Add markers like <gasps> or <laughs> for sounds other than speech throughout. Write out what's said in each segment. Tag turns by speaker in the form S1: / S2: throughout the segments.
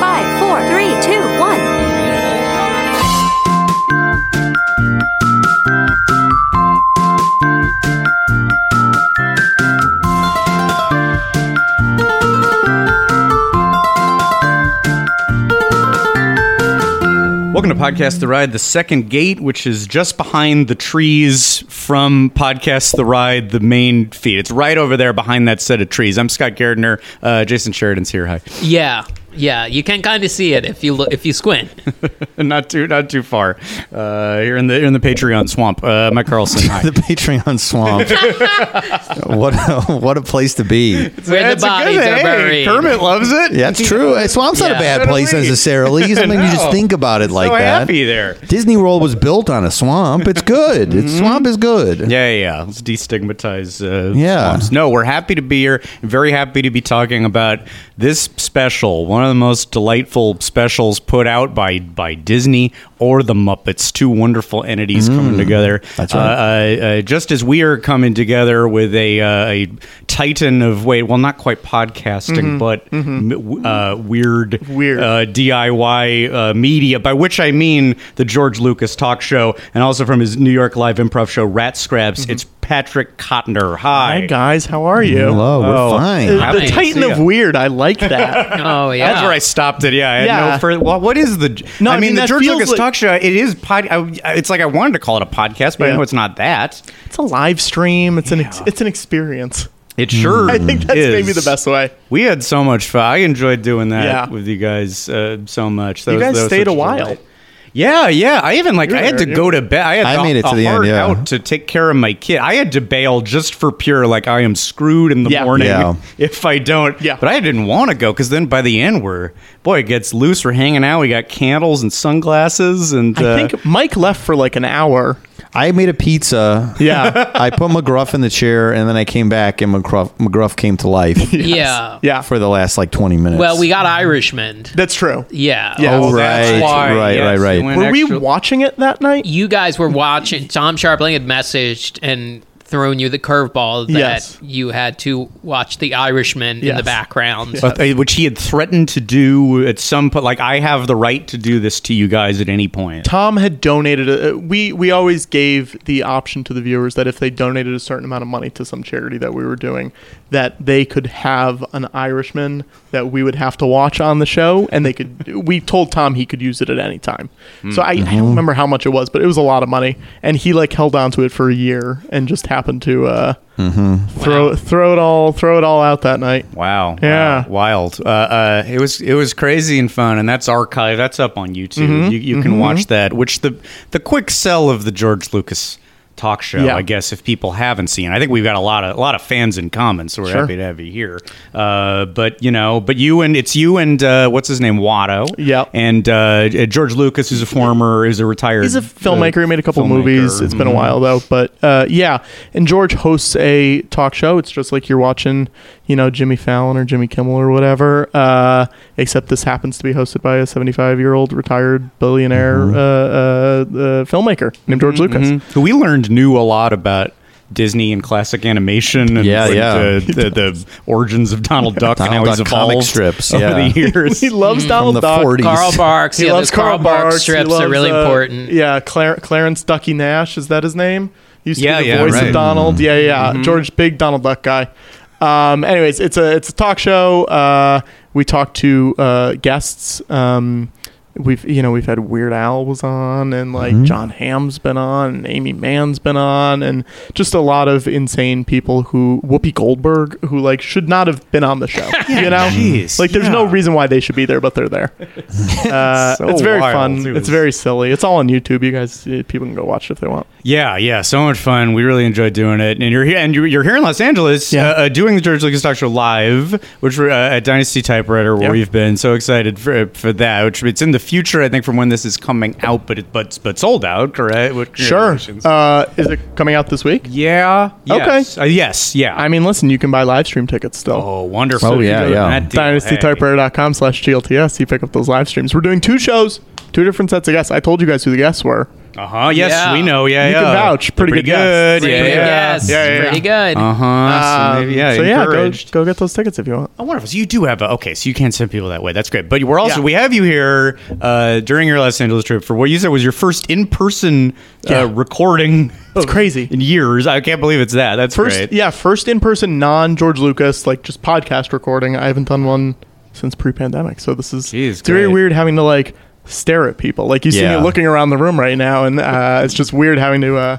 S1: Five, four, three, two, one.
S2: Welcome to Podcast The Ride, the second gate, which is just behind the trees from Podcast The Ride, the main feed. It's right over there behind that set of trees. I'm Scott Gardner. Uh, Jason Sheridan's here. Hi. <laughs>
S3: Yeah, yeah, you can kind of see it if you look if you
S4: <laughs>
S3: squint.
S2: not too, not too far. Uh, here in the here in the Patreon swamp. Uh, Mike Carlson.
S5: <laughs>
S2: Hi.
S5: the Patreon
S4: <laughs>
S5: swamp. what a, what a place to be.
S3: Where the
S2: That's a
S3: bodies
S2: good-
S3: are
S2: hey,
S3: buried.
S2: Kermit loves it.
S5: Yeah, it's true. A swamp's not a
S3: Yeah.
S5: bad place
S2: Totally.
S5: necessarily. I mean, you just
S2: No.
S5: think about it like
S2: Oh. so
S5: that.
S2: happy there.
S5: Disney World was built on a swamp. It's good. It's
S4: Mm-hmm.
S5: swamp is good.
S2: Yeah, yeah, yeah. Let's destigmatize uh,
S5: Yeah.
S2: swamps. No, we're happy to be here. Very happy to be talking about this special, one of the most delightful specials put out by by Disney or the Muppets. Two wonderful entities coming together.
S5: Mm. that's right.
S2: Uh, uh, uh, just as we are coming together with a uh, a titan of wait, well, not quite podcasting, but m- w- uh, weird
S4: Weird.
S2: uh, DIY uh, media, by which I mean the George Lucas talk show, and also from his New York live improv show Rat Scraps. It's Patrick Cotner. Hi,
S4: Hi guys, how are you?
S5: Hello, we're
S2: Oh.
S5: fine.
S2: Uh, Happy
S4: The
S2: to
S4: Titan
S2: see
S4: of
S2: ya.
S4: Weird. I like that.
S5: <laughs>
S3: Oh yeah,
S2: That's where I stopped it. Yeah, I had
S4: Yeah.
S2: no further. Well, what is the?
S4: No,
S2: I
S4: I
S2: mean,
S4: mean,
S2: the
S4: that
S2: George
S4: feels
S2: Lucas
S4: like-
S2: talk show. It is pod. I, it's like I wanted to call it a podcast, but I
S4: Yeah.
S2: know it's not that.
S4: It's a live stream. It's an ex- it's an experience.
S2: It sure.
S5: Mm.
S4: I think that's
S2: is.
S4: maybe the best way.
S2: We had so much fun. I enjoyed doing that
S4: Yeah.
S2: with you guys uh, so much. That
S4: You
S2: was-
S4: guys
S2: that was
S4: stayed
S2: such
S4: a while.
S2: delight. Yeah, yeah. I even like I had to
S4: You're-
S2: go to bed. I had
S5: I
S2: a-
S5: made it
S2: a
S5: to the end,
S2: hard
S5: yeah.
S2: out to take care of my kid. I had to bail just for pure like I am screwed in the
S4: Yeah.
S2: morning
S5: Yeah.
S2: if I don't.
S4: Yeah.
S2: But I didn't want to go because then by the end we're boy it gets loose. We're hanging out. We got candles and sunglasses and uh,
S4: I think Mike left for like an hour.
S5: I made a pizza.
S4: Yeah.
S5: <laughs> I put McGruff in the chair, and then I came back, and McGruff, McGruff came to life
S3: yeah.
S4: yeah.
S5: for the last like 20 minutes.
S3: Well, we got Irishmen.
S4: That's true.
S3: Yeah.
S4: Yeah.
S5: Oh,
S4: Well,
S2: that's
S5: right,
S2: why,
S5: right,
S2: yes,
S5: right,
S2: they
S5: right,
S2: went
S4: Were we
S2: extra-
S4: watching it that night?
S3: You guys were watching. Tom Sharpling had messaged and thrown you the curveball that
S4: Yes.
S3: you had to watch the Irishman in
S4: Yes.
S3: the background.
S2: But, uh, which he had threatened to do at some point. Like I have the right to do this to you guys at any point.
S4: Tom had donated. A, we we always gave the option to the viewers that if they donated a certain amount of money to some charity that we were doing, that they could have an Irishman that we would have to watch on the show, and they could. <laughs> we told Tom he could use it at any time.
S2: Hmm.
S4: So I, I
S5: Mm-hmm.
S4: don't remember how much it was, but it was a lot of money, and he like held on to it for a year and just happened to uh,
S5: Mm-hmm.
S4: throw throw it all throw it all out that night.
S2: Wow.
S4: Yeah.
S2: wow, Wild. Uh, uh, it was it was crazy and fun, and that's archived. That's up on YouTube. You, you can watch that. Which the the quick sell of the George Lucas talk show,
S4: Yeah.
S2: I guess, if people haven't seen. it. I think we've got a lot of a lot of fans in common, so we're
S4: Sure.
S2: happy to have you here. Uh, but you know, but you and it's you and uh, what's his name, Watto.
S4: Yep.
S2: And uh, George Lucas is a former, is a retired.
S4: He's a
S5: Mm-hmm.
S4: filmmaker.
S2: uh,
S4: he made a couple
S2: filmmaker. Mm-hmm.
S4: movies. It's been a while though, but uh, yeah. And George hosts a talk show. It's just like you're watching, you know, Jimmy Fallon or Jimmy Kimmel or whatever. Uh, except this happens to be hosted by a 75 year old retired billionaire uh, uh, uh, filmmaker named George Lucas.
S2: Who we learned knew a lot about Mm-hmm. Disney and classic animation and
S5: Yeah,
S2: like,
S5: yeah.
S2: The, the, the origins of Donald Duck and how
S5: Donald
S2: he's
S5: Duck comic
S2: evolved
S5: strips,
S2: over
S5: yeah.
S4: <laughs>
S2: the years.
S4: He loves
S5: from
S4: Donald
S5: the
S4: Duck.
S5: 40s.
S3: Carl Barks.
S4: He
S3: yeah, <laughs>
S4: loves
S3: those Carl,
S4: Carl
S3: Barks,
S4: Barks. He
S3: strips are
S4: loves,
S3: really
S4: uh,
S3: important.
S4: Yeah, Clar- Clarence Ducky Nash is that his name? Used to
S2: Yeah,
S4: be the
S2: yeah,
S4: voice
S2: right. Mm-hmm.
S4: of Donald. Yeah, yeah. George, big Donald Duck guy. Um, anyways, it's a it's a talk show. Uh, we talk to uh, guests. Um, we've you know we've had Weird Al was on, and like
S2: Mm-hmm.
S4: John Hamm's been on, and Amy Mann's been on, and just a lot of insane people who Whoopi Goldberg who like should not have been on
S2: <laughs>
S4: the show. you know,
S2: jeez,
S4: like there's no
S2: yeah.
S4: reason why they should be there, but
S2: <laughs>
S4: they're there. Uh,
S2: So
S4: it's very
S2: wild,
S4: fun.
S2: too.
S4: It's very silly. It's all on YouTube. You guys, uh, people can go watch it if they want.
S2: Yeah, yeah, so much fun. We really enjoyed doing it, and you're here, and you're, you're here in Los Angeles,
S4: Yeah.
S2: uh, uh, doing the George Lucas Talk Show live, which we're uh, at Dynasty Typewriter, where
S4: Yeah.
S2: we've been so excited for for that. Which it's in the future, I think, from when this is coming out, but it, but but sold out, correct? Which- congratulations.
S4: Uh, is it coming out this week?
S2: yeah. Yes,
S4: okay.
S2: Uh, yes. Yeah.
S4: I mean, listen, you can buy live stream tickets still.
S2: oh, wonderful.
S5: Oh, yeah,
S2: Dude,
S5: yeah.
S2: that deal, hey.
S4: DynastyTypewriter.com slash GLTS. You pick up those live streams. We're doing two shows, two different sets of guests. I told you guys who the guests were.
S2: Uh huh. Yes,
S3: Yeah.
S2: we know. Yeah,
S4: You
S2: yeah.
S4: can vouch.
S2: They're
S4: Pretty
S2: pretty
S4: good
S2: good.
S4: guess.
S3: Pretty
S2: Yeah,
S3: good
S2: yeah.
S3: guess.
S4: Yeah, yeah.
S3: Pretty good.
S2: Uh huh. So maybe, yeah.
S4: so yeah, go,
S2: encouraged.
S4: go get those tickets if you want.
S2: Oh, wonderful. So you do have a okay. So you can send people that way. That's great. But we're also
S4: Yeah.
S2: we have you here uh, during your Los Angeles trip for what you said was your first in person uh,
S4: Yeah.
S2: recording.
S4: It's crazy.
S2: <laughs> in years. I can't believe it's that. That's
S4: First,
S2: great.
S4: yeah, first in person non George Lucas like just podcast recording. I haven't done one since pre pandemic, so this is
S2: Jeez,
S4: it's very
S2: great.
S4: weird having to like stare at people. Like you see me
S5: Yeah.
S4: looking around the room right now, and uh, it's just weird having to uh,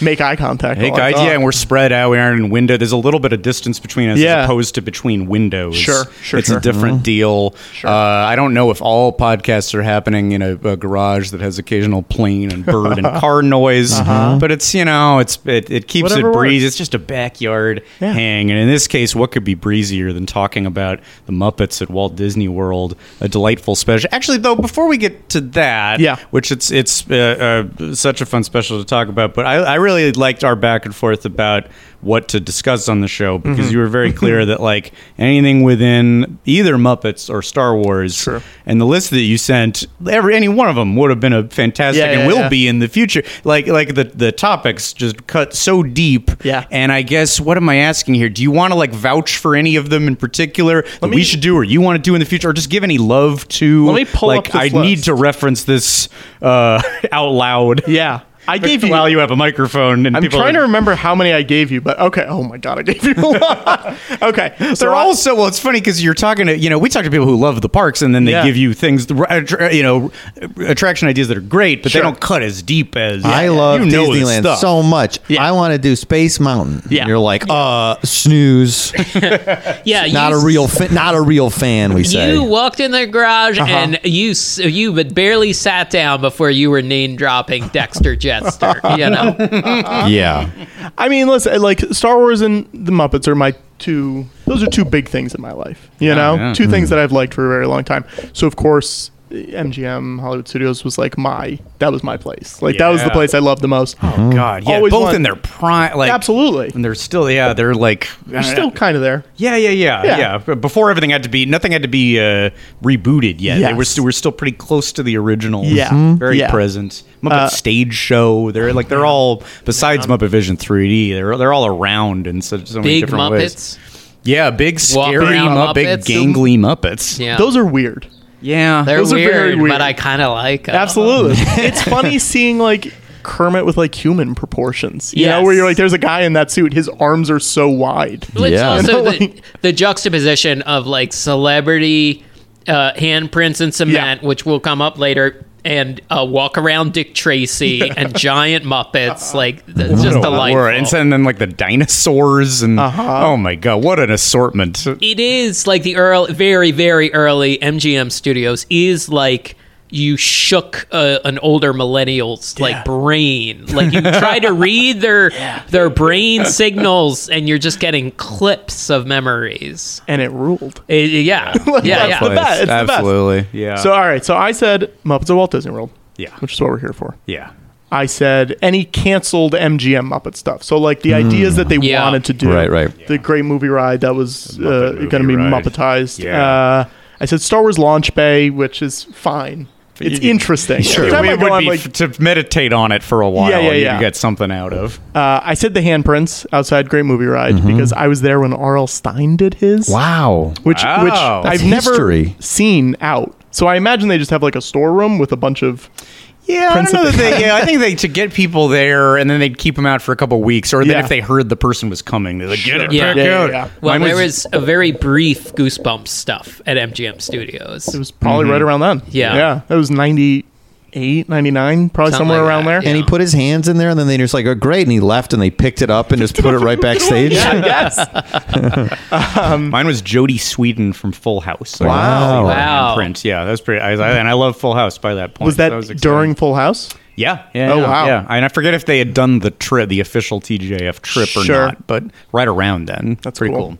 S4: make eye contact.
S2: Hey
S4: while oh, I
S2: guys,
S4: talk.
S2: yeah, and we're spread out. We aren't in window. There's a little bit of distance between us
S4: Yeah.
S2: as opposed to between windows.
S4: Sure, sure,
S2: It's a
S4: sure. Mm-hmm.
S2: different deal. Uh, I don't know if all podcasts are happening in a, a garage that has occasional plane and
S4: <laughs>
S2: bird and car noise, but it's you know it's it, it keeps
S4: Uh-huh. Whatever
S2: it breezy.
S4: works.
S2: It's just a backyard
S4: Yeah.
S2: hang, and in this case, what could be breezier than talking about the Muppets at Walt Disney World? A delightful special. Actually, though, before we get to that,
S4: Yeah.
S2: which it's it's uh, uh, such a fun special to talk about. But I, I really liked our back and forth about what to discuss on the show because
S4: Mm-hmm.
S2: you were
S4: <laughs>
S2: very clear that like anything within either Muppets or Star Wars,
S4: Sure.
S2: and the list that you sent, every any one of them would have been a fantastic
S4: Yeah,
S2: and
S4: yeah,
S2: will
S4: yeah.
S2: be in the future. Like like the the topics just cut so deep.
S4: Yeah.
S2: And I guess what am I asking here? Do you want to like vouch for any of them in particular that we
S4: me-
S2: should do or you want to do in the future, or just give any love to?
S4: Let me pull
S2: like
S4: up this
S2: I need
S4: list.
S2: to reference this uh, <laughs> out loud.
S4: yeah. I gave you.
S2: while you have a microphone and
S4: I'm
S2: people
S4: trying to remember how many I gave you, but okay. Oh my god, I gave you a lot. <laughs>
S5: <laughs>
S4: okay,
S2: <laughs> They're
S4: I-
S2: also well. It's funny because you're talking to you know we talk to people who love the parks and then they
S4: Yeah.
S2: give you things attra- you know attraction ideas that are great, but
S4: Sure.
S2: they don't cut as deep as
S5: I love
S2: you know this
S5: Disneyland
S2: stuff.
S5: so much.
S4: Yeah.
S5: I want to do Space Mountain.
S4: Yeah.
S5: You're like, uh, snooze.
S3: Yeah,
S5: Not a
S3: you
S5: real, fa- not a real fan. We say.
S3: You walked in the garage and you s- you but barely sat down before you were name dropping Dexter Jester. You know,
S5: yeah.
S4: I mean, listen, like Star Wars and the Muppets are my two. Those are two big things in my life. You know,
S2: yeah.
S4: two
S5: Mm-hmm.
S4: things that I've liked for a very long time. So of course, MGM Hollywood Studios was like my. That was my place. Like that was the
S2: Yeah.
S4: place I loved the most.
S5: Mm-hmm.
S2: Oh God, yeah,
S4: Always
S2: both
S4: want-
S2: in their prime, like
S4: Absolutely.
S2: and they're still yeah, they're like
S4: You're still kind of there.
S2: yeah, yeah, yeah,
S4: Yeah.
S2: yeah. But Before everything had to be nothing had to be uh, rebooted yet. They were
S4: Yes.
S2: still we're still pretty close to the original.
S4: Yeah. Mhm.
S2: very
S4: Yeah. Uh,
S2: present. Muppet stage show. They're like they're all besides
S4: Um,
S2: Muppet Vision 3D. They're they're all around in so, so many
S3: big
S2: different ways.
S3: Muppets.
S2: Yeah, big
S3: Walk
S2: scary
S3: around
S2: Muppets, big
S3: Muppets.
S2: gangly Muppets.
S3: Yeah,
S4: Those are
S2: Uh-huh.
S4: weird.
S2: yeah.
S3: they're
S4: those are
S3: weird,
S4: very weird.
S3: but I kind of like 'em.
S2: <laughs>
S4: Absolutely. it's funny seeing like Kermit with like human proportions. You know,
S3: Yes.
S4: where you're like, there's a guy in that suit, his arms are so wide.
S3: Well, it's
S5: Yeah.
S3: also the, the juxtaposition of like celebrity uh, handprints and cement, which will come up later, and uh, walk around Dick Tracy
S4: <laughs>
S3: and giant Muppets. Like th- it's just
S2: Oh, Laura. And
S3: delightful.
S2: then then, like the dinosaurs and
S4: Uh-huh.
S2: oh my god, what an assortment!
S3: It is like the earl, very very early MGM Studios is like. You shook uh, an older millennial's like brain. Like
S4: <laughs>
S3: you try to read their their brain signals, and you're just getting clips of memories.
S4: And it ruled.
S3: Uh, <laughs> yeah, yeah,
S4: that's
S3: yeah.
S4: the best. It's the best.
S2: Absolutely, yeah.
S4: So all right, so I said Muppets of Walt Disney World.
S2: Yeah.
S4: Which is what we're here for.
S2: yeah.
S4: I said any canceled MGM Muppet stuff. So like the
S2: Hmm.
S4: ideas that they
S3: Yeah.
S4: wanted to do,
S5: Right, right.
S4: The great movie ride that was uh,
S2: Muppet
S4: going to be
S2: movie ride.
S4: Muppetized.
S2: Yeah.
S4: Uh, I said Star Wars Launch Bay, which is fine. It's
S2: <laughs>
S4: interesting. Every time I
S2: It
S4: go
S2: would
S4: on,
S2: be
S4: like,
S2: f- to meditate on it for a while.
S4: Yeah, yeah,
S2: and
S4: yeah.
S2: You get something out of.
S4: uh, I said the handprints outside Great Movie Ride because I was there when R.L. Stein did his.
S5: Mm-hmm. Wow.
S4: Which
S2: Wow.
S4: which
S2: That's
S4: I've never
S5: history.
S4: seen out. So I imagine they just have like a storeroom with a bunch of
S2: Yeah, I don't know
S4: Principal.
S2: that they. Yeah, I think they to get people there, and then they'd keep them out for a couple weeks, or
S4: Yeah.
S2: then if they heard the person was coming, they're like, "Get it
S3: Yeah.
S2: back
S3: Yeah,
S4: yeah,
S2: out."
S4: yeah.
S3: Well,
S2: Mine
S3: there was a very brief Goosebumps stuff at MGM Studios.
S4: It was probably
S5: Mm-hmm.
S4: right around then.
S3: Yeah.
S4: Yeah. That was 98, 99, probably
S3: Something
S4: somewhere
S3: like
S4: around
S3: that,
S4: there.
S5: And he put his hands in there, and then they just like, oh, great. And he left, and they picked it up and just put it
S4: <laughs>
S5: right backstage.
S4: yes.
S2: Mine was Jodie Sweden from Full House.
S5: Wow.
S3: Wow.
S2: Print. Yeah, that's pretty. I, I, and I love Full House by that point.
S4: Was that
S2: exciting.
S4: during Full House?
S2: Yeah. yeah
S4: Oh,
S2: yeah,
S4: wow.
S2: Yeah, and I forget if they had done the trip, the official TJF trip or
S4: Sure.
S2: not, but right around then.
S4: That's
S2: pretty
S4: cool.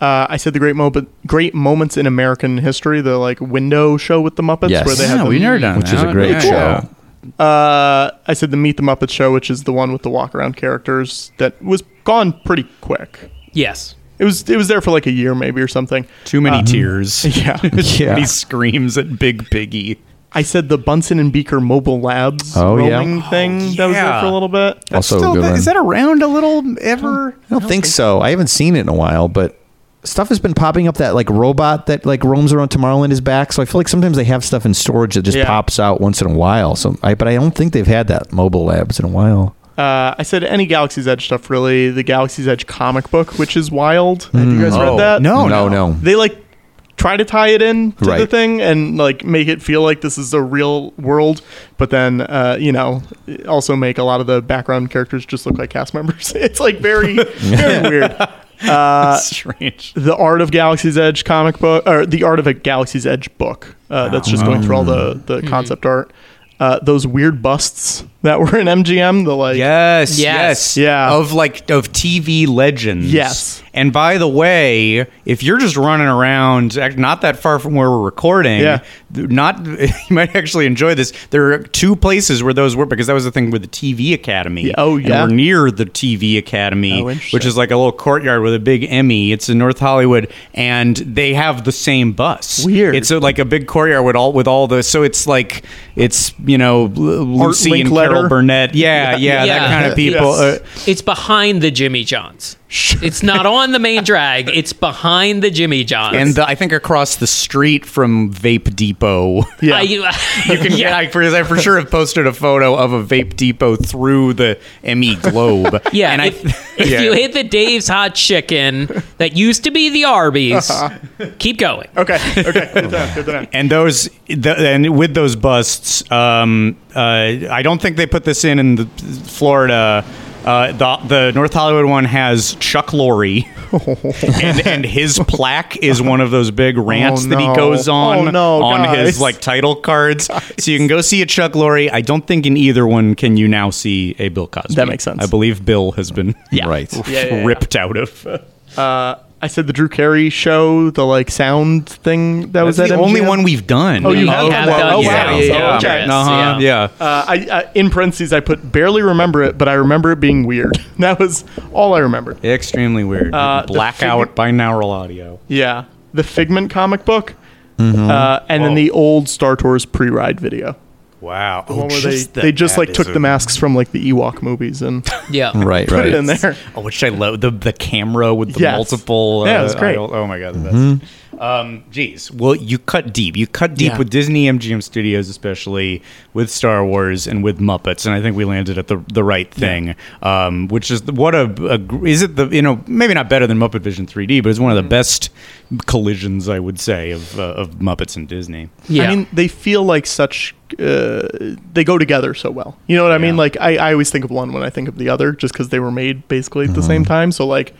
S4: Uh, I said the great moment, great moments in American history, the like window show with the Muppets,
S5: Yes.
S4: where they
S5: Yeah,
S4: have.
S2: we never done
S5: Which is
S2: that.
S5: a great
S2: Yeah,
S5: show.
S2: yeah.
S4: Uh, I said the Meet the Muppet show, which is the one with the walk around characters that was gone pretty quick.
S3: yes.
S4: It was it was there for like a year maybe or something.
S2: Too many <laughs> tears.
S4: Yeah.
S2: Too
S5: Yeah.
S2: many screams at Big Piggy.
S4: I said the Bunsen and Beaker Mobile Labs
S5: Oh, yeah.
S4: rolling thing that was there
S2: yeah.
S4: for a little bit.
S5: also, a
S2: Still,
S5: good
S2: that-
S5: one.
S2: is that around a little <laughs> ever?
S5: I don't think so. I haven't seen it in a while, but stuff has been popping up that like robot that like roams around Tomorrowland is back. So I feel like sometimes they have stuff in storage that just
S4: Yeah.
S5: pops out once in a while. So I but I don't think they've had that mobile labs in a while.
S4: Uh, I said any Galaxy's Edge stuff, really. The Galaxy's Edge comic book, which is wild. Have you guys read that?
S5: Mm. no, no.
S4: They like try to tie it in to the
S5: Right.
S4: thing and like make it feel like this is a real world, but then uh, you know also make a lot of the background characters just look like cast members. <laughs> it's
S5: <laughs>
S4: like very very weird.
S2: Uh, <laughs> Strange.
S4: The Art of Galaxy's Edge comic book, or the Art of a Galaxy's Edge book.
S2: Ah.
S4: Uh, that's just going through all the the concept art. Uh, those weird busts that were in MGM, the like
S2: Yes,
S3: Yes.
S2: yes,
S4: Yeah.
S2: Of like of TV legends.
S4: Yes.
S2: And by the way, if you're just running around, act- not that far from where we're recording,
S4: Yeah.
S2: th- not <laughs> you might actually enjoy this. There are two places where those were because that was the thing with the TV Academy.
S4: Yeah, oh,
S2: And
S4: yeah.
S2: we're near the TV Academy,
S4: Oh, interesting.
S2: which is like a little courtyard with a big Emmy. It's in North Hollywood, and they have the same bus.
S4: Weird.
S2: It's a, like a big courtyard with all with all the. So it's like it's you know L- Lucy and
S4: Linkletter.
S2: Carol Burnett. Yeah, yeah,
S3: Yeah.
S2: that kind of
S4: Yes.
S2: people. Uh,
S3: It's behind the Jimmy Johns. It's not on the main
S4: <laughs>
S3: drag. It's behind the Jimmy Johns.
S2: and the, I think across the street from Vape Depot.
S4: <laughs> yeah.
S3: I-
S2: <laughs>
S3: you <laughs> can
S2: Yeah, I, for, I for sure have posted a photo of a Vape Depot through the Emmy Globe.
S3: Yeah,
S2: and
S3: if,
S2: I,
S3: if
S2: <laughs> Yeah.
S3: you hit the Dave's Hot Chicken that used to be the
S4: <laughs>
S3: Arby's, keep going.
S4: Okay. Okay. Good to know, good to know.
S2: and those the, and with those busts um, uh, i don't think they put this in in the florida uh, the, the North Hollywood one has Chuck
S4: <laughs>
S2: Lorre, and, and his plaque is one of those big rants
S4: Oh,
S2: that
S4: no.
S2: he goes on
S4: Oh, no,
S2: on
S4: guys.
S2: his like title cards. So you can go see a Chuck Lorre. I don't think in either one can you now see a Bill Cosby.
S4: That makes sense.
S2: I believe Bill has been <laughs>
S5: Right.
S2: ripped out of. uh,
S4: I said the Drew Carey show, the like sound thing that was
S2: That's
S4: at
S2: the only
S4: MGM.
S2: one we've done.
S4: Oh, you
S3: have
S2: yeah,
S3: done-
S2: yeah,
S3: oh,
S4: wow.
S2: yeah,
S4: Okay.
S2: Uh-huh, yeah.
S4: Uh, I, I in parentheses I put barely remember it, but I remember it being weird. <laughs> That was all I remembered.
S2: Extremely weird.
S4: Uh, the
S2: Blackout
S4: fig-
S2: binaural audio.
S4: Yeah, the Figment comic book,
S2: Mm-hmm.
S4: uh, and then the old Star Tours pre-ride video.
S2: Wow.
S5: Oh,
S4: One where they, they just like took the masks from like the Ewok movies
S2: <laughs>
S4: and
S3: Yeah.
S5: Right,
S4: put
S5: right.
S4: it in there.
S2: Oh, which I love the the camera with the
S4: Yes.
S2: multiple.
S4: Yeah, it was great.
S2: idol- Oh my god, the best. Um, geez, well, you cut deep. You cut deep
S4: Yeah.
S2: with Disney, MGM Studios, especially with Star Wars and with Muppets, and I think we landed at the the right thing. Um, which is the, what a, a gr- is it the you know maybe not better than Muppet Vision 3D, but it's one of
S4: Mm.
S2: the best collisions I would say of uh, of Muppets and Disney.
S3: Yeah.
S4: I mean, they feel like such. Uh, they go together so well. You know what I mean?
S2: Yeah.
S4: Like I, I always think of one when I think of the other, just because they were made basically at the
S5: Mm-hmm.
S4: same time. So like,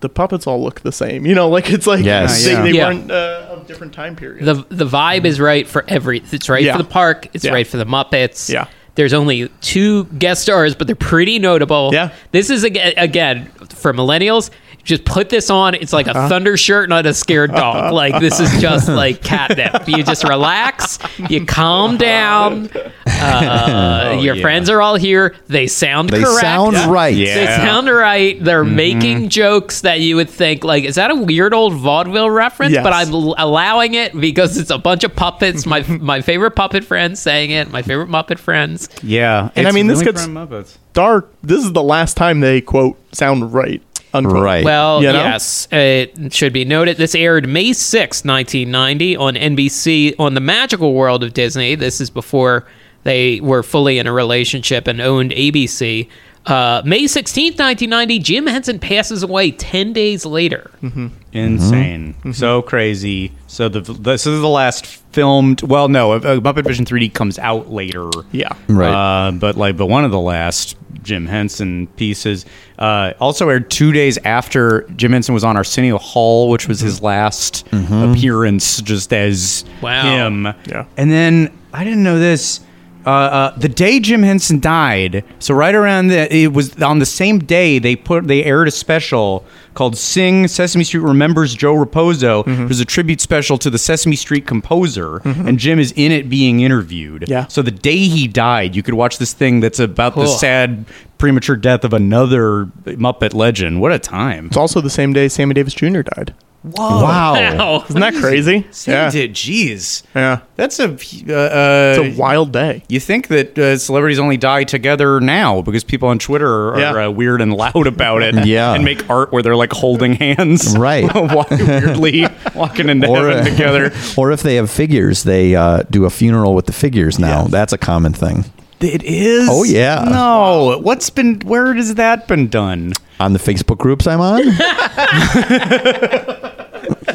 S4: the puppets all look the same. You know, like it's like
S5: Yes.
S4: they,
S5: Yeah,
S4: they
S3: yeah.
S4: weren't uh, of different time periods.
S3: the the vibe is right for every. It's right
S4: Yeah.
S3: for the park. It's
S4: Yeah.
S3: right for the Muppets.
S4: Yeah.
S3: There's only two guest stars, but they're pretty notable.
S4: Yeah.
S3: This is aga- again for millennials. just put this on. It's like
S4: Uh-huh.
S3: a thunder shirt, not a scared
S4: <laughs>
S3: dog. Like this is just like catnip. You just relax, you
S4: Uh-huh.
S3: calm down.
S5: <laughs>
S3: Uh, your friends are all here. They sound
S5: Oh, They
S3: correct.
S5: sound right.
S3: They sound right. They're
S4: Mm-hmm.
S3: making jokes that you would think like, is that a weird old vaudeville reference?
S4: Yes.
S3: But I'm l- allowing it because it's a bunch of puppets. My <laughs> my favorite puppet friends saying it. My favorite Muppet friends.
S2: Yeah,
S4: And I
S2: it's
S4: mean, this
S2: really
S4: gets-
S2: from Muppets.
S4: Dark. This is the last time they quote sound right. Unquote.
S5: Right.
S3: Well,
S4: You know?
S3: yes, it should be noted. This aired May sixth, 1990, on NBC on the Magical World of Disney. This is before they were fully in a relationship and owned ABC. Uh, May sixteenth, 1990, Jim Henson passes away 10 days later.
S4: Mm-hmm.
S2: insane, so crazy. So the, the so this is the last filmed. Well, no, uh, Muppet Vision 3D comes out later.
S4: Yeah.
S5: Right.
S2: Uh, but like, but one of the last Jim Henson pieces uh, also aired two days after Jim Henson was on Arsenio Hall, which was his last appearance, just as
S3: Wow.
S2: him.
S4: Yeah.
S2: And then I didn't know this. Uh, uh, the day Jim Henson died, so right around the, it was on the same day they put they aired a special called "Sing Sesame Street Remembers Joe Raposo." It was a tribute special to the Sesame Street composer, and Jim is in it being interviewed.
S4: Yeah.
S2: So the day he died, you could watch this thing that's about the
S3: Cool.
S2: sad premature death of another Muppet legend. What a time!
S4: It's also the same day Sammy Davis Jr. died.
S2: Whoa! <laughs>
S3: Wow.
S4: Isn't that crazy?
S2: Yeah. Did jeez.
S4: Yeah.
S2: That's a uh, uh,
S4: It's a wild day.
S2: You think that uh, celebrities only die together now because people on Twitter are
S4: Yeah.
S2: uh, weird and loud about it,
S5: <laughs> Yeah.
S2: and make art where they're like holding hands, <laughs>
S5: <laughs> Right.
S2: Wa- weirdly walking into heaven
S5: <laughs>
S2: together.
S5: or if they have figures, they uh, do a funeral with the figures now. That's a common thing
S2: It is.
S5: Oh, yeah.
S2: No, what's been? Where has that been done?
S5: on the Facebook groups I'm
S2: <laughs>
S5: on.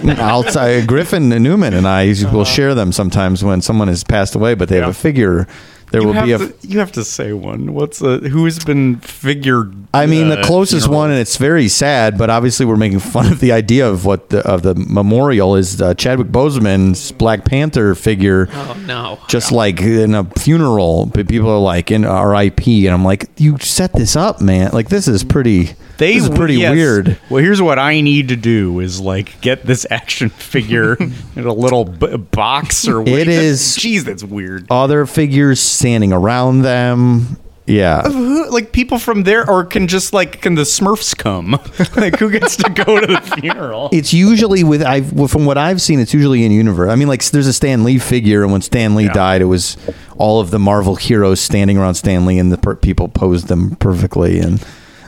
S5: I'll t- Griffin and Newman and I will
S2: Uh-huh.
S5: share them sometimes when someone has passed away, but they have a figure. There
S2: You
S5: will
S2: have,
S5: be a.
S2: to, you have to say one. What's a, who's been figured?
S5: I mean, the
S2: uh,
S5: closest one, and it's very sad, but obviously we're making fun of the idea of what the, of the memorial is uh, Chadwick Boseman's Black Panther figure.
S3: Oh, no.
S5: Just like in a funeral, but people are like in RIP, and I'm like, you set this up, man. Like this is pretty.
S2: They
S5: this is
S2: w-
S5: pretty
S2: yes.
S5: weird.
S2: Well, here's what I need to do is like get this action <laughs> figure in a little b- box or
S5: It is-
S2: Jeez, that's weird.
S5: Other figures standing around them. Yeah,
S2: Who, like people from there, or can just like can the Smurfs come? <laughs> like who gets to go to the funeral?
S5: it's usually with I have from what I've seen, it's usually in universe. I mean, like there's a Stan Lee figure, and when Stan Lee died, it was all of the Marvel heroes standing around Stan Lee, and the per- people posed them perfectly. And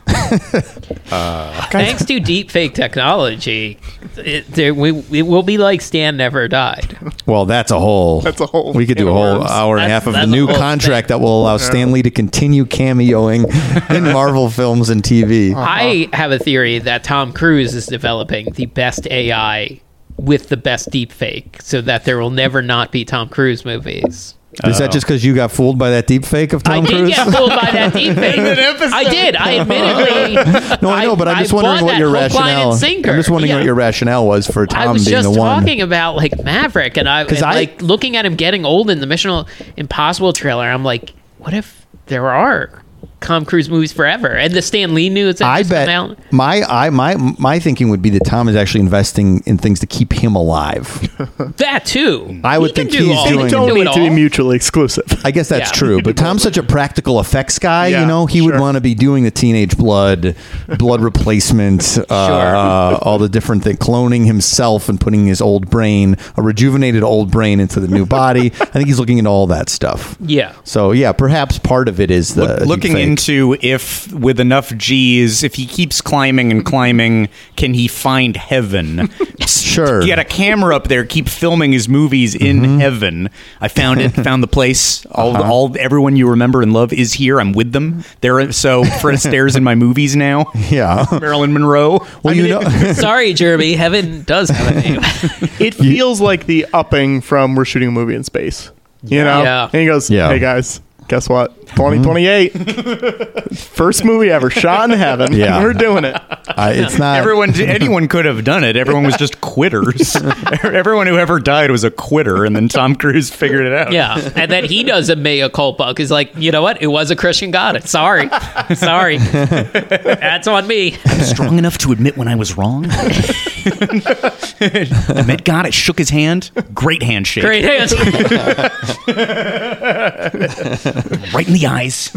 S3: Thanks to deepfake technology, it, there, we, it will be like Stan never died.
S5: well, that's a whole.
S4: That's a whole
S5: We could do
S4: can
S5: a
S4: of
S5: whole
S4: worms.
S5: hour and a
S3: That's-
S5: half of the
S3: that's a
S5: new
S3: whole
S5: contract that will allow Stan Lee to continue cameoing
S4: <laughs>
S5: in Marvel films and TV.
S3: I have a theory that Tom Cruise is developing the best AI with the best deepfake so that there will never not be Tom Cruise movies.
S5: Is that just because you got fooled by that deep fake of Tom
S3: I
S5: Cruise?
S3: did get fooled by
S5: <laughs>
S3: that deepfake. I did. I admittedly.
S5: No, I know, but I'm just wondering
S3: bought
S5: what
S3: that
S5: your
S3: hook, line, and
S5: rationale. I'm
S3: sinker.
S5: just wondering
S3: Yeah.
S5: what your rationale was for Tom
S3: I was
S5: being
S3: just
S5: the one.
S3: talking about like Maverick, and I and,
S5: I-
S3: like looking at him getting old in the Mission Impossible trailer. I'm like, what if there are Tom Cruise movies forever? And the Stan Lee news. That
S5: I
S3: just
S5: bet
S3: Come out.
S5: my I my my thinking would be that Tom is actually investing in things to keep
S2: <laughs>
S5: him alive.
S3: that too.
S5: I would
S3: He can
S5: think he's
S3: all.
S5: doing-
S3: He
S4: They
S3: can
S4: don't
S3: do it
S4: need to be
S3: all.
S4: mutually exclusive.
S5: I guess that's
S3: Yeah.
S5: true, but Tom's such a practical effects guy.
S4: Yeah,
S5: you know, he would
S4: sure.
S5: want to be doing the teenage blood,
S2: <laughs>
S5: blood replacement, uh, all the different things, cloning himself and putting his old brain, a rejuvenated old brain, into the new
S2: <laughs>
S5: body. I think he's looking into all that stuff.
S3: Yeah.
S5: So yeah, perhaps part of it is the
S2: Look- looking
S5: deepfake.
S2: into if with enough G's, if he keeps climbing and climbing, can he find heaven?
S5: Sure.
S2: He had a camera up there, keep filming his movies in heaven. I found it, found the place. <laughs> All, all everyone you remember and love is here. I'm with them. They're so Fred <laughs> Astaire's in my movies <laughs> now.
S5: Yeah. <laughs>
S2: Marilyn Monroe.
S5: Well, you know,
S3: <laughs> Sorry, Jeremy. Heaven does have a name.
S4: <laughs> It feels like the upping from we're shooting a movie in space. You know?
S3: Yeah.
S4: And he goes,
S5: Yeah. Mm-hmm.
S4: hey guys, Guess what? 2028. First movie ever shot in heaven.
S5: Yeah.
S4: <laughs> We're doing it.
S5: I,
S3: <laughs>
S5: it's not.
S2: Everyone, <laughs> anyone could have done it. Everyone was just <laughs> quitters. everyone who ever died was a quitter, and then Tom Cruise figured it out.
S3: Yeah, and then he does a mea culpa because, like, you know what? It was a Christian God. It's sorry, sorry. That's on me.
S2: strong enough to admit when I was wrong. I <laughs> met God. I shook his hand. Great handshake.
S3: Great hands.
S2: Right in the <laughs> eyes.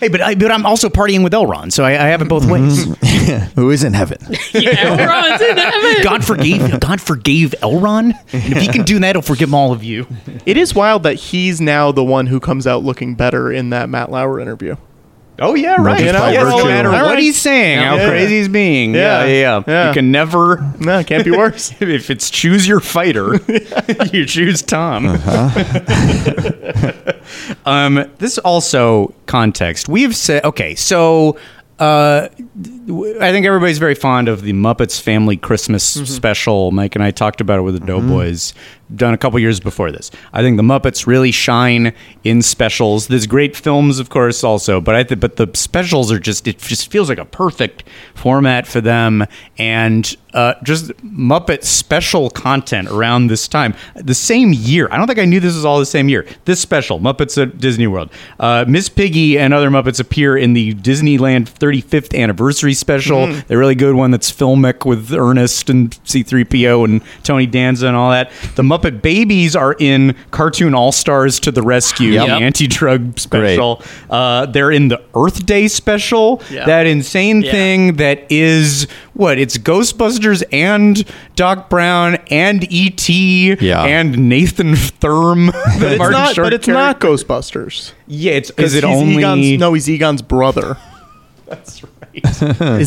S2: hey, but I, but I'm also partying with Elron, so I, I have it both ways.
S5: who is in heaven?
S3: <laughs> yeah, we're on to heaven.
S2: God forgave God forgave Elron. And if he can do that, he'll forgive all of you.
S4: It is wild that he's now the one who comes out looking better in that Matt Lauer interview.
S2: Oh yeah,
S5: right. just by
S2: it doesn't
S5: virtue.
S2: matter
S4: All
S2: what
S4: right.
S2: he's saying, how
S4: Yeah.
S2: crazy he's being. Yeah.
S4: Yeah.
S2: Yeah, yeah,
S4: Yeah.
S2: You can never.
S4: No, it can't be
S3: <laughs>
S4: worse.
S2: <laughs> If it's choose your <laughs> fighter, you choose Tom. Uh-huh. <laughs> um, this also context. We've said okay, so. Uh, I think everybody's very fond of the Muppets Family Christmas special. Mike and I talked about it with the Doughboys, done a couple years before this. I think the Muppets really shine in specials. There's great films, of course, also, but I th- but the specials are just it just feels like a perfect format for them, and uh, just Muppet special content around this time, the same year. I don't think I knew this was all the same year. This special, Muppets at Disney World, uh, Miss Piggy and other Muppets appear in the Disneyland 35th anniversary special,
S3: Hmm.
S2: the really good one that's filmic with Ernest and C3PO and Tony Danza and all that. The Muppet Babies are in Cartoon All Stars to the Rescue,
S3: Yep.
S2: the anti drug special. Uh, they're in the Earth Day special,
S4: Yeah.
S2: that insane
S3: Yeah.
S2: thing that is what? It's Ghostbusters and Doc Brown and E.T.
S5: Yeah.
S2: and Nathan Thurm.
S4: But it's not. But it's not Ghostbusters.
S2: Yeah, it's,
S4: 'Cause
S2: is it
S4: he's
S2: only.
S4: Egon's, no? He's Egon's <laughs> brother. That's right. Is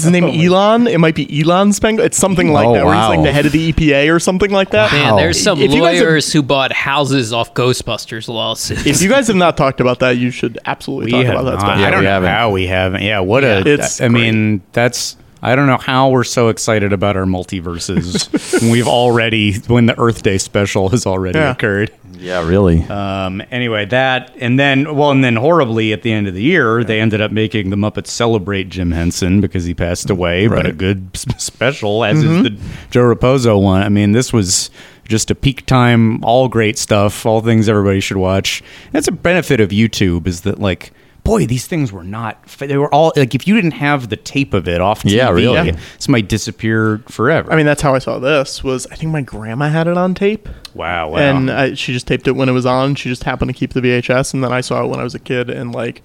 S4: his name Elon? It might be Elon Spengler. It's something like
S5: Oh,
S4: that. Where he's
S5: wow.
S4: like the head of the EPA or something like that.
S3: Man, there's some
S4: If you guys have-
S3: lawyers who bought houses off Ghostbusters lawsuits.
S4: If you guys have not talked about that, you should absolutely
S2: We
S4: talk
S2: have
S4: about that.
S2: not.
S4: special.
S2: I don't
S5: we
S2: know
S5: haven't.
S2: how we haven't. Yeah, what a.
S4: It's
S2: I mean, that's. I don't know how we're so excited about our multiverses. when We've already when the Earth Day special has already
S4: Yeah.
S2: occurred.
S5: Yeah, really.
S4: Uh,
S2: Um, anyway, that and then well, and then horribly at the end of the year, they ended up making the Muppets celebrate Jim Henson because he passed away. But a good s- special, as
S4: Mm-hmm.
S2: is the Joe Raposo one. I mean, this was just a peak time, all great stuff, all things everybody should watch. That's a benefit of YouTube is that like. Boy, these things were not. fa- They were all like if you didn't have the tape of it off TV,
S5: Yeah, really.
S2: this might disappear forever.
S4: I mean, that's how I saw this. Was I think my grandma had it on tape,
S2: Oh, wow, wow.
S4: and uh, I, she just taped it when it was on. She just happened to keep the VHS, and then I saw it when I was a kid, and like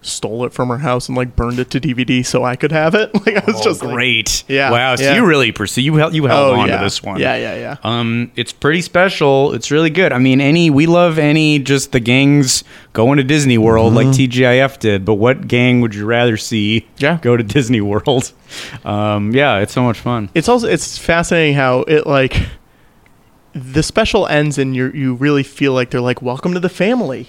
S4: stole it from her house and like burned it to DVD so I could have it. <laughs> Like I was
S2: Oh,
S4: just like,
S2: great.
S4: Yeah,
S2: Wow. So
S4: yeah.
S2: you really pursue. You held. You held
S4: Oh,
S2: on
S4: yeah.
S2: to this one.
S4: Yeah, yeah, yeah.
S2: Um, it's pretty special. It's really good. I mean, any we love any just the gangs going to Disney World like
S4: Mm-hmm.
S2: TGIF did. But what gang would you rather see?
S4: Yeah.
S2: Go to Disney World. <laughs> Um, yeah, it's so much fun.
S4: it's also it's fascinating how it like the special ends and you you really feel like they're like welcome to the family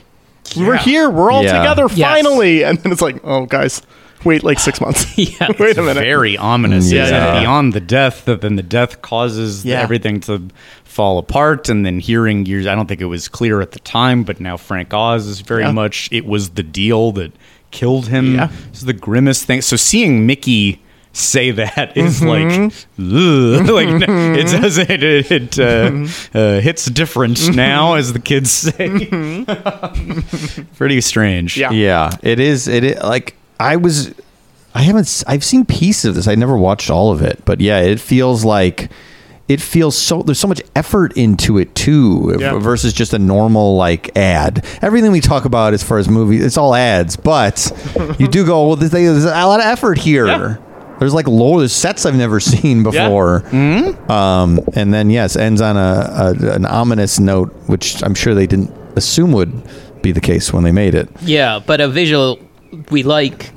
S4: we're
S2: Yeah.
S4: here we're all
S5: Yeah.
S4: together
S3: Yes.
S4: finally and then it's like oh guys wait like
S2: <laughs>
S4: six months
S3: Yeah.
S4: <laughs> wait a minute
S2: Very ominous.
S4: Mm, Yeah,
S2: It's
S4: yeah.
S2: Beyond the death, that then the death causes the-
S4: Yeah.
S2: everything to fall apart, and then hearing years. I don't think it was clear at the time, but now Frank Oz is very
S4: Yeah.
S2: much. It was the deal that killed him.
S4: Yeah.
S2: It's the grimmest thing. So seeing Mickey say that <laughs> is
S4: Mm-hmm.
S2: like, ugh, <laughs> like n- it does it it, it
S4: Mm-hmm.
S2: uh, uh, hits different now, as the kids say. <laughs> Pretty strange.
S4: Mm-hmm. Yeah.
S5: yeah, it is. It is, like I was. I haven't. s- I've seen pieces of this. I never watched all of it, but yeah, it feels like it feels so. There's so much effort into it too,
S4: Yeah.
S5: versus just a normal like ad. Everything we talk about as far as movies, it's all ads. But you do go. Well, this- there's a lot of effort here. There's like lore. There's sets I've never <laughs> seen before. Um, and then yes, ends on a, a an ominous note, which I'm sure they didn't assume would be the case when they made it.
S3: yeah, but a visual we like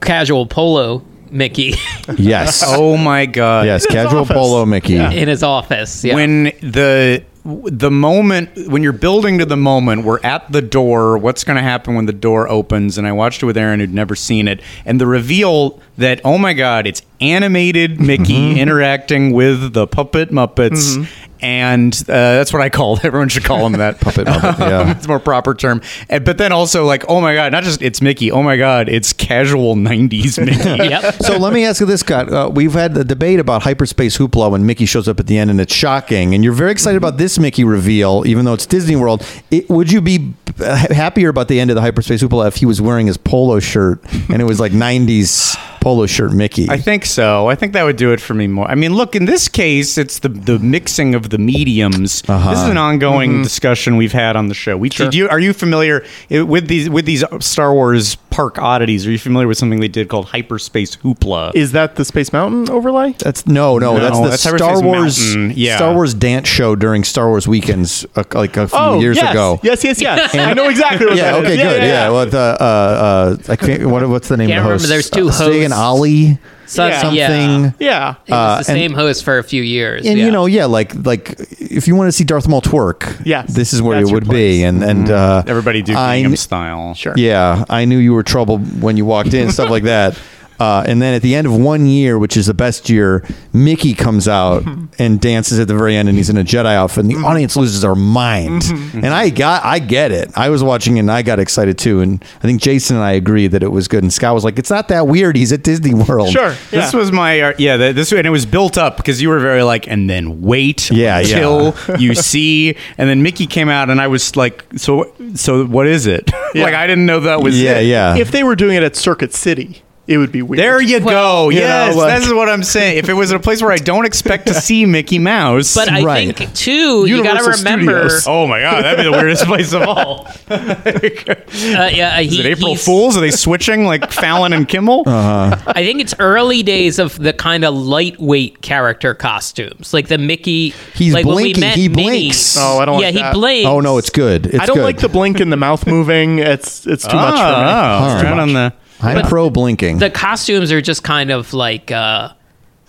S3: casual polo Mickey <laughs>
S5: Yes.
S2: Oh my god.
S5: Yes, casual
S4: office.
S5: polo Mickey.
S3: in his office. Yeah.
S2: when the the moment when you're building to the moment we're at the door what's going to happen when the door opens and i watched it with aaron who'd never seen it and the reveal that
S5: Mm-hmm.
S2: oh my god it's animated mickey interacting with the puppet muppets and uh, that's what I call. <laughs> Everyone should call him that.
S5: <laughs>
S2: <laughs>
S5: Puppet Muppet, yeah.
S2: it's a more proper term. And, but then also like, oh my god, not just it's Mickey. Oh my god, it's casual '90s
S5: <laughs>
S2: Mickey.
S3: Yep.
S5: So let me ask you this, Scott. Uh, we've had the debate about hyperspace hoopla when Mickey shows up at the end, and it's shocking. And you're very excited about this Mickey reveal, even though it's Disney World. It, would you be uh, ha- happier about the end of the hyperspace hoopla if he was wearing his polo shirt and it was like '90s polo shirt Mickey?
S2: I think so. I think that would do it for me more. I mean, look, in this case, it's the the mixing of the mediums. This
S5: Uh-huh.
S2: is an ongoing
S5: Mm-hmm.
S2: discussion we've had on the show. We did you are you familiar eh, with these with these Star Wars park oddities? Are you familiar with something they did called hyperspace hoopla?
S4: Is that the Space Mountain overlay?
S5: That's no, no.
S2: No,
S5: that's the
S2: that's
S5: Star
S2: Hyperspace
S5: Wars,
S2: Mountain, yeah.
S5: Star Wars dance show during Star Wars weekends, uh, like a few
S2: Oh,
S5: years
S4: yes.
S5: ago.
S4: Yes, yes, yes. I know exactly what
S5: <laughs> Yeah.
S4: that is.
S5: Okay. good. Yeah. Well, the, uh, uh, I can't. What, what's the name
S3: Can't
S5: of the host?
S3: remember. There's two
S5: uh, Sig and
S3: hosts.
S5: Ollie.
S3: Some-
S4: yeah.
S5: Something. Uh,
S4: Yeah.
S3: It was the
S5: and-
S3: same host for a few years.
S5: And
S3: yeah.
S5: you know, yeah, like like if you want to see Darth Maul twerk,
S4: Yes,
S5: this is where
S4: that's
S5: it
S4: your
S5: would be. And and uh,
S2: Mm. Everybody do
S5: I
S2: Gangnam
S5: kn-
S2: style.
S4: Sure.
S5: Yeah, I knew you were trouble when you walked in, stuff like
S4: <laughs>
S5: that. Uh, and then at the end of one year, which is the best year, Mickey comes
S4: <laughs>
S5: out and dances at the very end, and he's in a Jedi outfit,
S4: Mm-hmm.
S5: and the audience loses their mind. And I got, I get it. I was watching, and I got excited too. And I think Jason and I agreed that it was good. And Scott was like, "It's not that weird. He's at Disney World."
S4: Sure. Yeah.
S2: This was my uh, yeah. th- This and it was built up because you were very like, and then wait
S5: Yeah, yeah.
S2: until you see, and then Mickey came out, and I was like, so so what is it? <laughs> like I didn't know that was
S5: Yeah,
S2: it.
S5: yeah.
S4: if they were doing it at Circuit City, it would be weird.
S2: There you go.
S4: you
S2: yes,
S4: know, like-
S2: this is what I'm saying. If it was in a place where I don't expect to see Mickey Mouse,
S3: but I
S5: Right.
S3: think too, you got to
S4: Universal
S3: remember.
S4: Studios.
S2: <laughs> oh my god, that'd be
S3: <laughs>
S2: the weirdest place of all.
S3: Uh, yeah, uh,
S2: Is
S3: he-
S2: it April
S3: he's-
S2: Fools? Are they switching like Fallon and Kimmel?
S5: Oh,
S3: I think it's early days of the kind of lightweight character costumes, like the Mickey.
S5: He's
S3: like when we
S5: blinking.
S3: met
S5: He
S3: Minnie-
S5: blinks.
S4: Oh, I don't
S3: Yeah,
S4: like
S3: he
S4: that.
S3: blinks.
S5: oh no, it's good. It's
S4: I don't
S5: good.
S4: like the blink and the mouth moving. It's it's too much for me.
S2: Ah,
S5: It's too
S2: right
S5: much.
S2: on the.
S5: I'm pro blinking.
S3: the costumes are just kind of like uh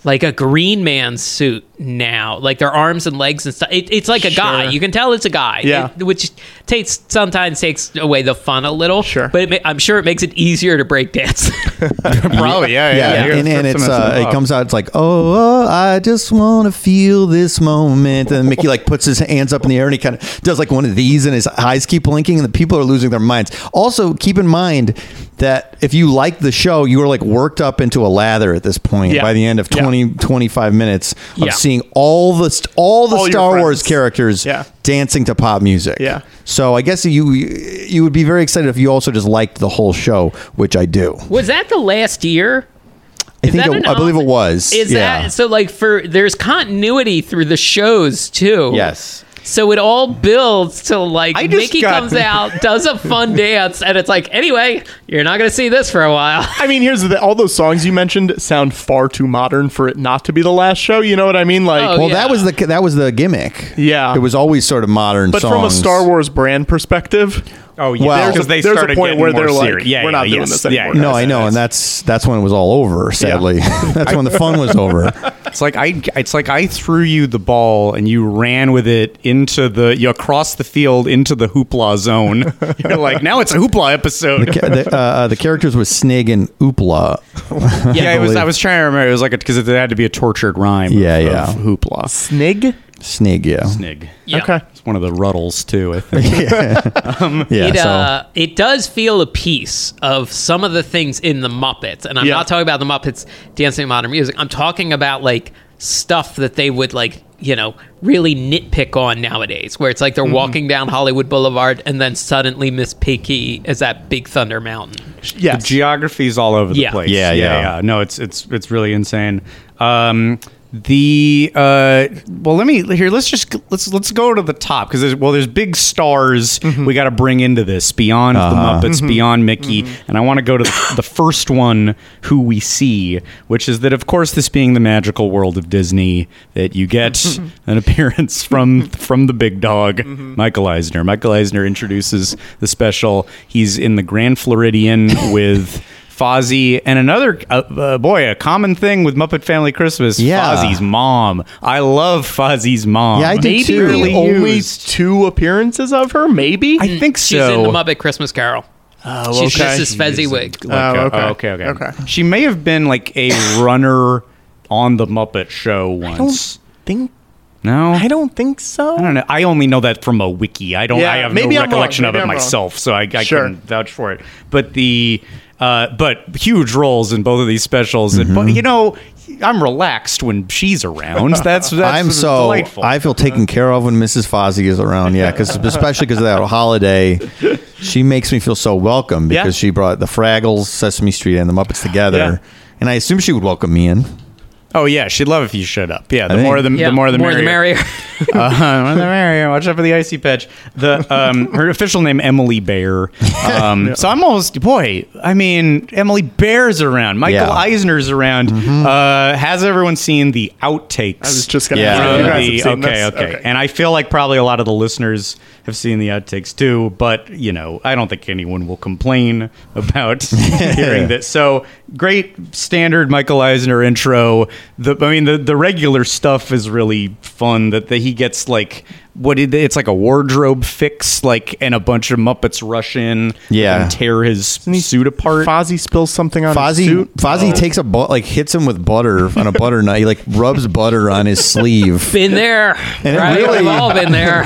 S3: like a green man suit now like their arms and legs and stuff it, it's like a guy you can tell it's a guy
S4: Yeah.
S3: It- which takes sometimes takes away the fun a little
S4: Sure.
S3: but it, ma- i'm sure it makes it easier to break dance
S2: Probably, yeah, yeah.
S5: yeah,
S2: You're
S5: and,
S2: gonna
S5: and
S2: rip
S5: it's
S2: some of
S5: uh,
S2: them
S5: it
S2: up.
S5: comes out. It's like, oh, oh, I just want to feel this moment. And Mickey like puts his hands up in the air and he kind of does like one of these, and his eyes keep blinking, and the people are losing their minds. Also, keep in mind that if you like the show, you are like worked up into a lather at this point
S4: Yeah.
S5: by the end of
S4: Yeah.
S5: 20, 25 minutes of
S3: Yeah.
S5: seeing all the st- all the
S4: All your
S5: Star Wars
S4: friends.
S5: characters
S4: Yeah.
S5: dancing to pop music.
S4: Yeah.
S5: So I guess you you would be very excited if you also just liked the whole show, which I do.
S3: was that the last year
S5: I think
S3: that
S5: it,
S3: an
S5: I believe
S3: odd-
S5: it was.
S3: is
S5: yeah.
S3: that so like for there's continuity through the shows too
S5: Yes.
S3: so it all builds to like
S2: I just
S3: Mickey
S2: got-
S3: comes out, does a fun dance, and it's like, anyway, you're not gonna see this for a while.
S4: I mean, here's the all those songs you mentioned sound far too modern for it not to be the last show. You know what I mean? Like,
S3: Oh,
S5: Well,
S3: yeah.
S5: that was the that was the gimmick.
S4: Yeah.
S5: it was always sort of modern.
S4: but from a
S5: songs.
S4: Star Wars brand perspective,
S2: Oh yeah,
S5: Well-
S2: because they
S4: There's a
S2: started
S4: point
S2: getting
S4: where
S2: more
S4: they're like,
S2: serious. yeah,
S4: we're
S2: yeah,
S4: not doing
S2: yes.
S4: this
S2: Yeah,
S4: anymore.
S2: yeah,
S5: No,
S4: That's-
S5: I know, and that's that's when it was all over. Sadly,
S4: <laughs>
S5: <laughs> that's when the fun was over.
S2: It's like I. It's like I threw you the ball and you ran with it into the you across the field into the hoopla zone. <laughs> You're like now it's a hoopla episode.
S5: Ca- the, uh, uh, the characters was Snig and Oopla.
S2: yeah, it was. I was trying to remember. It was like because it had to be a tortured rhyme.
S5: Yeah,
S2: of,
S5: yeah.
S2: Of hoopla.
S4: Snig.
S5: Snig, yeah,
S2: Nig.
S3: Yeah.
S4: Okay.
S2: It's one of the ruddles too. I think.
S5: yeah.
S3: it,
S5: so
S3: uh, it does feel a piece of some of the things in the Muppets, and I'm
S4: Yeah.
S3: not talking about the Muppets dancing to modern music. I'm talking about like stuff that they would like, you know, really nitpick on nowadays, where it's like they're walking down Hollywood Boulevard and then suddenly Miss Piggy is at Big Thunder Mountain.
S4: Yes.
S2: The geography's all over the
S3: Yeah.
S2: place.
S5: Yeah, yeah.
S2: No, it's it's it's really insane. Um, the uh, well, let me here. Let's just let's let's go to the top because there's well, there's big stars
S5: Mm-hmm.
S2: we got to bring into this beyond
S5: Uh-huh.
S2: the Muppets, beyond Mickey,
S5: Mm-hmm.
S2: and I want to go to the, the first one who we see, which is that of course this being the magical world of Disney, that you get
S5: <laughs>
S2: an appearance from from the big dog,
S5: Mm-hmm.
S2: Michael Eisner. Michael Eisner introduces the special. He's in the Grand Floridian with. Fozzie and another uh, uh, boy, a common thing with Muppet Family Christmas.
S5: Yeah.
S2: Fozzie's mom. I love Fozzie's mom.
S5: Yeah, I do
S2: Maybe
S5: too.
S2: really
S4: only
S2: used.
S4: two appearances of her, maybe.
S2: I think so.
S3: Mm. She's in the Muppet Christmas Carol. Oh, She's
S4: okay.
S3: Mrs. Fezziwig.
S2: Like,
S4: Oh,
S2: uh,
S4: okay.
S2: okay, okay,
S4: Okay.
S2: She may have been like a runner on the Muppet show once.
S4: think
S2: No,
S4: I don't think so.
S2: I don't know. I only know that from a wiki. I don't.
S4: Yeah,
S2: I have
S4: maybe
S2: no
S4: I'm wrong.
S2: recollection of
S4: Maybe
S2: it
S4: I'm wrong.
S2: myself, so I, I
S4: Sure.
S2: couldn't vouch for it. But the uh, but huge roles in both of these specials. And
S4: Mm-hmm.
S2: but you know, I'm relaxed when she's around.
S4: <laughs>
S2: That's that's
S5: I'm so
S2: delightful.
S5: I feel taken care of when Mrs. Fozzie is around. Yeah, because especially because of that holiday, she makes me feel so welcome
S2: Yeah.
S5: because she brought the Fraggles, Sesame Street, and the Muppets together.
S2: Yeah.
S5: And I assume she would welcome me in.
S2: oh yeah, she'd love if you showed up. Yeah, the
S5: think-
S2: more the, the more the merrier.
S5: <laughs>
S3: merrier.
S2: Uh, more the merrier. Watch out for the icy patch. The um, her official name Emily Bear.
S4: <laughs>
S2: Um, So I'm almost boy. I mean Emily Bear's around. Michael
S5: Yeah. Mm-hmm.
S2: Eisner's around. Uh, has everyone seen the outtakes?
S4: I was just gonna.
S5: Yeah.
S4: ask if you
S5: Uh,
S4: guys
S2: the-
S4: have seen
S2: okay,
S4: this.
S2: okay, And I feel like probably a lot of the listeners have seen the outtakes too, but you know, I don't think anyone will complain <laughs> about hearing this. So great standard Michael Eisner intro. The I mean the the regular stuff is really fun that the, he gets like what did it's like a wardrobe fix, like and a bunch of Muppets rush in
S5: Yeah.
S2: and tear his
S4: he
S2: suit apart.
S4: Fozzie spills something on his
S5: Fozzie
S4: suit. Oh.
S5: Fozzie takes a bu- like hits him with butter on a butter knife. He like rubs butter on his sleeve.
S3: been there.
S5: And it
S3: right?
S5: really-
S3: We've all been
S5: <laughs>
S3: there.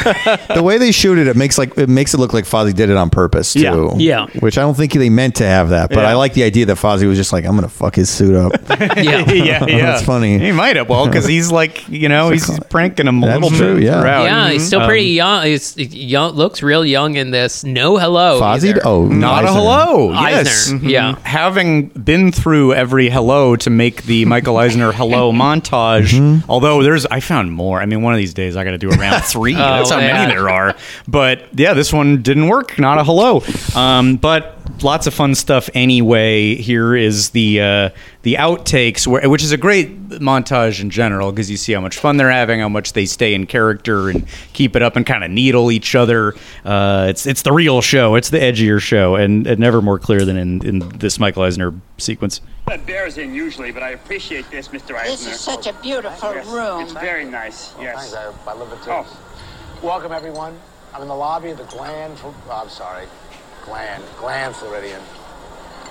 S5: the way they shoot it, it makes like it makes it look like Fozzie did it on purpose too.
S2: Yeah.
S3: Yeah.
S5: Which I don't think they meant to have that, but I like the idea that Fozzie was just like, I'm gonna fuck his suit up.
S2: Oh,
S3: yeah.
S2: yeah, yeah,
S5: <laughs> That's funny.
S2: He might have well because he's like you know he's pranking him a
S5: That's
S2: little
S5: true,
S2: bit.
S5: yeah.
S2: throughout.
S3: Yeah,
S5: Mm-hmm.
S3: he's still pretty
S5: Um,
S3: young. He's young, looks real young in this. No hello.
S5: Fozzie,
S3: either.
S5: oh,
S2: Not a
S5: Eisner.
S2: hello.
S3: Eisner, Mm-hmm.
S2: Yes.
S3: yeah.
S2: Having been through every hello to make the Michael
S3: <laughs>
S2: Eisner hello montage,
S3: Mm-hmm.
S2: although there's, I found more. I mean, one of these days I got to
S3: <laughs>
S2: do around three. That's how
S3: Oh, yeah.
S2: many there are. But yeah, this one didn't work. Not a hello. Um, but lots of fun stuff anyway. Here is the uh, the outtakes, where, which is a great montage in general because you see how much fun they're having, how much they stay in character and keep it up and kind of needle each other. Uh, it's it's the real show. It's the edgier show, and, and never more clear than in, in this Michael Eisner sequence.
S6: That bears in usually, but I appreciate this, Mr. Eisner.
S7: This is such a beautiful
S6: Yes,
S7: room.
S6: It's very nice. Yes.
S7: I, love it
S6: Oh,
S7: Welcome, everyone. I'm in the lobby of the Gland. Fl- oh, I'm sorry, Gland, Gland Floridian.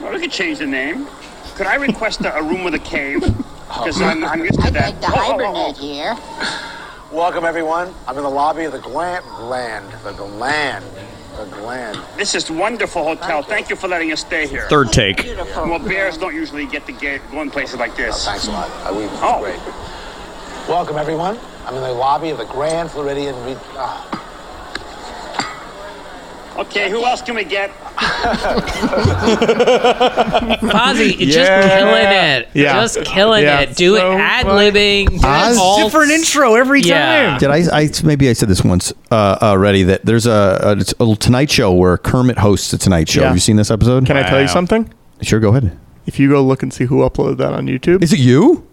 S6: well, we could change the name. Could I request a, a room with a cave? Because I'm, I'm used to
S7: I'd like
S6: that.
S7: to
S6: Oh, oh, oh,
S7: hibernate
S6: oh.
S7: here. Welcome, everyone. I'm in the lobby of the Gland, Gland, the Gland, the Gland.
S6: This is wonderful hotel. Thank you for letting us stay here.
S2: Third take.
S7: Beautiful.
S6: Well, bears don't usually get to get, go in places like this.
S7: Thanks a lot. I we
S6: Oh.
S7: great. Welcome, everyone. I'm in the lobby of the Grand Floridian. Re- oh,
S6: Okay, who else can we
S2: <laughs>
S6: get?
S2: <laughs>
S3: Fozzie, just
S4: Yeah.
S3: killing it.
S4: Yeah.
S3: Just killing
S4: Yeah.
S3: it. Do it
S4: So
S3: ad libbing.
S5: Oz-
S2: Different intro every
S3: Yeah.
S2: time.
S5: Did I, I? Maybe I said this once uh, already. That there's a, a, it's a little Tonight Show where Kermit hosts the Tonight Show.
S4: Yeah.
S5: Have you seen this episode?
S4: Can I tell you
S2: Wow.
S4: something?
S5: Sure, go ahead.
S4: If you go look and see who uploaded that on YouTube,
S5: Is it you?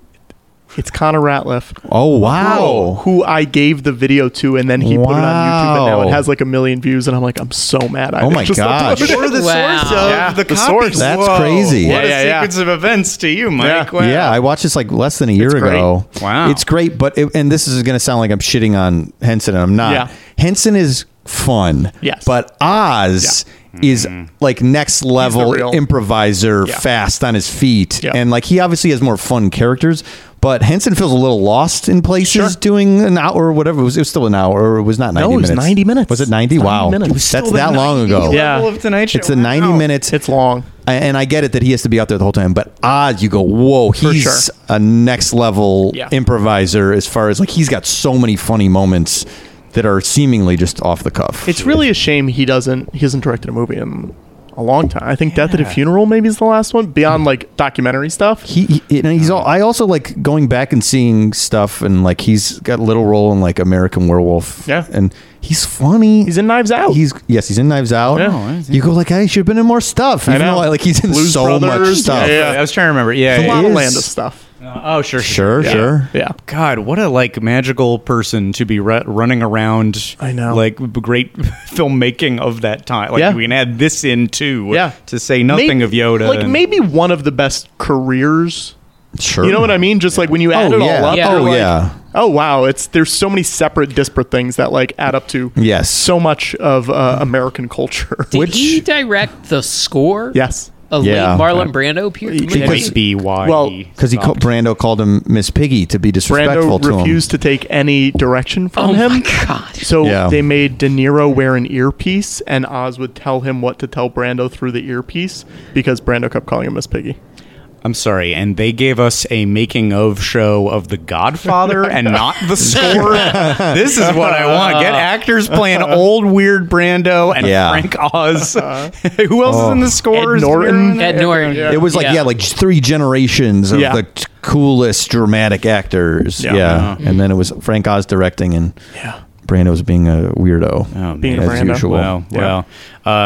S4: it's Connor Ratliff.
S5: Oh wow!
S4: Who I gave the video to, and then he put it on YouTube, and now
S5: Wow.
S4: it has like a million views, and I'm like, I'm so mad. I
S5: Oh my
S4: <laughs> just
S5: gosh.
S4: uploaded it.
S3: We're the Wow. source of
S4: the copies.
S5: That's crazy.
S2: What
S4: Yeah,
S2: a
S4: yeah, yeah.
S2: sequence of events to you, Mike. Wow.
S5: Yeah, I watched this like less than a year ago.
S2: great. Wow.
S5: it's great. But it, and this is going to sound like I'm shitting on Henson, and I'm not.
S4: Yeah.
S5: Henson is fun.
S4: Yes. Mm-hmm.
S5: but Oz. Is like next level
S4: real-
S5: improviser,
S4: Yeah.
S5: fast on his feet,
S4: Yeah.
S5: and like he obviously has more fun characters. But Henson feels a little lost in places
S4: Sure.
S5: doing an hour or whatever. It was, it was still an hour, or it was not ninety
S4: it was
S5: minutes.
S4: 90 minutes.
S5: Was it ninety?
S4: 90
S5: wow,
S4: minutes. It was
S5: that's that long ago.
S4: Yeah.
S2: Level of Tonight Show.
S5: It's a 90
S2: Wow.
S5: minutes.
S4: It's long.
S5: I- And I get it that he has to be out there the whole time, but odds you go, whoa, he's
S4: sure.
S5: a next level
S4: Yeah.
S5: improviser as far as like he's got so many funny moments that are seemingly just off the cuff.
S4: It's really a shame he doesn't. He hasn't directed a movie in a long time. I think Death at a Funeral maybe is the last one beyond like documentary stuff.
S5: he, he and he's all, I also like going back and seeing stuff and like he's got a little role in like American Werewolf.
S4: Yeah.
S5: And he's funny.
S4: He's in Knives Out.
S5: He's yes, he's in Knives Out.
S4: Yeah. Oh, is
S5: You go like, I should have been in more stuff. Even
S4: know.
S5: though, like he's in
S4: Blues
S5: so much
S4: Brothers.
S5: stuff.
S4: Yeah,
S2: I was trying to remember.
S4: a
S2: Yeah.
S4: lot of
S5: is-
S4: land of stuff.
S2: Oh, sure,
S5: Sure, sure.
S4: Yeah.
S2: God, what a like magical person to be ru- running around.
S4: I know.
S2: like b- great <laughs> filmmaking of that time. Like
S4: Yeah.
S2: we can add this in too.
S4: Yeah.
S2: to say nothing
S4: May-
S2: of Yoda.
S4: Like
S2: and-
S4: maybe one of the best careers.
S5: Sure.
S4: You know what I mean? Just like when you add
S5: Oh,
S4: it
S5: yeah.
S4: all up.
S5: Yeah.
S4: you're
S5: Oh,
S4: like,
S5: yeah.
S4: Oh wow! It's there's so many separate, disparate things that like add up to
S5: Yes.
S4: so much of uh, American culture. <laughs>
S3: Did he direct the score?
S4: yes.
S3: of
S5: Yeah.
S3: late Marlon Brando? Pierre?
S2: E.
S5: Well, because he ca- Brando called him Miss Piggy to be disrespectful
S4: Brando
S5: to him.
S4: refused to take any direction from
S3: Oh
S4: him.
S3: my God.
S4: So
S5: Yeah.
S4: they made De Niro wear an earpiece, and Oz would tell him what to tell Brando through the earpiece because Brando kept calling him Miss Piggy.
S2: I'm sorry, and they gave us a making of show of The
S4: <laughs>
S2: Godfather and not the score. this is what I want. Get actors playing old weird Brando and
S5: Yeah.
S2: Frank Oz. <laughs> Who else is in
S5: Oh.
S2: the score?
S4: Uh-huh. Ed Norton.
S3: Ed Norton.
S5: It was like yeah, like three generations of
S4: Yeah.
S5: the t- coolest dramatic actors.
S4: Yeah.
S5: Yeah, and then it was Frank Oz directing, and
S4: Yeah.
S5: Brando was being a weirdo
S2: Oh,
S4: Being
S2: man.
S4: a
S5: as
S4: Brando.
S5: usual.
S2: Wow. Wow.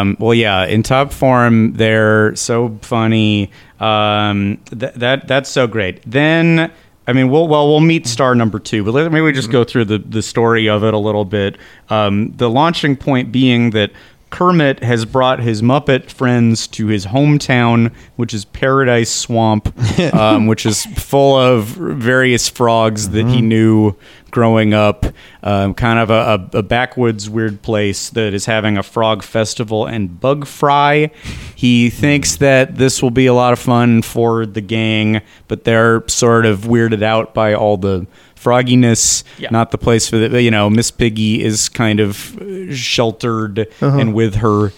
S2: Um, well, yeah. In top form, they're so funny. Um, th- that that's so great. Then, I mean, we'll well we'll meet star number two, but let, maybe we just go through the the story of it a little bit. Um, the launching point being that. Kermit has brought his Muppet friends to his hometown, which is Paradise Swamp, um, which is full of various frogs that he knew growing up. Um, kind of a, a, a backwoods weird place that is having a frog festival and bug fry. He thinks that this will be a lot of fun for the gang, but they're sort of weirded out by all the frogginess.
S3: Yeah.
S2: Not the place for the, you know, Miss Piggy is kind of uh, sheltered and with her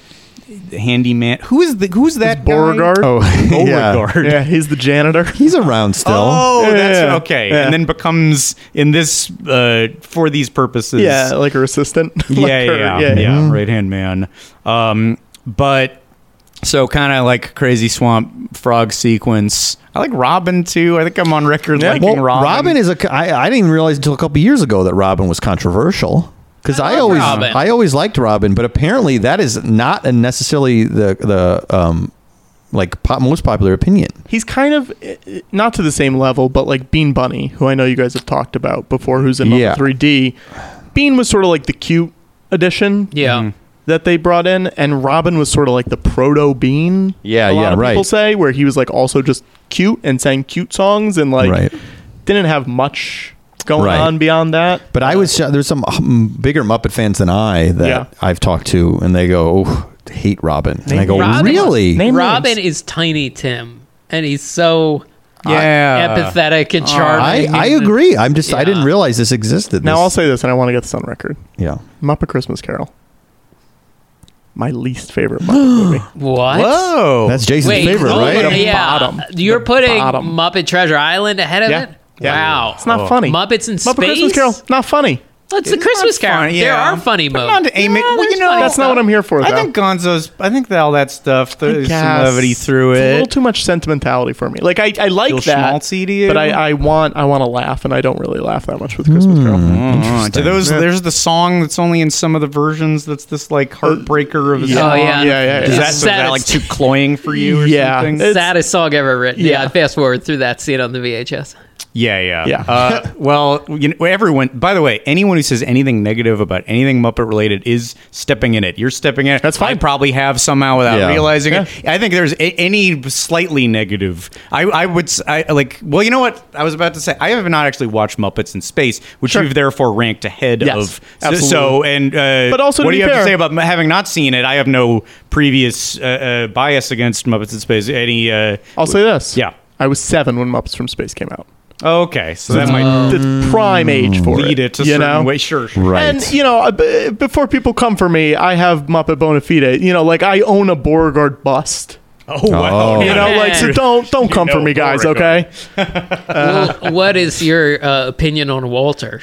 S2: handyman. Who is the who's that guy?
S4: Beauregard.
S5: Oh, yeah.
S2: Beauregard.
S4: Yeah, he's the janitor.
S5: He's around still.
S2: Oh, that's
S4: Yeah.
S2: okay.
S4: Yeah.
S2: And then becomes in this uh, for these purposes.
S4: yeah, like her <laughs> assistant. Like
S2: yeah,
S4: her,
S2: yeah, yeah, right hand man. Um, but so kind of like crazy swamp frog sequence. I like Robin too. I think I'm on record liking
S5: Well,
S2: Robin.
S5: Robin is a. co- I, I didn't even realize until a couple years ago that Robin was controversial because I,
S3: love
S5: always
S3: Robin.
S5: I always liked Robin, but apparently that is not a necessarily the the um like pop, most popular opinion.
S4: He's kind of eh, eh, not to the same level, but like Bean Bunny, who I know you guys have talked about before, who's in Muppet
S5: Yeah.
S4: 3D. Bean was sort of like the cute addition.
S3: Yeah.
S5: mm.
S4: That they brought in, and Robin was sort of like the proto Bean.
S5: Yeah,
S4: a lot
S5: yeah,
S4: of People
S5: right.
S4: say where he was like also just cute and sang cute songs and like
S5: Right.
S4: didn't have much going
S5: Right.
S4: on beyond that.
S5: But I was there's some um, bigger Muppet fans than I that
S4: Yeah.
S5: I've talked to, and they go oh, hate Robin, and I go
S3: Robin-
S5: oh, really.
S4: Name
S3: Robin
S4: names.
S3: is Tiny Tim, and he's so uh,
S2: Yeah.
S3: empathetic and
S5: I,
S3: charming.
S5: I
S3: and-
S5: agree. I'm just I
S3: Yeah.
S5: didn't realize this existed.
S4: Now
S5: This-
S4: I'll say this, and I want to get this on record:
S5: yeah.
S4: Muppet Christmas Carol, my least favorite Muppet movie.
S3: What?
S4: Oh,
S2: Whoa.
S5: That's Jason's favorite,
S3: hold
S5: right?
S3: on, Yeah.
S4: bottom.
S3: You're
S4: The
S3: putting
S4: bottom.
S3: Muppet Treasure Island ahead of
S4: Yeah.
S3: it?
S4: Yeah.
S3: Wow.
S4: It's not funny.
S3: Muppets in
S4: Muppet
S3: space?
S4: Christmas Carol, not funny.
S3: It's the Christmas Carol. There are funny
S2: But
S3: moments.
S2: not to aim it. well, you know,
S4: That's not what I'm here for.
S2: I
S4: though.
S2: think Gonzo's. I think that all that stuff. There's some levity through
S4: It's
S2: it.
S4: a little too much sentimentality for me. Like I, I like
S2: Feel
S4: that,
S2: schmaltzy to you?
S4: but I, I want I want to laugh, and I don't really laugh that much with Christmas Carol.
S2: Uh, do those? There's the song that's only in some of the versions. That's this like heartbreaker of a
S4: yeah.
S3: Oh,
S2: song.
S3: yeah.
S4: Yeah, yeah,
S2: Is
S4: yeah.
S2: that,
S3: It's
S2: is that like
S3: saddest-
S2: too cloying for you? Or
S4: <laughs> Yeah.
S2: something?
S4: It's-
S3: Saddest song ever written. Yeah.
S4: Yeah.
S3: I fast forward through that, see it on the VHS.
S2: Yeah, yeah,
S4: Yeah.
S2: Uh, well, you know, everyone. By the way, anyone who says anything negative about anything Muppet related is stepping in it. You're stepping in it.
S4: That's fine.
S2: I probably have somehow without
S5: Yeah.
S2: realizing it. I think there's a, any slightly negative. I, I would. s- I like. Well, you know what? I was about to say. I have not actually watched Muppets in Space, which
S4: Sure.
S2: you've therefore ranked ahead
S4: Yes,
S2: of. so-
S4: absolutely.
S2: So and. Uh,
S4: But also to
S2: what
S4: be
S2: do you have
S4: fair-
S2: to say about m- having not seen it? I have no previous uh, uh, bias against Muppets in Space. Any. Uh,
S4: I'll say this.
S2: Yeah.
S4: I was seven when Muppets from Space came out.
S2: okay, so that might.
S4: The prime age for
S2: lead it to
S4: you
S2: certain
S4: know?
S2: way. Sure, sure.
S5: Right.
S4: And you know, uh, b- before people come for me, I have Muppet Bonafide. You know, like I own a Beauregard bust.
S2: Oh,
S5: wow.
S4: You know, like so don't don't come for
S2: know
S4: me, guys.
S2: Beauregard.
S4: Okay. Uh,
S3: well, what is your uh, opinion on Walter?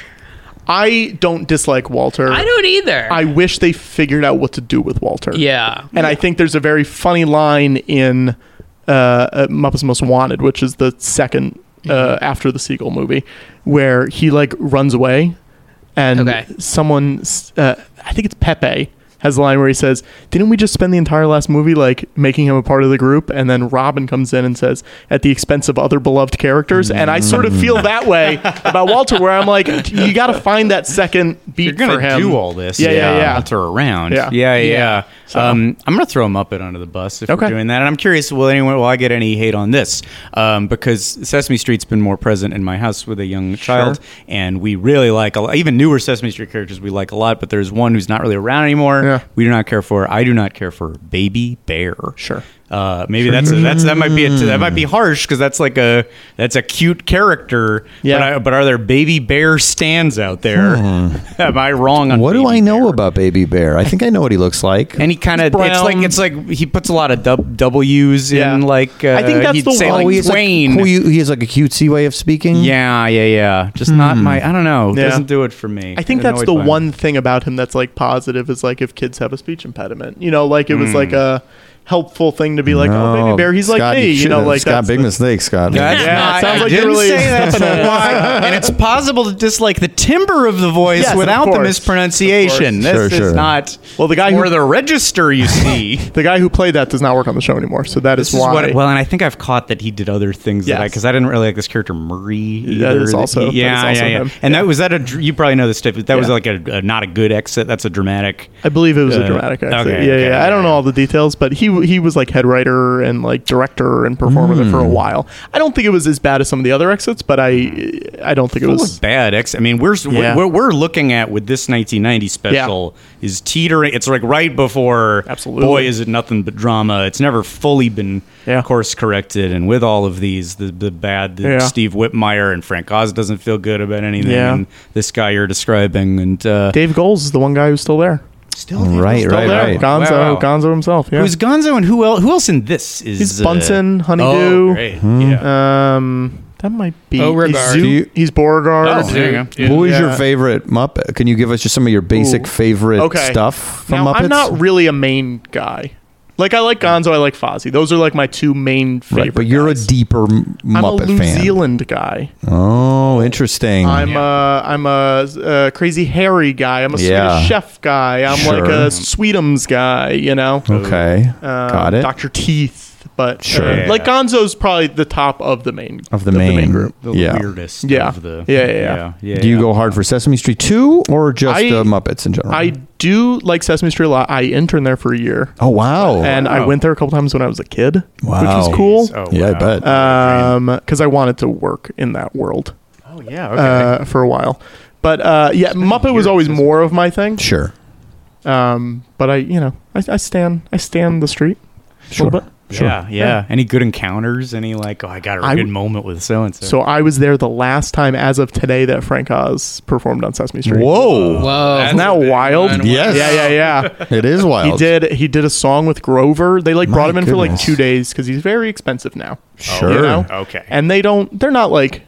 S4: I don't dislike Walter.
S3: I don't either.
S4: I wish they figured out what to do with Walter.
S3: yeah.
S4: And I think there's a very funny line in uh, uh, Muppets Most Wanted, which is the second uh, after the sequel movie, where he like runs away, and
S3: Okay.
S4: someone, s- uh, I think it's Pepe, has a line where he says, "Didn't we just spend the entire last movie like making him a part of the group?" And then Robin comes in and says, "At the expense of other beloved characters," and I sort of feel that way about Walter, where I'm like, you got to find that second beat
S2: You're gonna
S4: for him.
S2: do all this.
S4: Yeah, yeah, yeah.
S2: Alter around.
S4: Yeah.
S2: yeah.
S4: Yeah.
S2: yeah. Um, I'm gonna throw Muppet under the bus if
S4: Okay.
S2: we're doing that. And I'm curious, will anyone will I get any hate on this? Um, because Sesame Street's been more present in my house with a young child, and we really like a lot, even newer Sesame Street characters we like a lot. But there's one who's not really around anymore.
S4: Yeah.
S2: We do not care for. I do not care for Baby Bear.
S4: Sure.
S2: Uh, maybe that's a, that's that might be a, that might
S5: Hmm.
S2: be harsh because that's like a that's a cute character.
S5: Yeah. Hmm.
S2: But, I, but are there baby bear stands out there? <laughs> Am I wrong on
S5: What do I know about Baby Bear? I think I know what he looks like.
S2: And he kind of it's like it's like he puts a lot of dub, W's in like uh,
S5: I think that's
S2: he'd
S5: the
S2: say
S5: one. Oh,
S2: like
S5: he's like
S2: Wayne.
S5: cool- he has like a cutesy way of speaking.
S2: Yeah, yeah, yeah. Just not
S5: Hmm.
S2: my. I don't know. Doesn't do it for me.
S4: I think
S2: I'm
S4: that's
S2: annoyed
S4: the
S2: by it.
S4: one thing about him that's like positive is like if kids have a speech impediment, you know, like it was
S2: Mm.
S5: Hmm.
S4: like a helpful thing to be like, oh, baby bear, he's
S5: Scott,
S4: like me, you know,
S5: shouldn't-
S4: like
S5: Scott,
S4: that's
S5: big mistake, Scott.
S4: That's Yeah, not- it sounds
S2: I
S4: like you're
S2: didn't
S4: really
S2: say that's
S4: stepping <laughs>
S2: the
S4: on-
S2: why. and it's possible to dislike the timbre of the voice
S4: Yes, of
S2: without the
S4: course.
S2: mispronunciation.
S4: Of
S2: This
S4: course.
S2: is
S4: Sure, sure.
S2: not.
S4: Well, the guy
S2: or
S4: who-
S2: the register
S4: <laughs>
S2: you see.
S4: the guy who played that does not work on the show anymore, so that is
S2: This is
S4: why.
S2: what, well, and I think I've caught that he did other things that I
S4: Yes.
S2: because I didn't really like this character Murray. Either,
S4: That is also-
S2: he- yeah,
S4: that is also
S2: yeah, yeah.
S4: him.
S2: And that was that a dr- you probably know this stuff. That was
S4: Yeah.
S2: like a, a not a good exit. That's a dramatic.
S4: I believe it was
S2: Uh,
S4: a dramatic actor.
S2: okay,
S4: yeah,
S2: okay,
S4: yeah. I don't know all the details, but he he was like head writer and like director and performer of it for
S5: Hmm.
S4: a while. I don't think it was as bad as some of the other exits, but I I don't think it
S2: Full
S4: was
S2: of bad ex. I mean, we're,
S4: Yeah.
S2: we're we're looking at with this 1990 special is teetering. It's like right before.
S4: Absolutely.
S2: Boy, is it nothing but drama. It's never fully been course corrected, and with all of these, the the bad, the
S4: Yeah.
S2: Steve Whitmire and Frank Oz doesn't feel good about anything.
S4: Yeah.
S2: And this guy you're describing, and uh,
S4: Dave Goles is the one guy who's still there.
S2: Still
S5: right,
S4: Still
S5: right,
S4: there.
S5: right.
S4: Gonzo,
S2: Wow.
S4: Gonzo himself. Yeah.
S2: Who's Gonzo and who else? Who else in this is
S4: He's
S2: uh,
S4: Bunsen, Honeydew. Hmm.
S2: Oh, great. Yeah.
S4: Um, that might be
S3: Beauregard.
S4: He's,
S5: Do you-
S4: he's Beauregard.
S2: Oh, there you go.
S5: Who is your
S4: Yeah.
S5: favorite Muppet? Can you give us just some of your basic
S4: Ooh.
S5: favorite
S4: Okay.
S5: stuff from
S4: now,
S5: Muppets?
S4: I'm not really a main guy. Like I like Gonzo, I like Fozzie. Those are like my two main favorite.
S5: right, but you're
S4: guys.
S5: a deeper m-
S4: I'm
S5: Muppet
S4: a New
S5: fan.
S4: Zealand guy.
S5: Oh, interesting.
S4: I'm a I'm a, uh crazy Harry guy. I'm a
S5: Yeah.
S4: Swedish Chef guy. I'm
S5: Sure.
S4: like a Sweetums guy. You know.
S5: okay,
S4: Um,
S5: got it.
S4: Doctor Teeth, but uh,
S5: Sure.
S4: like Gonzo's probably the top of the main
S5: of the main,
S4: group.
S2: the
S5: yeah.
S2: weirdest
S4: Yeah.
S2: of the
S4: Yeah, yeah, yeah.
S2: yeah,
S5: Do you
S2: yeah.
S5: go hard for Sesame Street too, or just
S4: I-
S5: uh, Muppets in general?
S4: I do like Sesame Street a lot. I interned there for a year.
S5: oh wow,
S4: and I went there a couple times when I was a kid, which
S5: Wow.
S4: was cool.
S2: Oh, wow.
S5: yeah, I bet.
S4: Um, because I wanted to work in that world
S2: Oh yeah. Okay.
S4: uh, for a while. But uh, yeah, Muppet was always more of my thing.
S5: sure,
S4: Um, but I, you know, I, I stand, I stand the street. a
S5: sure.
S4: little bit.
S2: Yeah, yeah. Any good encounters? Any like, oh, I got a
S4: I
S2: good
S4: w-
S2: moment with so and so.
S4: So I was there the last time, as of today, that Frank Oz performed on Sesame Street.
S5: Whoa,
S3: Whoa.
S4: Isn't that wild?
S5: Yes.
S4: Yeah, yeah, yeah.
S5: it is wild.
S4: He did. He did a song with Grover. They like brought him in for like
S5: goodness.
S4: two days because he's very expensive now.
S5: Sure.
S4: you know?
S2: Okay.
S4: And they don't. They're not like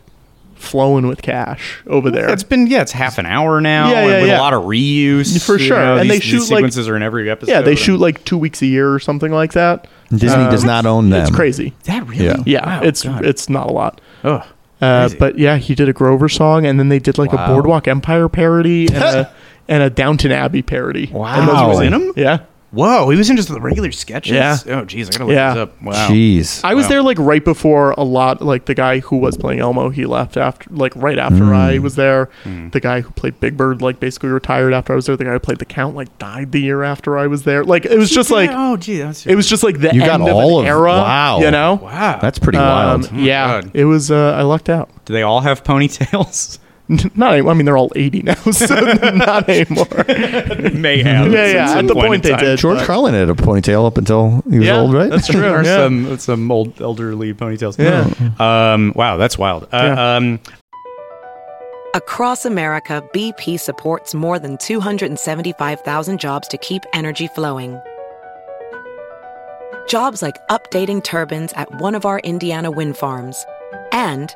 S4: flowing with cash over there.
S2: it's been yeah, it's half an hour now.
S4: Yeah,
S2: and
S4: yeah,
S2: with
S4: yeah.
S2: a lot of reuse
S4: For
S2: you
S4: sure.
S2: know,
S4: And
S2: these-
S4: they shoot,
S2: these
S4: like-
S2: sequences are in every episode.
S4: yeah, they
S2: and-
S4: shoot like two weeks a year or something like that.
S5: Disney does
S4: Um,
S5: not own them.
S4: It's crazy.
S2: that really.
S5: Yeah.
S4: Yeah,
S2: Wow,
S4: it's
S2: God.
S4: it's not a lot.
S2: Ugh.
S4: Uh,
S2: Crazy.
S4: but yeah, he did a Grover song, and then they did like
S5: Wow.
S4: a Boardwalk Empire parody and
S2: <laughs>
S4: a and a Downton Abbey parody. And those
S5: Wow.
S4: were
S2: was
S4: like-
S2: in them.
S4: Yeah,
S2: Whoa, he was in just the regular sketches.
S4: Yeah.
S2: Oh, geez, I gotta look
S4: Yeah.
S2: this up. Wow.
S5: Jeez.
S4: I was
S2: Wow.
S4: there like right before a lot. Like the guy who was playing Elmo, he left after like right after
S2: Mm.
S4: I was there. The guy who played Big Bird like basically retired after I was there. The guy who played the Count like died the year after I was there. Like it was just like
S2: oh, gee, that's
S4: it was just like the
S5: You got
S4: end of
S5: all
S4: an
S5: of-
S4: era.
S5: wow.
S4: you know.
S2: wow. Oh
S5: That's pretty
S4: Um,
S5: wild.
S4: yeah,
S2: God.
S4: it was. Uh, I lucked out.
S2: Do they all have ponytails? <laughs>
S4: Not. any- I mean, they're all eighty now, <laughs> so
S5: <laughs>
S4: not anymore.
S2: May have.
S4: Yeah, yeah, at the point they did.
S5: George
S4: but-
S5: Carlin had a ponytail up until he was
S4: Yeah,
S5: old, right? <laughs>
S4: That's true.
S2: There are
S4: yeah.
S2: some some old elderly ponytails.
S5: Oh.
S4: Yeah.
S2: Um. Wow, that's wild. Uh,
S4: Yeah.
S2: Um.
S8: Across America, BP supports more than 275,000 jobs to keep energy flowing. Jobs like updating turbines at one of our Indiana wind farms and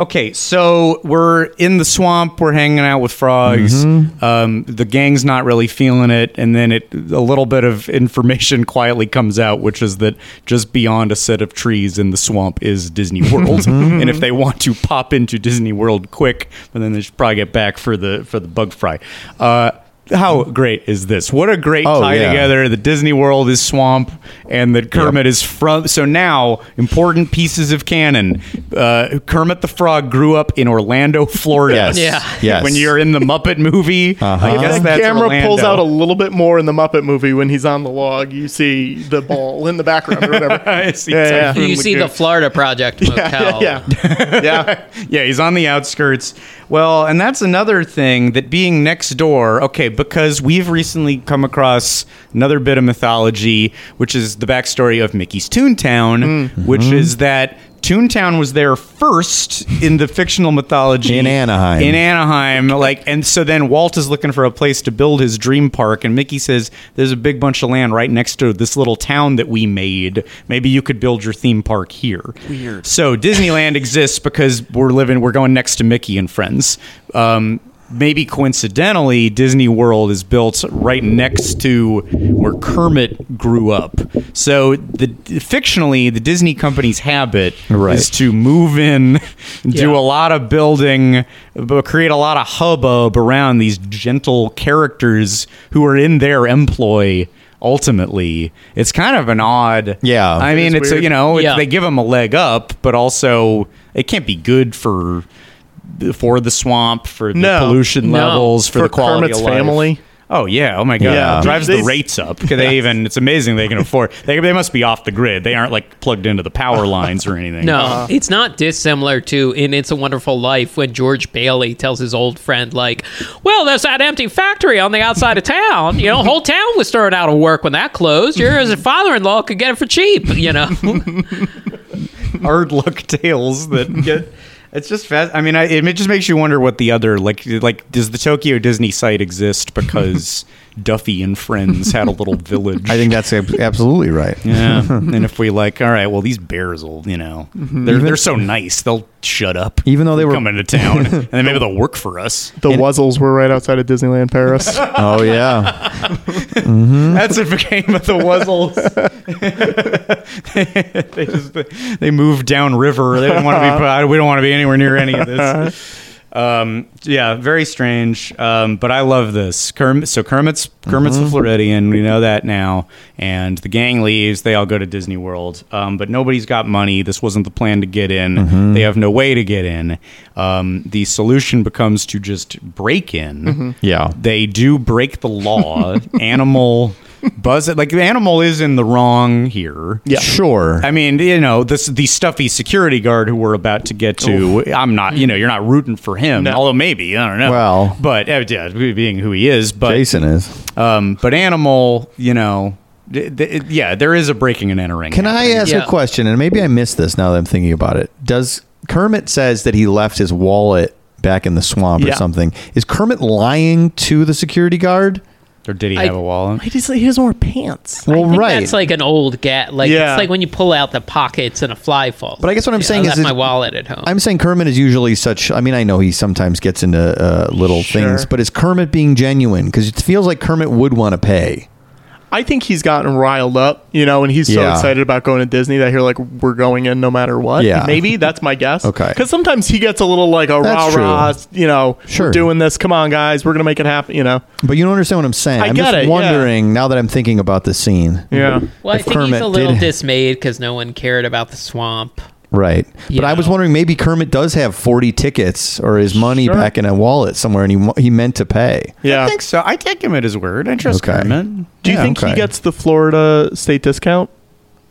S2: Okay, so we're in the swamp. We're hanging out with frogs.
S5: Mm-hmm.
S2: Um, the gang's not really feeling it, and then it a little bit of information <laughs> quietly comes out, which is that just beyond a set of trees in the swamp is
S5: <laughs>
S2: Disney World,
S5: Mm-hmm.
S2: and if they want to pop into Disney World quick, but then they should probably get back for the for the bug fry. Uh, how great is this? What a great
S5: Oh,
S2: tie
S5: yeah.
S2: together. The Disney World is swamp, and that Kermit is from. So now, important pieces of canon. Uh, Kermit the Frog grew up in Orlando, <laughs> Florida.
S5: Yes. Yeah. Yes.
S2: When you're in the Muppet
S4: <laughs>
S2: movie, I guess
S4: Uh-huh. the
S2: that's
S4: camera
S2: Orlando.
S4: pulls out a little bit more in the Muppet movie when he's on the log. You see the ball in the background
S2: <laughs>
S4: or whatever. yeah, yeah.
S3: You see the Florida Project motel.
S4: <laughs> yeah,
S5: <laughs>
S4: yeah.
S2: yeah, he's on the outskirts. Well, and that's another thing that being next door, okay, because we've recently come across another bit of mythology, which is the backstory of Mickey's Toontown,
S5: Mm.
S2: which
S5: Mm-hmm.
S2: is that Toontown was there first in the fictional mythology
S5: In Anaheim.
S2: In Anaheim, like, and so then Walt is looking for a place to build his dream park, and Mickey says, "There's a big bunch of land right next to this little town that we made. Maybe you could build your theme park here." Weird. So Disneyland exists because we're living, we're going next to Mickey and friends. Um, maybe coincidentally, Disney World is built right next to where Kermit grew up. So the fictionally, the Disney company's habit
S5: Right.
S2: is to move in, <laughs> do
S3: Yeah.
S2: a lot of building, but create a lot of hubbub around these gentle characters who are in their employ. Ultimately, it's kind of an odd.
S5: Yeah.
S2: I mean,
S4: is
S2: it's a,
S4: weird.
S2: you know, it's,
S3: Yeah.
S2: they give them a leg up, but also it can't be good for for the swamp, for the
S4: No.
S2: pollution
S3: No.
S2: levels, for,
S4: For
S2: the quality
S4: Kermit's
S2: of life.
S4: family.
S2: Oh yeah! Oh my god!
S4: Yeah.
S2: It drives the
S4: They-
S2: rates
S4: <laughs>
S2: up. 'Cause They even it's amazing they can afford. They, they must be off the grid. They aren't like plugged into the power lines or anything.
S3: No,
S5: Uh-huh.
S3: it's not dissimilar to in It's a Wonderful Life when George Bailey tells his old friend, like, well, there's that empty factory on the outside of town. You know, whole town was thrown out of work when that closed.
S5: <laughs>
S3: Your father in law could get it for cheap, you know?
S2: <laughs> hard luck tales that get. It's just fast. I mean, I, it just makes you wonder what the other like like does the Tokyo Disney site exist
S5: <laughs>
S2: because Duffy and friends had a little village.
S5: I think that's ab- absolutely right.
S2: <laughs> Yeah, and if we like, all right, well, these bears will, you know, they're they're so nice, they'll shut up.
S5: Mm-hmm. Even though they were-
S2: come into
S5: <laughs>
S2: town, and then maybe they'll work for us.
S4: The Wuzzles were right outside of Disneyland Paris.
S5: <laughs> Oh yeah.
S2: That's what became of the Wuzzles. <laughs> they just they moved down river. They didn't want to be. We don't want to be anywhere near any of this. Um, yeah, very strange. Um, but I love this. Kermit, so Kermit's Kermit's the Floridian. We know that now. And the gang leaves. They all go to Disney World. Um, but nobody's got money. This wasn't the plan to get in. They have no way to get in. Um, the solution becomes to just break in
S5: Yeah.
S2: they do break the
S4: <laughs>
S2: law. animal buzz like the animal is in the wrong here.
S4: Yeah.
S5: Sure.
S2: I mean, you know, this the stuffy security guard who we're about to get to. I'm not, you know, you're not rooting for him. Although maybe I don't know.
S5: Well.
S2: but uh, yeah, being who he is, but
S5: Jason is.
S2: um, but animal, you know, th- th- yeah, there is a breaking and entering.
S5: Can I
S2: happening.
S5: ask
S3: Yeah.
S5: a question? And maybe I missed this now that I'm thinking about it. Does Kermit says that he left his wallet back in the swamp or
S4: Yeah.
S5: something? Is Kermit lying to the security guard?
S2: Or did he
S3: I-
S2: have a wallet?
S4: he just he doesn't wear pants.
S5: <laughs> Well,
S3: I think
S5: right.
S3: That's like an old gat. Like,
S4: Yeah.
S3: it's like when you pull out the pockets and a fly falls.
S5: But I guess what I'm
S3: You know,
S5: saying
S3: I
S5: is
S3: left
S5: it-
S3: my wallet at home.
S5: I'm saying Kermit is usually such. I mean, I know he sometimes gets into uh, little things, but is Kermit being genuine? Because it feels like Kermit would want to pay.
S4: I think he's gotten riled up, you know, and he's so
S5: Yeah.
S4: excited about going to Disney that you're like, we're going in no matter what.
S5: Yeah.
S4: Maybe that's my guess.
S5: Okay.
S4: Because sometimes he gets a little like a rah
S5: That's
S4: rah, you know,
S5: Sure.
S4: we're doing this. Come on, guys. We're going to make it happen, you know.
S5: But you don't understand what I'm saying.
S4: I
S5: am
S4: get
S5: just
S4: it, yeah.
S5: wondering now that I'm thinking about the scene.
S4: Yeah.
S3: well, I
S5: if
S3: think he's
S5: Kermit
S3: a little
S5: did-
S3: dismayed because no one cared about the swamp.
S5: Right.
S3: You
S5: But I was
S3: know.
S5: wondering maybe Kermit does have 40 tickets or his money back in a wallet somewhere and he wa- he meant to pay.
S4: Yeah.
S2: I think so. I take him at his word. I trust
S5: Okay.
S2: Kermit.
S4: Do you
S5: Yeah,
S4: think
S5: okay.
S4: he gets the Florida state discount?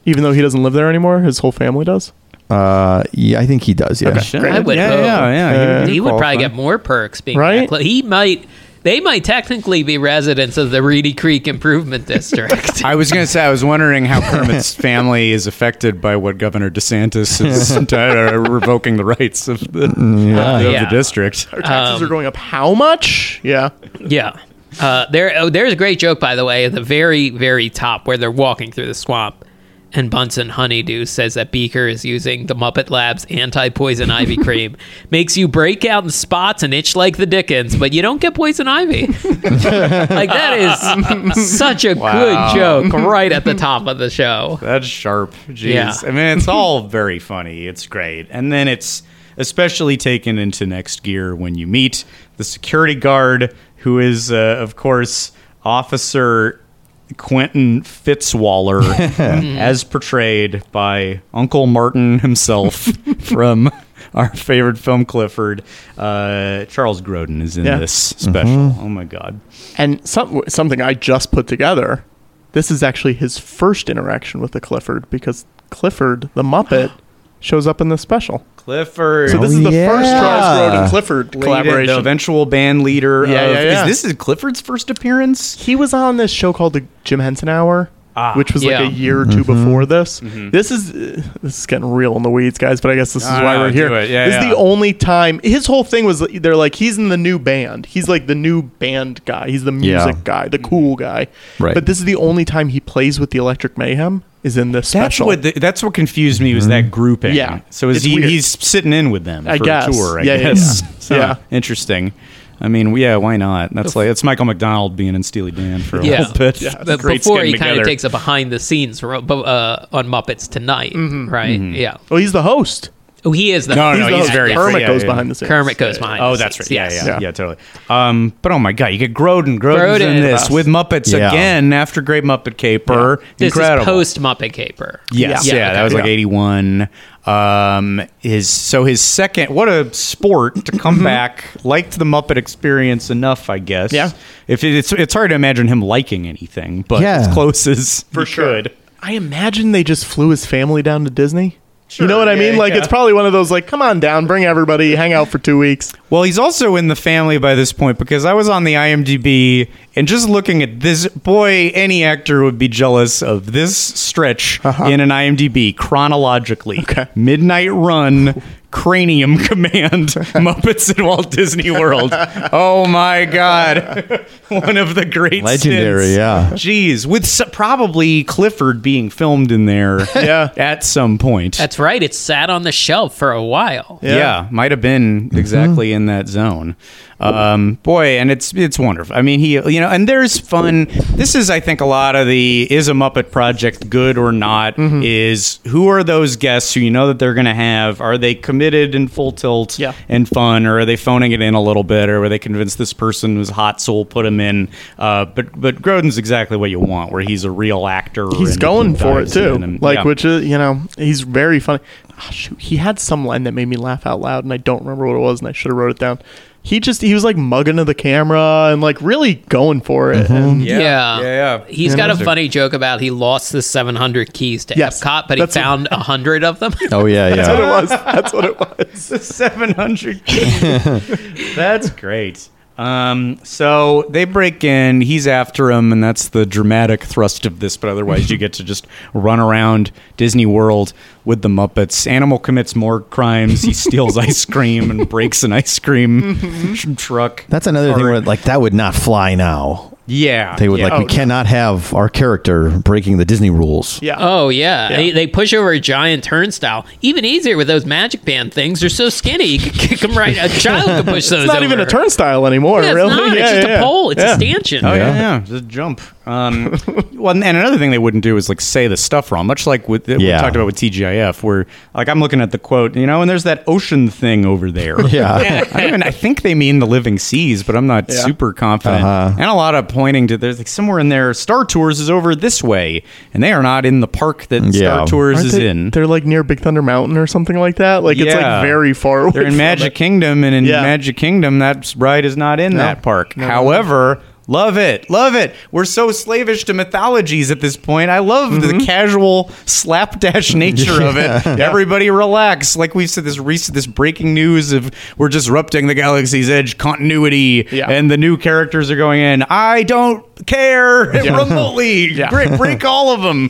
S4: Even though he doesn't live there anymore, his whole family does.
S5: Uh, yeah, I think he does. Yeah.
S3: I would
S2: yeah,
S3: hope.
S2: yeah, yeah,
S4: Uh,
S3: he would probably
S2: qualify.
S3: get more perks being
S4: Right?
S3: that close. He might. They might technically be residents of the Reedy Creek Improvement
S2: <laughs>
S3: District.
S2: I was going to say, I was wondering how <laughs> Kermit's family is affected by what Governor DeSantis <laughs> is uh, revoking the rights of the, of the
S3: Oh, Yeah.
S2: district.
S4: Taxes are going up how much? Yeah.
S3: yeah. Uh, there, oh, there's a great joke, by the way, at the very, very top where they're walking through the swamp, And Bunsen Honeydew says that Beaker is using the Muppet Labs anti poison ivy cream. Makes you break out in spots and itch like the Dickens, but you don't get poison ivy. like, that is such a
S2: Wow.
S3: good joke right at the top of the show.
S2: <laughs> That's sharp. Jeez.
S3: Yeah.
S2: I mean, it's all very funny. It's great. And then it's especially taken into next gear when you meet the security guard, who is, uh, of course, Officer
S3: <laughs>
S2: Quentin Fitzwaller, as portrayed by Uncle Martin himself <laughs> from our favorite film, Clifford. Uh, Charles Grodin is in
S4: Yeah.
S2: this special.
S4: Mhm.
S2: Oh, my God.
S4: And some, something I just put together. This is actually his first interaction with the Clifford because Clifford, the
S2: <gasps>
S4: Muppet, shows up in this special.
S2: Clifford.
S4: So this is
S5: Oh,
S4: the first Charles Grodin Clifford
S2: Late-
S4: collaboration.
S2: The eventual band leader.
S4: Yeah,
S2: of,
S4: yeah, yeah.
S2: Is this is Clifford's first appearance?
S4: He was on this show called the Jim Henson Hour,
S2: Ah,
S4: which was
S2: yeah.
S4: like a year or 2
S2: Mhm.
S4: before this.
S2: Mhm.
S4: This is uh, this is getting real in the weeds, guys. But I guess this is
S3: Ah,
S2: No,
S4: why
S2: no,
S4: we're
S2: Ah, do
S4: here.
S2: it. Yeah,
S4: this
S2: yeah.
S4: is the only time. His whole thing was that they're like he's in the new band. He's like the new band guy. He's the
S5: Yeah.
S4: music guy, the cool guy.
S5: Right.
S4: But this is the only time he plays with the Electric Mayhem. Is in this
S2: That's
S4: special. Mm-hmm.
S2: what the, that's what confused me was that grouping.
S4: Yeah.
S2: So is
S4: It's
S2: he,
S4: weird.
S2: he's sitting in with them
S4: I
S2: for
S4: guess.
S2: a tour? I
S4: Yeah, yeah,
S2: guess.
S4: yeah.
S2: <laughs> So,
S4: Yeah.
S2: Interesting. I mean, yeah, why not? That's like it's Michael McDonald being in Steely Dan for a
S3: yeah.
S2: little bit.
S3: But before he kind of takes a behind the scenes ro- bu- uh, on Muppets Tonight, right?
S2: Mhm.
S3: Yeah.
S4: Oh, he's the host.
S3: Oh, he is the
S2: no,
S3: host.
S2: no, no, he's very
S4: Kermit
S2: yeah,
S4: goes
S2: yeah.
S4: behind the scenes.
S3: Kermit goes behind.
S2: Oh,
S3: the
S2: that's right.
S3: scenes,
S2: Yeah,
S3: yes.
S2: yeah, yeah, totally. Um, but oh my god, you get Groden. Groden's
S3: Grodin.
S2: in this with Muppets
S3: Yeah.
S2: again after Great Muppet Caper.
S3: This
S2: Incredible.
S3: is post Muppet Caper.
S2: Yes, yeah, that was like eighty one. Um, his so his second what a sport to
S3: Mm-hmm.
S2: come back liked the Muppet Experience enough, I guess. Yeah, if it, it's it's hard to imagine him liking anything, but
S4: Yeah.
S2: as close as for sure.
S4: I imagine they just flew his family down to Disney. you know what I
S2: yeah,
S4: mean? Like
S2: yeah.
S4: it's probably one of those like, come on down, bring everybody, hang out for two weeks.
S2: Well, he's also in the family by this point because I was on the IMDb and just looking at this boy, any actor would be jealous of this stretch in an IMDb chronologically. Midnight Run, Cranium <laughs> Command, Muppets at Walt Disney World. Oh my God. One of the great
S5: Legendary,
S2: stints.
S5: yeah.
S2: Jeez, with s probably Clifford being filmed in there <laughs> yeah. at some point.
S3: That's right. It sat on the shelf for a while.
S2: Yeah, might have been
S4: Mm-hmm.
S2: exactly in that zone. Um, boy, and it's it's wonderful. I mean, he you know, and there's fun. This is, I think, a lot of the is a Muppet Project good or not
S4: Mm-hmm.
S2: is who are those guests who you know that they're going to have? Are they committed and full tilt and fun, or are they phoning it in a little bit, or were they convinced this person was hot, so we'll put him in? Uh, but but Groden's exactly what you want, where he's a real actor.
S4: He's
S2: and
S4: going
S2: he
S4: for it
S2: dives
S4: too.
S2: in and-
S4: like
S2: yeah.
S4: which is you know, he's very funny. Ah, shoot, he had some line that made me laugh out loud and I don't remember what it was and I should have wrote it down. He just he was like mugging to the camera and like really going for it. And
S3: Yeah. Yeah. He's
S4: You
S3: got
S4: know?
S3: a funny joke about he lost the 700 keys to
S4: Yes,
S3: Epcot, but he
S4: that's what-
S3: found a 100 of them.
S5: Oh yeah, yeah.
S4: That's what it was. That's what it was.
S2: <laughs> The 700 <laughs> That's great. Um, so they break in, he's after him, and that's the dramatic thrust of this. But otherwise, you get to just run around Disney World with the Muppets. Animal commits more crimes. He
S4: <laughs>
S2: steals ice cream and breaks an ice cream
S4: Mm-hmm.
S2: truck.
S5: That's another thing where like that would not fly now.
S2: Yeah,
S5: They would
S2: yeah.
S5: like we
S2: Oh,
S5: cannot have our character breaking the Disney rules.
S4: Yeah.
S3: Oh yeah. They, they push over a giant turnstile. Even easier with those magic band things. They're so skinny. You could kick them right. A child could push those.
S4: It's not even a
S3: over.
S4: turnstile anymore,
S3: Yeah, it's
S4: really.
S3: not. It's just a pole. It's a stanchion.
S2: Oh
S3: Yeah.
S2: yeah, yeah, just jump. Um, <laughs> well, and another thing they wouldn't do is like say the stuff wrong, much like with we
S5: Yeah.
S2: talked about with TGIF, where like I'm looking at the quote, you know, and there's that ocean thing over there.
S5: <laughs> Yeah.
S2: I, don't even, I think they mean the living seas, but I'm not
S5: Yeah.
S2: super confident.
S5: Uh-huh.
S2: And a lot of pointing to there's like somewhere in there, Star Tours is over this way, and they are not in the park that Star Tours
S4: Aren't
S2: is
S4: they-
S2: in.
S4: They're like near Big Thunder Mountain or something like that. Like it's
S2: Yeah.
S4: like very far away.
S2: They're in
S4: from
S2: Magic
S4: it.
S2: Kingdom, and in
S4: Yeah.
S2: Magic Kingdom, that ride is not in
S4: No.
S2: that park.
S4: No, no, no.
S2: However, love it, love it. We're so slavish to mythologies at this point. I love the casual slapdash nature of it.
S5: Yeah.
S2: Everybody relax. Like we've said, this recent, this breaking news of we're disrupting the Galaxy's Edge continuity, and the new characters are going in. I don't care
S5: Yeah.
S2: remotely.
S5: Yeah.
S2: Break, break all of them.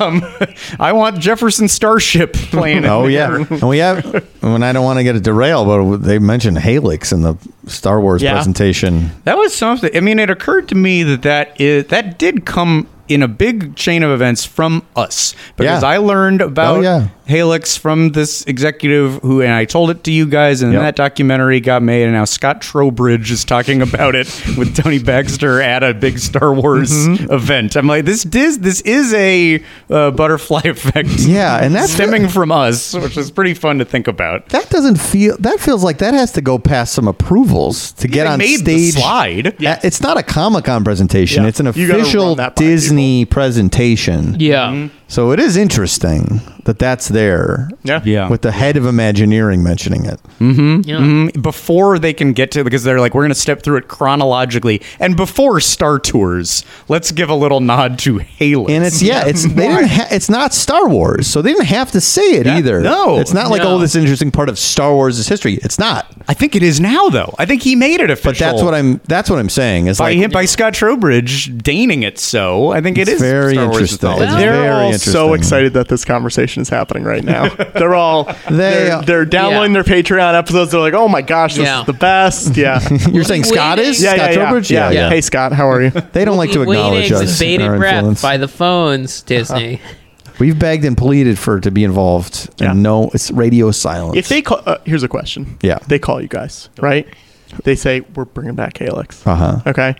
S2: Um, <laughs> I want Jefferson Starship playing. in
S5: Oh yeah,
S2: there.
S5: and we have. And I don't want to get it derailed, but they mentioned Halix in the Star Wars
S2: Yeah.
S5: presentation.
S2: That was something. I mean, it occurred to me that that is, that did come in a big chain of events from us because
S5: Yeah.
S2: I learned about
S5: Oh, yeah.
S2: Halix from this executive who, and I told it to you guys, and
S5: Yep.
S2: that documentary got made, and now Scott Trowbridge is talking about it <laughs> with Tony Baxter at a big Star Wars
S5: Mm-hmm.
S2: event. I'm like, this is this is a uh, butterfly <laughs> effect,
S5: Yeah, and that's-
S2: stemming from us, which is pretty fun to think about.
S5: That doesn't feel. That feels like that has to go past some approvals to get
S2: they
S5: on
S2: made the
S5: stage.
S2: slide.
S5: Uh, It's not a Comic Con presentation.
S2: Yeah.
S5: It's an
S2: You gotta run
S5: official
S2: that by
S5: Disney presentation.
S3: Yeah.
S5: So it is interesting that that's there.
S2: Yeah. Yeah.
S5: With the head of Imagineering mentioning it.
S2: hmm Before they can get to, because they're like, we're going to step through it chronologically, and before Star Tours, let's give a little nod to Halix.
S5: And
S4: <laughs>
S5: it's yeah, it's they didn't ha- it's not Star Wars, so they didn't have to say it either.
S2: no.
S5: it's not like
S2: No.
S5: all this interesting part of Star Wars' history. It's not.
S2: I think it is now though. I think he made it official.
S5: But that's what I'm. That's what I'm saying. Is
S2: by
S5: like
S2: him, by Scott Trowbridge deigning it so. I think it
S5: It's
S2: is
S5: very
S2: Star Wars
S5: interesting.
S2: mythology.
S5: It's
S4: <laughs> They're
S5: very
S4: all so
S5: interesting.
S4: excited that this conversation is happening right
S2: <laughs>
S4: now. They're all they
S5: uh,
S4: are they're downloading their Patreon episodes. They're like, oh my gosh, this
S3: Yeah.
S4: is the best. Yeah,
S5: <laughs> You're saying Scott is?
S4: yeah,
S5: Scott
S4: yeah, yeah.
S5: Trowbridge?
S4: Yeah.
S5: Yeah, yeah.
S4: Hey Scott, how
S2: <laughs>
S4: are you?
S5: they don't like to acknowledge
S3: Waiting
S5: us. and
S3: bated
S5: our
S3: breath
S5: influence.
S3: by the phones, Disney.
S5: We've begged and pleaded for it to be involved, and no, it's radio silence.
S4: If they call, uh, here's a question.
S5: Yeah.
S4: they call you guys, right? They say we're bringing back Alex.
S5: Uh huh.
S4: Okay.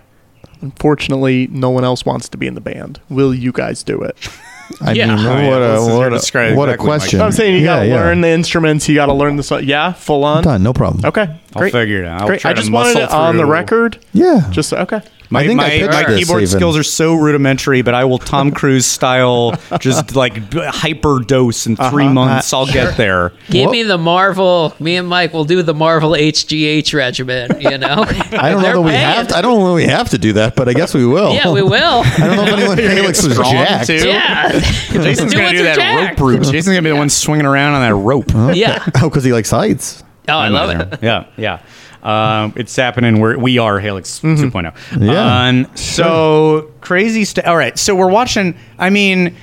S4: Unfortunately, no one else wants to be in the band. Will you guys do it?
S5: I Yeah.
S2: Oh,
S5: mean, Yeah, what a- this is what your a- description. what a Exactly, Mike. question.
S4: I'm saying you
S5: Yeah,
S4: gotta
S5: yeah.
S4: learn the instruments. You gotta learn the song. Yeah, full on.
S5: Done. No problem.
S4: Okay,
S2: I'll
S4: great.
S2: figure it out. I'll
S4: Great.
S2: try
S4: I
S2: to
S4: just wanted
S2: muscle
S4: it on the
S2: through.
S4: record.
S5: Yeah.
S4: Just okay.
S2: My,
S5: I think I
S2: my,
S5: pitched
S2: my
S5: this
S2: keyboard
S5: even.
S2: skills are so rudimentary, but I will Tom Cruise style, just like b- hyper dose in 3
S3: Uh-huh.
S2: months. I'll
S3: Sure.
S2: get there.
S3: Give me the Marvel. Me and Mike will do the Marvel HGH regimen. You
S2: <laughs>
S3: know,
S5: I don't know that we have. To, I don't know that we have to do that, but I guess we will.
S3: Yeah,
S5: <laughs>
S3: we will. <laughs>
S5: I don't know
S2: <laughs>
S5: if anyone
S2: You're gonna
S5: Alex was
S2: strong,
S5: jacked.
S2: too?
S3: Yeah.
S2: Jason's
S3: Do
S2: gonna
S3: it
S2: do
S3: to
S2: that
S3: Jack.
S2: rope route. Jason's gonna be the one swinging around on that rope.
S3: Yeah.
S5: Oh, because he likes heights.
S3: Oh, I love it.
S2: Yeah, yeah. Um, it's happening. We're, we are Helix
S3: Mm-hmm.
S2: 2.0.
S5: Yeah.
S2: Um, so crazy stuff. All right. So we're watching. I mean,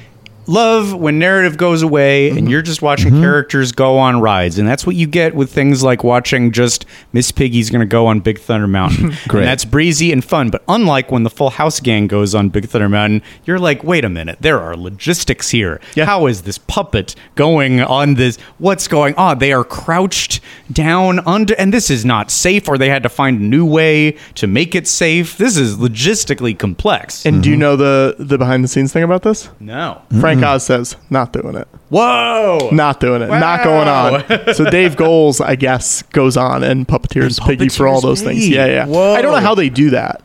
S2: love when narrative goes away
S3: Mm-hmm.
S2: and you're just watching characters go on rides. And that's what you get with things like watching just Miss Piggy's going to go on Big
S3: <laughs>
S2: Thunder Mountain.
S5: Great.
S2: And that's breezy and fun. But unlike when the Full House gang goes on Big Thunder Mountain, you're like, wait a minute. There are logistics here. How is this puppet going on this? What's going on? They are crouched down under, and this is not safe, or they had to find a new way to make it safe. This is logistically complex.
S4: And
S5: Mm-hmm.
S4: do you know the the behind the scenes thing about this?
S2: No.
S4: Frank Oz says not doing it.
S2: Whoa!
S4: Not doing it. Not going
S2: <laughs>
S4: on. So Dave Goals, I guess, goes on and puppeteers Piggy for all those things.
S2: Piggy.
S4: Yeah, yeah.
S2: Whoa.
S4: I don't know how they do that.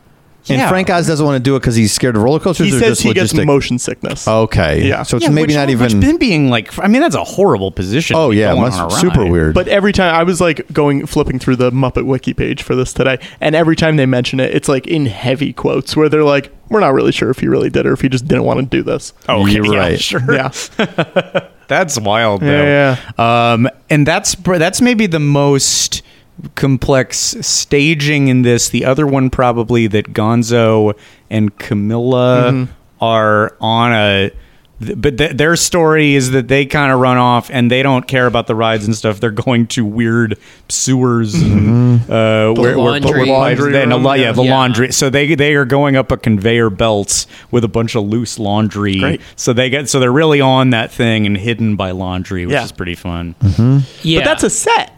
S5: And Frank Oz doesn't want to do it because he's scared of roller coasters.
S4: He
S5: or
S4: says
S5: just
S4: he
S5: logistic?
S4: gets motion sickness.
S5: Okay.
S4: Yeah.
S5: So it's
S2: Yeah,
S5: maybe
S2: which-
S5: not
S2: which
S5: even.
S2: been being like. I mean, that's a horrible position. to
S5: oh
S2: be
S5: yeah,
S2: going
S5: must-
S2: on a
S5: super
S2: ride.
S5: weird.
S4: But every time I was like going flipping through the Muppet Wiki page for this today, and every time they mention it, it's like in heavy quotes where they're like, "We're not really sure if he really did or if he just didn't want to do this."
S2: Oh, okay,
S5: You're
S2: yeah,
S5: right.
S2: Sure.
S4: Yeah,
S2: That's wild, though.
S4: Yeah,
S2: Um, and that's that's maybe the most complex staging in this. The other one probably that Gonzo and Camilla
S4: Mm-hmm.
S2: are on a. th- But th- their story is that they kind of run off and they don't care about the rides and stuff. They're going to weird sewers, and,
S4: Mm-hmm.
S2: uh, where, where
S3: laundry.
S2: where pipes-
S4: Laundry
S2: and a
S4: room,
S2: lot- yeah,
S4: yeah.
S2: the
S3: Yeah.
S2: laundry. So they they are going up a conveyor belt with a bunch of loose laundry.
S4: Great.
S2: So they get so they're really on that thing and hidden by laundry, which
S4: Yeah.
S2: is pretty fun.
S3: Yeah.
S4: but that's a set,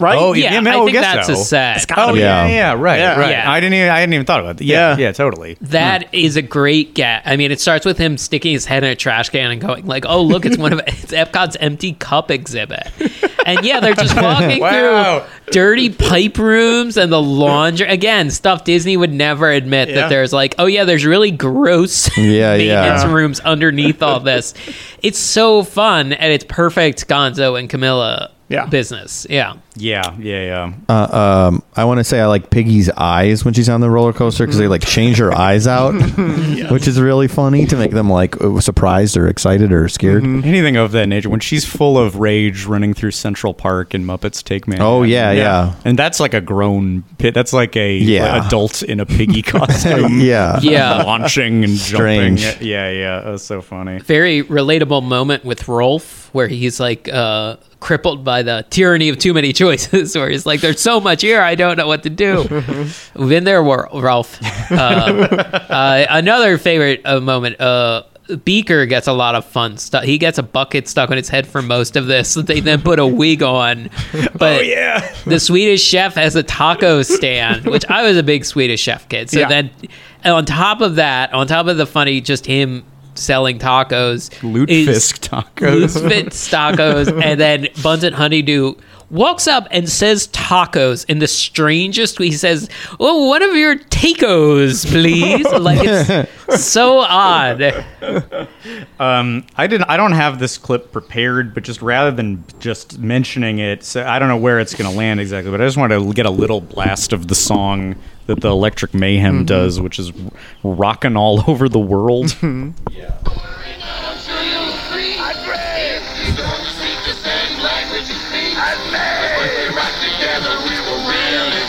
S4: right?
S2: Oh
S3: yeah,
S2: yeah, man,
S3: I
S2: I
S3: think
S2: guess
S3: that's
S2: so.
S3: a set.
S2: Oh yeah,
S5: Yeah.
S2: yeah, right,
S4: Yeah.
S2: right.
S3: Yeah.
S2: I didn't, even, I hadn't even thought about that. Yeah, yeah,
S4: Yeah.
S2: totally.
S3: That is a great get. I mean, it starts with him sticking his head in a trash can and going like, "Oh, look, it's one of <laughs> it's Epcot's empty cup exhibit." And yeah, they're just
S4: <laughs>
S3: walking
S2: Wow.
S3: through dirty pipe rooms and the laundry. Again, stuff Disney would never admit
S4: Yeah.
S3: that there's like, "Oh yeah, there's really gross
S5: <laughs> Yeah, yeah.
S3: maintenance rooms underneath all this." It's so fun and it's perfect Gonzo and Camilla
S4: Yeah.
S3: business. Yeah.
S2: Yeah, yeah, yeah.
S5: Uh, um, I want to say I like Piggy's eyes when she's on the roller coaster because they like change her eyes
S4: <laughs>
S5: out, which is really funny to make them like uh, surprised or excited or scared.
S4: Mm-hmm.
S2: Anything of that nature. When she's full of rage, running through Central Park and Muppets Take Man.
S5: Oh yeah, yeah,
S2: and that's like a grown pit. That's like a
S5: Yeah.
S2: adult in a piggy costume.
S5: yeah.
S3: Yeah.
S2: <laughs> launching and
S5: Strange.
S2: jumping. Yeah, yeah, that's so funny.
S3: very relatable moment with Rolf where he's like uh, crippled by the tyranny of too many choices <laughs> where he's like, "There's so much here, I don't know what to do." We've been there, Wa- Ralph. Uh, <laughs> uh, another favorite uh, moment. Uh, Beaker gets a lot of fun stuff. He gets a bucket stuck on his head for most of this. They then put a wig on. But yeah, the Swedish chef has a taco stand, which I was a big Swedish chef kid. So
S4: Yeah.
S3: then, and on top of that, on top of the funny, just him selling tacos,
S2: Lutefisk tacos.
S3: Lutefisk tacos, and then Buns and Honeydew walks up and says tacos in the strangest way. He says, "Oh, one of your tacos, please." Like it's so odd.
S2: Um, <laughs> I didn't. I don't have this clip prepared, but just rather than just mentioning it, so I don't know where it's going to land exactly. But I just want to get a little blast of the song that the Electric Mayhem does, which is rocking all <laughs> over the world.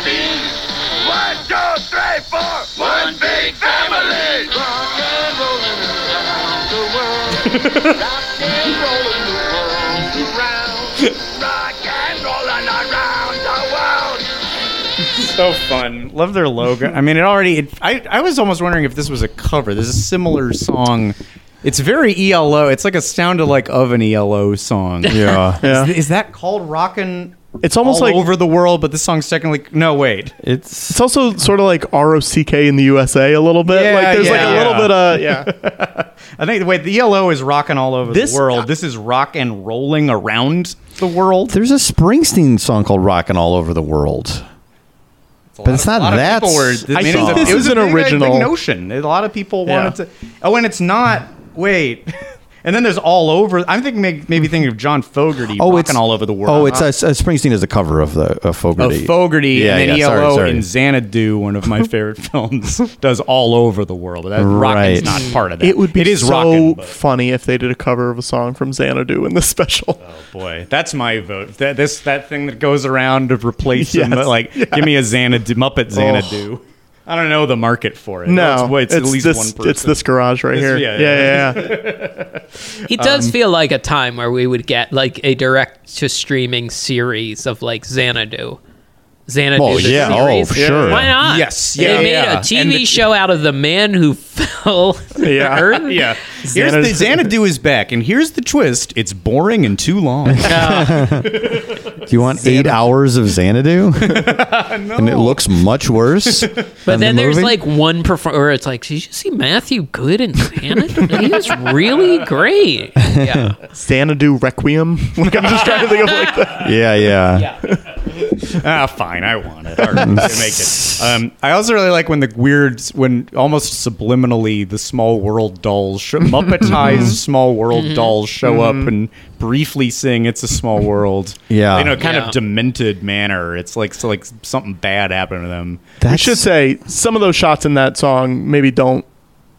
S9: One, two, three, four. One big family. Rock and rolling around the world. Rock and rolling the world around. Rock and rolling around the world.
S2: so fun. Love their logo. I mean, it already. It, I I was almost wondering if this was a cover. There's a similar song. It's very ELO. It's like a sound alike of an ELO song.
S5: Yeah.
S4: <laughs> Yeah.
S2: Is, is that called rockin'?
S4: It's almost
S2: all
S4: like-
S2: over the world, but this song's technically no. Wait,
S5: it's
S4: It's also sort of like ROCK in the USA a little bit.
S2: Yeah,
S4: like there's like a
S2: yeah.
S4: little bit of yeah.
S2: I think wait, the ELO is rocking all over
S4: This-
S2: the world. this is rock and rolling around the world.
S5: <laughs> There's a Springsteen song called "Rockin' All Over the World," but it's
S2: A
S5: not
S2: lot of
S5: that.
S2: people were-
S5: song.
S2: I mean, it was a-
S4: this
S2: it was a
S4: is an
S2: big, like, big
S4: original.
S2: notion. A lot of people
S4: Yeah.
S2: wanted to. Oh, and it's not. Wait. <laughs> And then there's all over. I'm thinking may- maybe thinking of John Fogerty
S5: Oh,
S2: rocking
S5: it's
S2: all over the world. Uh-huh.
S5: Oh, it's uh, Springsteen is a cover of the of
S2: of
S5: Fogerty.
S2: Fogerty
S5: Yeah,
S2: and then
S5: yeah,
S2: ELO
S5: sorry, sorry.
S2: and Xanadu, one of my <laughs> favorite films, does all over the world. But that
S5: Right.
S2: rockin's not part of that.
S4: It would be
S2: it is
S4: so
S2: rockin', but-
S4: funny if they did a cover of a song from Xanadu in this special.
S2: Oh, Boy, that's my vote. That this that thing that goes around of replacing,
S4: Yes. Oh.
S2: like, give me a Xanadu Muppet Xanadu. I don't know the market for it.
S4: no,
S2: it's,
S4: it's,
S2: it's at least
S4: this,
S2: one person.
S4: It's this garage right
S2: This-
S4: here.
S2: yeah,
S4: Yeah, yeah, yeah.
S3: It does
S5: Um,
S3: feel like a time where we would get like a direct to streaming series of like Xanadu. Xanadu.
S5: Oh,
S3: the
S5: yeah. Oh,
S3: series.
S5: sure.
S3: Why not?
S2: Yes.
S3: They
S2: Yeah,
S3: made
S2: yeah.
S3: a TV
S2: And the-
S3: show out of the man who <laughs> fell. to
S4: Yeah.
S3: Earth.
S2: yeah. Here's the Xanadu is back, and here's the twist: it's boring and too long.
S5: Do you want eight hours
S3: <laughs>
S5: of Xanadu? And it looks much worse.
S3: But then there's like one performer. Or it's like, did you see Matthew Good in Xanadu? he was really
S5: <laughs>
S3: great. Yeah.
S4: Xanadu Requiem. <laughs> Like I'm just trying to think of like
S5: <laughs>
S4: the
S5: yeah, yeah,
S2: ah, fine, I want it. All right, to make
S4: <laughs>
S2: it. Um, I also really like when the weird, when almost subliminally, the small world dolls,
S4: <laughs>
S2: show,
S4: Mm-hmm.
S2: Muppetized small world
S3: Mm-hmm.
S2: dolls, show up and briefly sing "It's a Small World."
S5: Yeah.
S2: in a kind
S3: Yeah.
S2: of demented manner. It's like so like something bad happened to them.
S5: That's,
S4: I should say some of those shots in that song maybe don't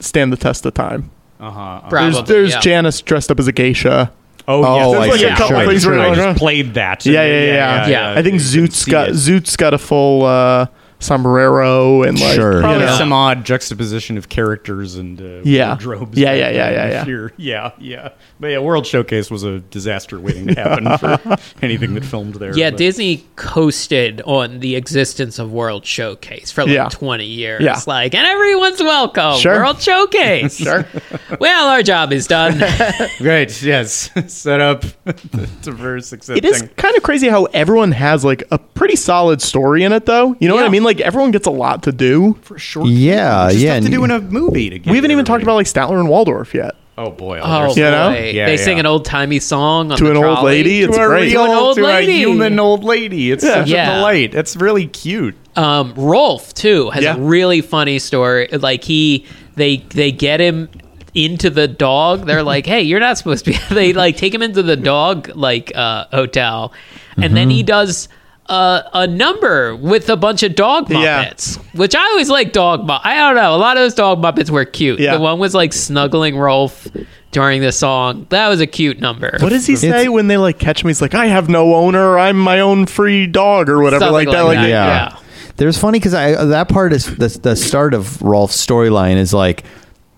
S4: stand the test of time.
S3: Probably.
S4: There's there's
S3: yeah.
S4: Janice dressed up as a geisha.
S2: Oh,
S5: Oh,
S2: yes.
S5: I
S2: There's like
S5: see.
S2: a couple
S5: Sure,
S2: things
S5: sure.
S2: where I
S5: I
S2: just
S4: just-
S2: played that.
S4: Yeah, yeah, yeah,
S3: yeah.
S4: I
S2: You
S4: think
S2: can
S4: Zoot's
S2: see
S4: got
S2: it.
S4: Zoot's got a full uh, sombrero and like
S5: Sure.
S4: you
S2: Probably
S4: know.
S2: some odd juxtaposition of characters and uh,
S4: Yeah.
S2: wardrobes.
S4: Yeah, yeah, yeah, yeah, yeah.
S2: Here. <laughs> yeah, yeah. But yeah, World Showcase was a disaster waiting to happen for
S4: <laughs>
S2: anything that filmed there.
S3: Yeah,
S2: but-
S3: Disney coasted on the existence of World Showcase for like
S4: Yeah.
S3: 20 years.
S4: Yeah.
S3: Like, and everyone's welcome.
S4: Sure.
S3: World
S4: <laughs>
S3: Showcase. sure. Well, our job is done.
S2: Right,
S4: <laughs>
S2: yes. Set up to very success.
S4: It is kind of crazy how everyone has like a pretty solid story in it, though. You know what
S3: Yeah.
S4: I mean? Like everyone gets a lot to do.
S2: for short.
S5: yeah,
S2: Just
S5: yeah.
S2: Stuff to
S5: and-
S2: do in a movie. To get
S4: We haven't even talked about
S2: everybody.
S4: like Statler and Waldorf yet.
S2: Oh boy.
S3: oh,
S2: there's-
S3: boy.
S4: You know?
S2: Yeah,
S3: they
S2: yeah.
S3: sing an old timey song on
S4: To
S3: the
S4: an old
S3: trolley.
S4: lady, it's
S2: To a
S4: great.
S2: real-
S3: To an old
S2: to
S3: lady.
S2: a human old lady. It's such
S3: Yeah.
S2: a delight. It's really cute.
S3: um, Rolf too has
S4: Yeah.
S3: a really funny story. Like he, they, they get him into the dog. They're
S4: <laughs>
S3: like, "Hey, you're not supposed to be." <laughs> they like take him into the dog like uh, hotel, and then
S4: Mm-hmm.
S3: he does. Uh, a number with a bunch of dog
S4: Yeah.
S3: muppets, which I always like dog. Mu- I don't know. A lot of those dog muppets were cute.
S4: Yeah.
S3: The one was like snuggling Rolf during the song. That was a cute number.
S4: What does he say when they like catch him? He's like, "I have no owner. I'm my own free dog," or whatever,
S3: Something
S4: like that.
S3: like
S4: Like,
S3: that.
S5: yeah.
S3: Yeah.
S5: uh, There's funny because I that part is the, the start of Rolf's storyline is like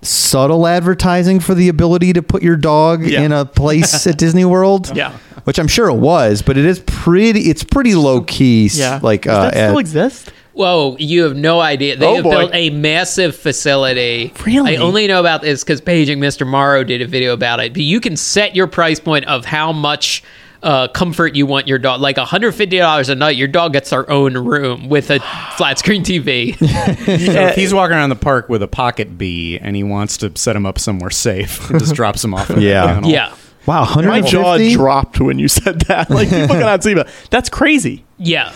S5: subtle advertising for the ability to put your dog in a place at Disney World.
S4: <laughs> Yeah.
S5: Which I'm sure it was, but it is pretty. It's pretty low key. s-
S3: Yeah.
S5: Like
S3: Does that
S5: uh,
S4: uh,
S3: still
S2: <laughs>
S5: ad-
S4: exist?
S3: Whoa, you have no idea. They
S5: Oh,
S3: have
S5: boy.
S3: built a massive facility.
S4: Really?
S3: I only know about this because Paige and Mr. Morrow did a video about it. But you can set your price point of how much uh, comfort you want your dog. Like $150 a night, your dog gets their own room with a flat screen TV.
S2: So if he's walking around the park with a pocket bee and he wants to set him up somewhere safe,
S4: <laughs>
S2: it just drops him off. at the
S5: Yeah.
S2: kennel.
S5: Wow.
S4: My jaw
S5: 150?
S4: dropped when you
S3: <laughs>
S4: said that. Like people cannot see that. That's crazy.
S3: Yeah.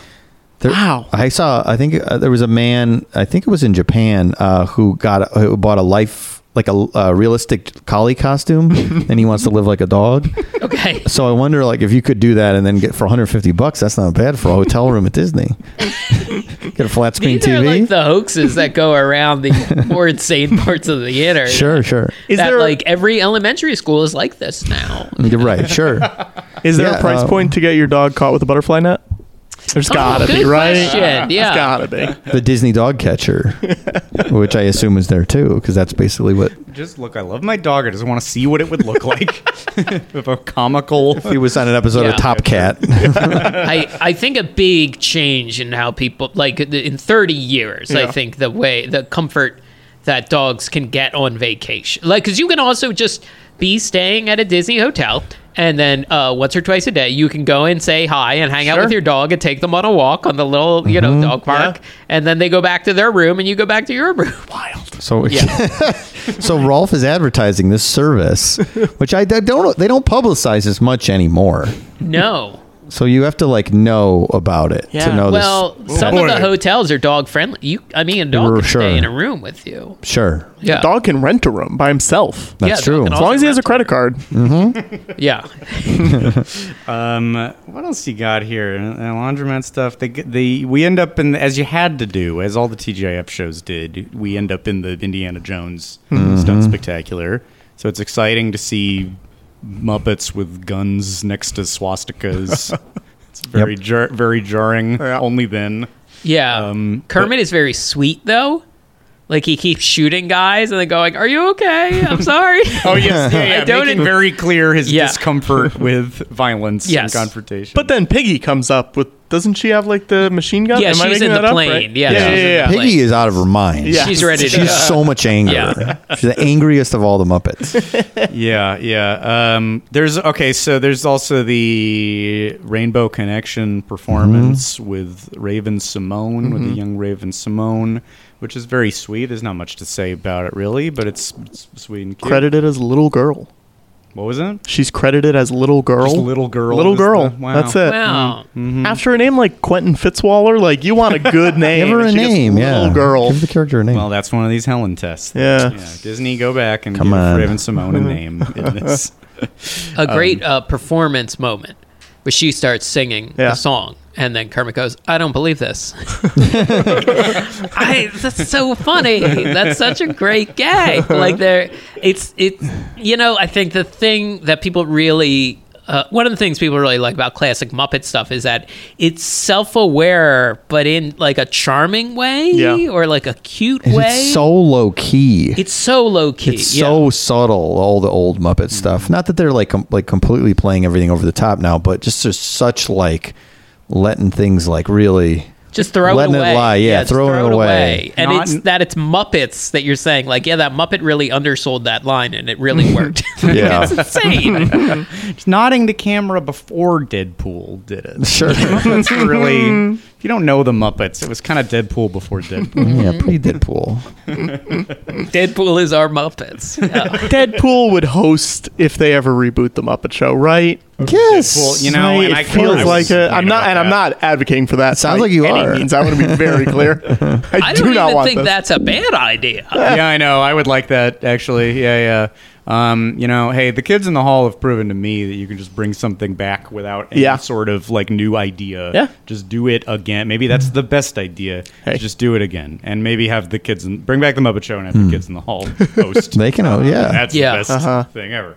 S5: There,
S4: wow.
S5: I saw. I think uh, there was a man. I think it was in Japan uh, who got who bought a life like a, uh realistic collie
S4: <laughs>
S5: costume, and he wants to live like a dog.
S3: Okay.
S5: So I wonder, like, if you could do that and then get for 150 bucks, that's not bad for a hotel room at Disney.
S3: <laughs>
S5: get a flat screen
S3: These are
S5: TV.
S3: like the hoaxes that go around the more insane parts of the internet.
S5: sure, sure.
S3: Is that like every elementary school is like this now?
S5: You're right. <laughs> Sure.
S4: Is there
S5: Yeah,
S4: a price
S3: Oh.
S5: uh,
S4: point to get your dog caught with a butterfly net? There's
S2: Oh.
S4: gotta be,
S3: good
S4: right?
S3: question. Yeah.
S4: There's gotta be.
S5: The Disney dog <laughs> catcher, which I assume is there too, because that's basically what
S2: Just look, I love my dog. I just want to see what it would look <laughs>
S4: <laughs>
S2: like if a comical.
S5: he was on an episode
S3: Yeah.
S5: of Top Cat.
S3: I, I think a big change in how people like in 30 years i
S5: Yeah.
S3: think the way the comfort that dogs can get on vacation like because you can also just be staying at a disney hotel and then uh, once or twice a day you can go and say hi and hang out with your dog and take them on a walk on the little you
S4: Mm-hmm.
S3: know dog park and then they go back to their room and you go back to your <laughs> room
S5: <laughs> So <laughs> so Rolf is advertising this service, which I, I don't they don't publicize as much anymore.
S3: no
S5: So you have to like know about it to know
S3: well
S5: this.
S3: some of the hotels are dog friendly you i mean a dog
S5: Sure.
S3: can stay in a room with you
S5: sure.
S3: Yeah.
S4: Dog can rent a room by himself.
S3: That's Yeah, true. dog can
S4: As long
S3: also
S4: as he has a credit card. Mm-hmm.
S3: <laughs> yeah
S2: um, what else you got here? Uh, laundromat stuff. They, get- they, we end up in as you had to do, as all the TGIF shows did. We end up in the Indiana Jones
S4: Hmm.
S5: Mhm.
S4: Mm-hmm.
S2: stunt spectacular. So it's exciting to see Muppets with guns next to
S4: <laughs>
S2: swastikas. it's very jar- very jarring. Only then.
S3: Yeah.
S5: Um,
S3: Kermit is very sweet though. Like he keeps shooting guys and then going, "Are you okay?
S5: <laughs>
S3: I'm sorry."
S2: Oh yes, yeah, yeah.
S3: I don't.
S2: making very clear his
S3: Yeah. <laughs>
S2: discomfort with violence
S3: Yes.
S2: and confrontation.
S4: But then Piggy comes up with doesn't she have like the machine gun?
S3: Yeah,
S4: Am I
S3: she's
S4: making
S3: in the
S4: that up,
S3: plane.
S4: right?
S3: Yeah,
S4: yeah,
S3: she's in
S4: yeah,
S3: the
S4: yeah.
S3: plane.
S5: Piggy is out of her mind.
S4: Yeah. She's ready to
S5: She's
S4: go.
S5: so much anger.
S4: Yeah.
S5: She's the angriest of all the
S4: <laughs>
S5: Muppets.
S2: yeah, yeah. Um, there's okay. So there's also the Rainbow Connection performance
S4: Mm-hmm.
S2: with Raven Simone, with the
S4: Mhm.
S2: young Raven Simone, which is very sweet. There's not much to say about it really, but it's, it's sweet and cute.
S4: Credited as little girl.
S2: What was it?
S4: She's credited as little girl.
S2: Just Little Girl
S4: Little
S2: is the-
S4: girl.
S2: wow.
S4: That's it.
S2: Wow.
S5: Mm-hmm.
S3: Mm-hmm.
S4: After a name like Quentin Fitzwaller, like you want
S5: <laughs>
S4: a good name.
S2: Give her
S4: and
S2: a
S4: she gets
S2: name, yeah.
S4: Little girl.
S5: Give the character a name.
S2: Well, that's one of these Helen tests.
S4: Yeah.
S2: Disney, go back and
S5: Come
S2: give
S5: on.
S2: Raven Simone a name. in this.
S3: A
S5: Mm-hmm.
S3: great
S5: Um,
S3: uh, performance moment where she starts singing
S2: Yeah.
S3: the song and then Kermit goes, "I don't believe
S4: <laughs>
S3: this." <laughs> I, that's so funny. That's such a great gag. Like there, it's it. You know, I think the thing that people really. Uh, one of the things people really like about classic Muppet stuff is that it's self-aware, but in like a charming way
S5: Yeah.
S3: or like a cute
S5: And
S3: way.
S5: It's so low key.
S3: It's so low key. Mm-hmm.
S5: It's so subtle, all the old Muppet stuff. Not that they're like com- like completely playing everything over the top now, but just there's such like letting things like really
S3: Just throw
S5: letting
S3: it away.
S5: lie. Yeah,
S3: just
S5: throwing
S3: throw
S5: it away.
S3: And
S2: Not-
S3: it's that it's Muppets that you're saying, like, yeah, that Muppet really undersold that line and it <laughs> really worked.
S5: <laughs> Yeah.
S3: it's insane.
S2: Just nodding to camera before Deadpool did it.
S5: <laughs> Sure.
S2: The Muppets were
S3: <laughs>
S2: really. If you don't know the Muppets, it was kind of Deadpool before
S4: Mm-hmm.
S2: Deadpool.
S5: yeah, pre Deadpool.
S3: <laughs> Deadpool is our Muppets. Yeah.
S4: Deadpool would host if they ever reboot the Muppet Show, right?
S5: Yes,
S2: Deadpool, you know, and
S4: it
S2: I kinda
S4: feels
S2: was
S4: like it. I'm
S2: thinking
S4: not,
S2: about
S4: and I'm
S2: that.
S4: not advocating for that.
S5: Sounds
S4: by
S5: like you
S4: any
S5: are.
S4: Means. I want to be
S2: <laughs>
S4: very clear. I,
S3: I
S4: do
S3: don't
S4: not
S3: even
S4: want
S3: think
S4: this.
S3: that's a bad idea.
S2: yeah, I know. I would like that actually. Yeah, yeah. Um, you know, hey, the kids in the hall have proven to me that you can just bring something back without any
S4: Yeah.
S2: sort of like new idea.
S4: Yeah.
S2: Just do it again. Maybe that's the best idea. is Just do it again, and maybe have the kids in, bring back the Muppet Show and have the kids in the hall host.
S5: They can, oh, yeah.
S2: that's
S5: Yeah.
S2: the best
S5: Uh-huh.
S2: thing ever.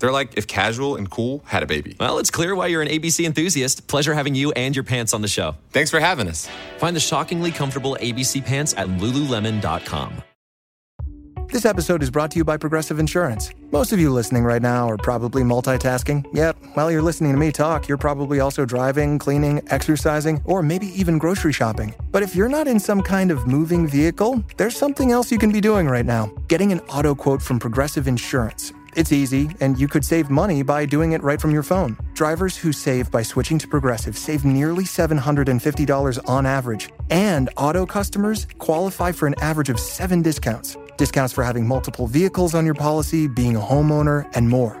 S10: They're like if casual and cool had a baby.
S11: Well, it's clear why you're an ABC enthusiast. Pleasure having you and your pants on the show.
S10: Thanks for having us.
S11: Find the shockingly comfortable ABC pants at lululemon.com.
S12: This episode is brought to you by Progressive Insurance. Most of you listening right now are probably multitasking. Yep, while you're listening to me talk, you're probably also driving, cleaning, exercising, or maybe even grocery shopping. But if you're not in some kind of moving vehicle, there's something else you can be doing right now getting an auto quote from Progressive Insurance. It's easy, and you could save money by doing it right from your phone. Drivers who save by switching to Progressive save nearly $750 on average, and auto customers qualify for an average of seven discounts discounts for having multiple vehicles on your policy, being a homeowner, and more.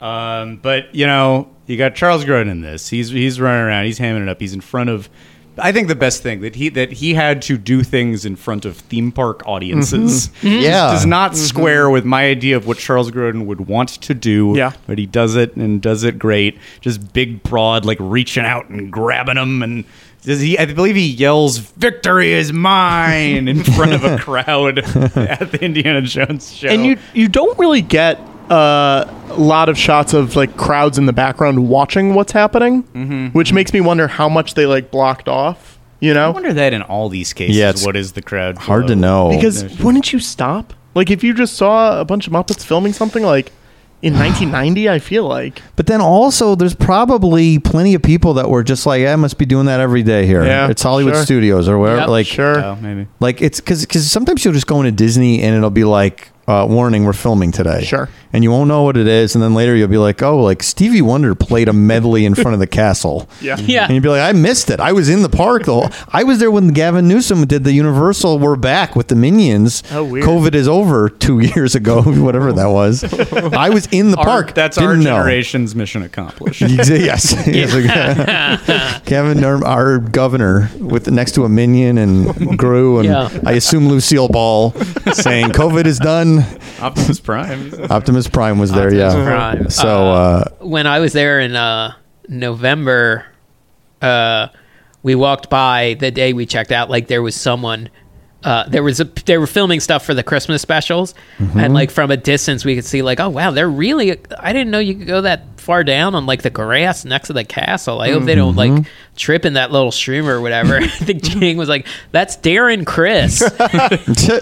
S2: Um, but you know, you got Charles Grodin in this. He's he's running around. He's hamming it up. He's in front of. I think the best thing that he that he had to do things in front of theme park audiences.
S5: Mhm. Yeah.
S2: does not
S5: Mhm.
S2: square with my idea of what Charles Grodin would want to do.
S5: Yeah.
S2: but he does it and does it great. Just big broad, like reaching out and grabbing him and. Does he, I believe he yells, "Victory is mine!" in front
S5: <laughs>
S2: of a crowd at the Indiana Jones show.
S4: And you you don't really get uh, a lot of shots of like crowds in the background watching what's happening,
S2: Mhm.
S4: which makes me wonder how much they like blocked off. You know, I
S2: wonder that in all these cases.
S5: Yeah, it's
S2: what is the crowd?
S5: hard to know.
S4: because
S2: There's-
S4: wouldn't you stop? Like if you just saw a bunch of Muppets filming something like in 1990, I feel like
S5: But then also, there's probably plenty of people that were just like, "I must be doing that every day here."
S4: Yeah,
S5: it's Hollywood
S4: sure.
S5: Studios or where,
S4: Yep,
S5: like,
S4: sure.
S2: Oh, maybe.
S5: like it's because because sometimes you'll just go into Disney and it'll be like, uh, "Warning, we're filming today." Sure, and you won't know what it is, and then later you'll be like, "Oh, like Stevie Wonder played a medley in front of the castle."
S4: Yeah. Yeah.
S5: and you'd be like, "I missed it. I was in the park the whole. <laughs> I was there when Gavin Newsom did the Universal. We're back with the Minions.
S4: Oh, weird.
S5: COVID is over two <laughs> years ago, whatever that was. I was in the
S2: Our-
S5: park.
S2: that's our
S5: Didn't know.
S2: generation's
S3: <laughs>
S2: mission accomplished.
S5: Exa- <laughs> yes. Yes. <laughs> Kevin, Nerm- our governor, with next to a minion and Gru, and
S2: Yeah.
S5: I assume Lucille Ball, saying COVID is done.
S2: Optimus Prime.
S5: Optimus Prime was there, yeah.
S3: Prime.
S5: So,
S3: Uh,
S5: uh,
S3: when I was there in uh, November, uh, we walked by the day we checked out. Like there was someone. Uh, there was a they were filming stuff for the Christmas specials, and like from a distance we could see like oh wow they're really I didn't know you could go that far down on like the grass next to the castle. I hope they don't like
S13: Mhm.
S3: trip in that little stream or whatever. <laughs> I think Jing was like that's Darren Chris.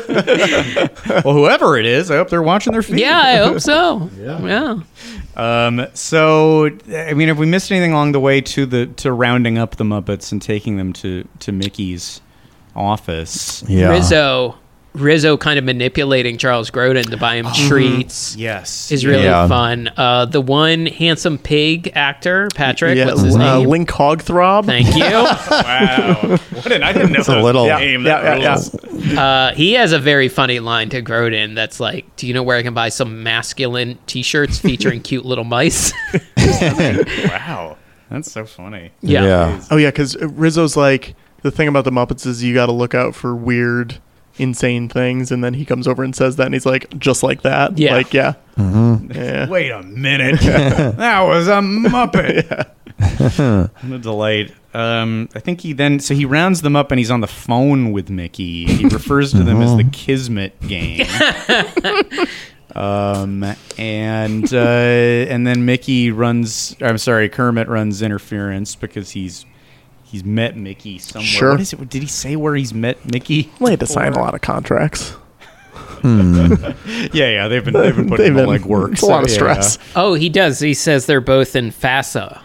S2: well, whoever it is, I hope they're watching their feed.
S3: yeah, I hope so. yeah.
S2: Um, so, I mean, have we missed anything along the way to the to rounding up the Muppets and taking them to to Mickey's office?
S3: Rizzo Rizzo kind of manipulating Charles Grodin to buy him treats.
S2: Yes.
S3: Is really
S4: Yeah.
S3: fun. Uh, the one handsome pig actor, Patrick, what's his
S4: uh,
S3: name?
S4: Link Hogthrob.
S3: Thank you.
S4: <laughs> Wow.
S2: What an, I didn't know
S4: It's a
S2: that
S4: little-
S2: name.
S4: Yeah,
S2: That
S4: yeah,
S2: rules.
S3: Uh, he has a very funny line to Grodin that's like, Do you know where I can buy some masculine t shirts featuring cute little mice? <laughs>
S2: wow. That's so funny.
S4: Oh yeah, because Rizzo's like the thing about the Muppets is you got to look out for weird, insane things, and then he comes over and says that, and he's like, just like that.
S2: Yeah.
S4: Like yeah.
S5: Mhm.
S4: Yeah.
S2: Wait a minute. <laughs> that was a Muppet. What a delight. Um, I think he then so he rounds them up and he's on the phone with Mickey. He refers to them as
S4: Uh-huh.
S2: the Kismet Gang. um, and uh, and then Mickey runs. I'm sorry, Kermit runs interference because he's he's met Mickey somewhere.
S4: Sure.
S2: What is it? Did he say where he's met Mickey?
S4: Well, he had to sign a lot of contracts.
S2: yeah, yeah. They've been they've been
S4: <laughs>
S2: putting in the legwork.
S4: It's a lot of
S2: so, yeah.
S4: stress.
S3: oh, he does. He says they're both in FASA.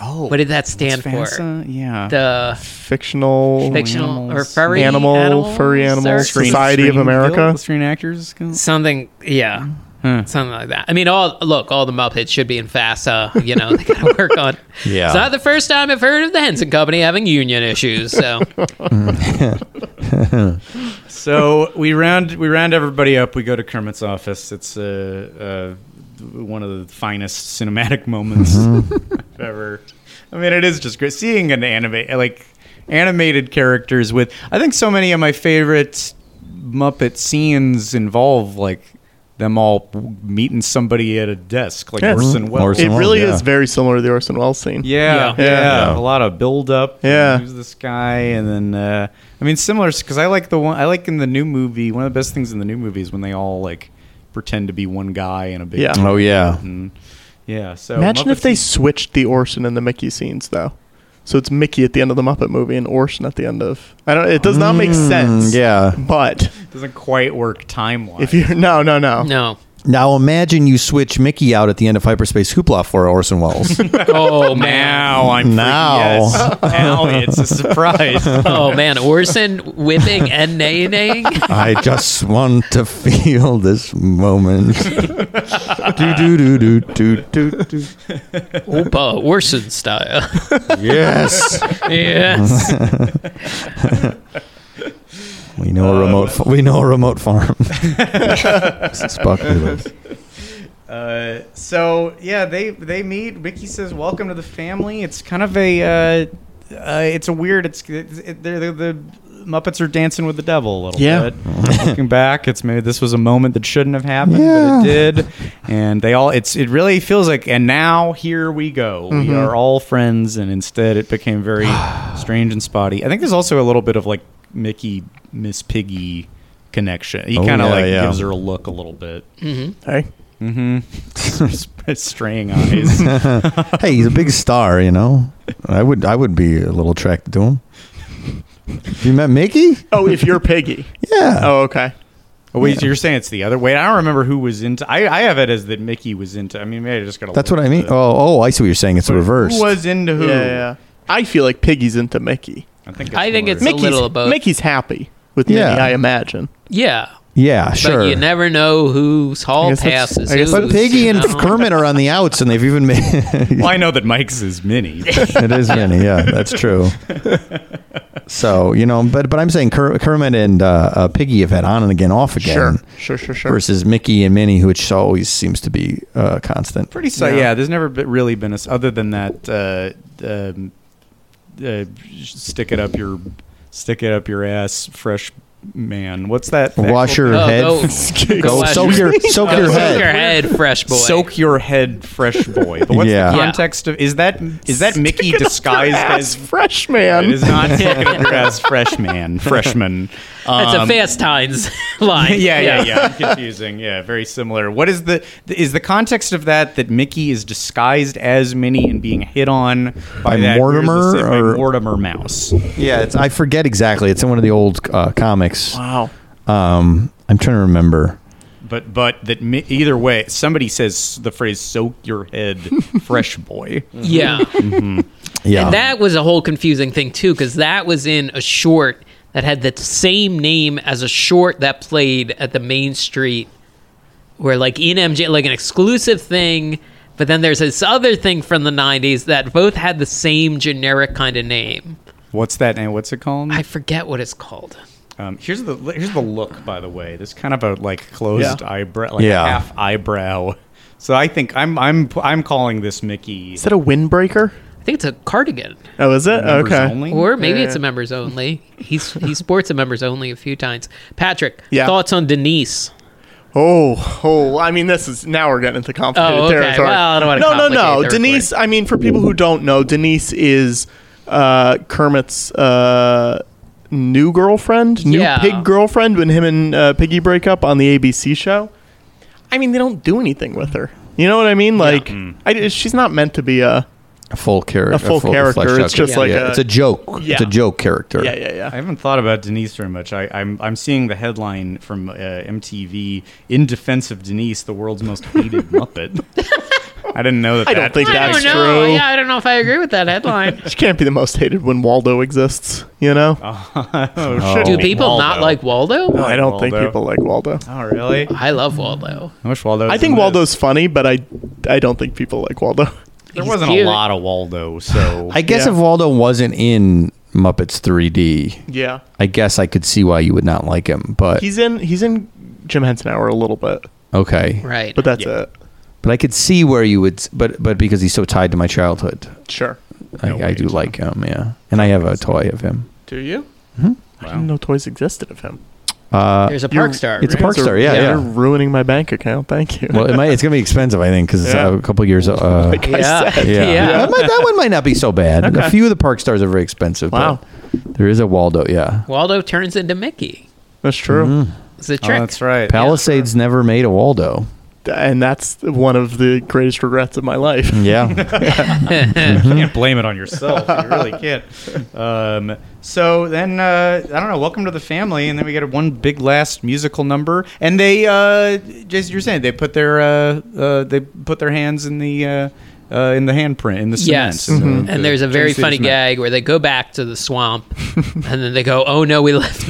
S2: Oh.
S3: What did that stand for?
S2: What's FASA? Yeah.
S3: The
S4: Fictional,
S3: Fictional or furry
S4: animal,
S3: animals
S4: furry animal
S3: or-
S4: society of
S2: Screen-
S4: America.
S2: Screen actors.
S3: something yeah
S4: Mm-hmm.
S2: Hmm.
S3: Something like that. I mean, all look, all the Muppets should be in FASA. You know, they gotta <laughs> work on.
S5: Yeah.
S3: It's not the first time I've heard of the Henson Company having union issues. So,
S2: so we round we round everybody up. We go to Kermit's office. It's uh, uh, one of the finest cinematic moments
S4: Mm-hmm.
S2: I've ever. I mean, it is just great seeing an anime like animated characters with. I think so many of my favorite Muppet scenes involve like them all meeting somebody at a desk, like
S4: Yeah.
S2: Orson Welles.
S4: it really is very similar to the Orson Welles scene.
S2: <laughs> Yeah, yeah, a lot of build up.
S4: Yeah.
S2: who's this guy? And then uh, I mean, similar because I like the one I like in the new movie. One of the best things in the new movie is when they all like pretend to be one guy in a big.
S4: Yeah.
S2: suit
S4: Oh, yeah.
S2: and- yeah. So
S4: Imagine if
S2: Muppets-
S4: they switched the Orson and the Mickey scenes though. So it's Mickey at the end of the Muppet movie and Orson at the end of. I don't. It does not make
S5: Mm,
S4: sense.
S5: yeah.
S4: But
S2: doesn't quite work timeline.
S4: if you're no no no
S3: no.
S5: Now imagine you switch Mickey out at the end of Hyperspace Hoopla for Orson
S4: <laughs>
S5: Welles.
S3: oh man,
S2: now I'm
S4: Oh.
S5: Now.
S2: yes. now it's a surprise.
S4: <laughs>
S3: oh man, Orson whipping and nay naying.
S5: I just want to feel this moment. do do do do do do do.
S3: Opa Orson style. <laughs>
S5: Yes.
S3: yes.
S5: we know a remote. fa- we know a remote farm. Spock Doodles.
S2: Uh, so yeah, they they meet. Mickey says, "Welcome to the family." It's kind of a uh, uh, it's a weird. It's it, they're, they're, the Muppets are dancing with the devil a little
S4: Yeah.
S2: bit. Looking back, it's maybe this was a moment that shouldn't have happened, but it did. And they all it's it really feels like. And now here we go. We
S4: Mhm.
S2: are all friends, and instead it became very strange and spotty. I think there's also a little bit of like Mickey Miss Piggy connection. He
S5: Oh,
S2: kind of
S5: yeah,
S2: like
S5: yeah.
S2: gives her a look a little bit.
S4: Hey.
S2: Mm-hmm. <laughs> Straying eyes.
S5: <laughs> hey, he's a big star, you know. I would I would be a little attracted to him. You met Mickey?
S4: Oh, if you're Piggy.
S5: Yeah.
S4: Oh okay.
S2: <laughs> Oh, wait, you're saying it's the other way? I don't remember who was into. I, I have it as that Mickey was into. I mean, maybe I just got.
S5: That's what I mean. Oh, oh, I see what you're saying. It's the reverse.
S2: Who was into
S4: Yeah,
S2: who?
S4: yeah. yeah. I feel like Piggy's into Mickey.
S2: I think.
S3: I think it's a
S4: Mickey's
S3: little of both.
S4: Mickey's happy with
S5: Yeah.
S4: Minnie, I imagine.
S3: yeah.
S5: Yeah, sure.
S3: But you never know whose hall
S4: guess that's-
S3: passes.
S4: I guess
S5: But
S3: whose,
S5: Piggy
S3: you
S5: and
S3: know?
S5: Kermit are on the outs, and they've even made
S2: Well, I know that Mike's is
S5: <laughs>
S2: Minnie.
S3: <laughs>
S5: it is many. Yeah, that's true. So you know, but but I'm saying Ker- Kermit and uh, uh, Piggy have had on and again, off again.
S4: Sure. Sure, sure, sure.
S5: Versus Mickey and Minnie, which always seems to be uh, constant.
S2: Pretty so. Yeah.
S4: Yeah.
S2: there's never been, really been a s other than that. Uh, um, uh, stick it up your, stick it up your ass, fresh man. What's that?
S5: Wash
S2: actual-
S5: your
S3: Oh,
S5: head.
S3: go-
S5: Go,
S3: wash <laughs>
S5: soak your soak
S3: Go
S5: your
S3: soak
S5: head.
S3: your head, fresh boy.
S2: Soak your head, fresh boy. But what's
S5: Yeah.
S2: the
S3: Yeah.
S2: context of is that is that Mickey disguised
S4: Ass
S2: as
S4: freshman.
S2: It is
S5: <laughs>
S2: not sticking up your ass, freshman. Freshman.
S3: That's a
S2: Um,
S3: Fast Times <laughs> line.
S2: <laughs> Yeah, yeah, yeah. <laughs> Confusing. Yeah, very similar. What is the is the context of that that Mickey is disguised as Minnie and being hit on by,
S5: By
S2: that- where's the
S5: Mortimer
S2: sit- by
S5: or-
S2: Mortimer Mouse?
S5: Yeah, it's, I forget exactly. It's in one of the old uh, comics.
S4: Wow.
S5: Um, I'm trying to remember.
S2: But but that mi- either way, somebody says the phrase "soak your
S5: <laughs>
S2: head, fresh boy."
S3: Yeah.
S5: Yeah,
S4: Um,
S3: And that was a whole confusing thing too, because that was in a short that had the same name as a short that played at the Main Street, where like E in MJ, like an exclusive thing. But then there's this other thing from the '90s that both had the same generic kind of name.
S2: What's that name? What's it called?
S3: I forget what it's called.
S2: Um, here's the here's the look, by the way. This kind of a like closed
S4: Yeah.
S2: eyebrow, like
S5: Yeah.
S2: half eyebrow. So I think I'm I'm I'm calling this Mickey.
S4: Is that a windbreaker?
S3: I think it's a cardigan,
S4: Oh, is it?
S2: members
S4: Okay.
S2: only?
S3: or maybe
S4: Yeah.
S3: it's a members only. He's he sports a members only a few times. Patrick,
S4: Yeah.
S3: thoughts on Denise?
S4: Oh, oh! I mean, this is now we're getting into complicated
S3: Oh, okay.
S4: territory.
S3: Well, I don't wanna
S4: no, no,
S3: complicate
S4: no.
S3: the
S4: Denise. I mean, for people who don't know, Denise is uh, Kermit's uh, new girlfriend, new
S3: Yeah.
S4: pig girlfriend. When him and uh, Piggy break up on the ABC show, I mean, they don't do anything with her. You know what I mean? Like, I, she's not meant to be a.
S5: a full character.
S4: A full character.
S5: fleshed out
S4: It's just
S5: character.
S4: like
S5: Yeah,
S4: a-
S5: it's a joke. It's
S4: Yeah.
S5: a joke character.
S4: Yeah, yeah, yeah.
S2: I haven't thought about Denise very much. I, I'm I'm seeing the headline
S4: <laughs>
S2: from uh, MTV in defense of Denise, the world's most hated Muppet. I didn't know that.
S4: I don't
S2: that-
S4: think
S3: I don't
S4: that's
S3: know.
S4: true.
S3: Yeah, I don't know if I agree with that headline.
S4: She can't be the most hated when Waldo exists, you know?
S2: oh,
S3: Do people not like Waldo?
S4: I don't think
S3: Waldo.
S4: people like Waldo.
S2: Oh, really?
S3: I love Waldo.
S2: I wish Waldo.
S4: I
S2: was
S4: think
S2: in this.
S4: Waldo's funny, but I I don't think people like Waldo.
S2: There wasn't a lot of Waldo,
S4: <laughs>
S2: so
S5: I guess if Waldo wasn't in Muppets 3D,
S4: Yeah.
S5: I guess I could see why you would not like him. But
S4: He's in he's in Jim Henson Hour a little bit.
S5: okay,
S3: Right.
S4: But that's it.
S5: But I could see where you would, but but because he's so tied to my childhood,
S4: Sure.
S5: I, I do like him. Yeah, and I have a toy of him.
S4: Do you?
S5: Mhm.
S4: I didn't know toys existed of him.
S5: Uh,
S4: You're-
S5: It's a
S4: you
S5: park
S4: guys are-
S5: star. Yeah, yeah.
S4: You're ruining my bank account. Thank you.
S5: well, it might, it's gonna be expensive, I think, because it's
S4: Yeah.
S5: uh, a couple years. Uh,
S4: <laughs> Like I Yeah.
S3: <laughs>
S4: said.
S5: yeah,
S4: <laughs> Yeah.
S5: That, might, that one might not be so bad.
S4: Okay.
S5: A few of the park stars are very expensive.
S3: Wow.
S5: but there is a Waldo. Yeah,
S3: Waldo turns into Mickey.
S4: That's true.
S3: It's a
S4: Oh,
S3: trick.
S2: Oh, right.
S5: Palisades never made a Waldo.
S4: And that's one of the greatest regrets of my life.
S2: you can't blame it on yourself. <laughs> You really can't. Um, so then, uh, I don't know. Welcome to the family, and then we get one big last musical number, and they, uh, Jason, you're saying they put their uh, uh, they put their hands in the uh, uh, in the handprint in the cement.
S3: Yes.
S2: in the- the
S3: And there's a very
S2: Mm-hmm. Tennessee
S3: funny
S2: cement.
S3: gag where they go back to the
S2: <laughs>
S3: swamp and then they go, oh no, we left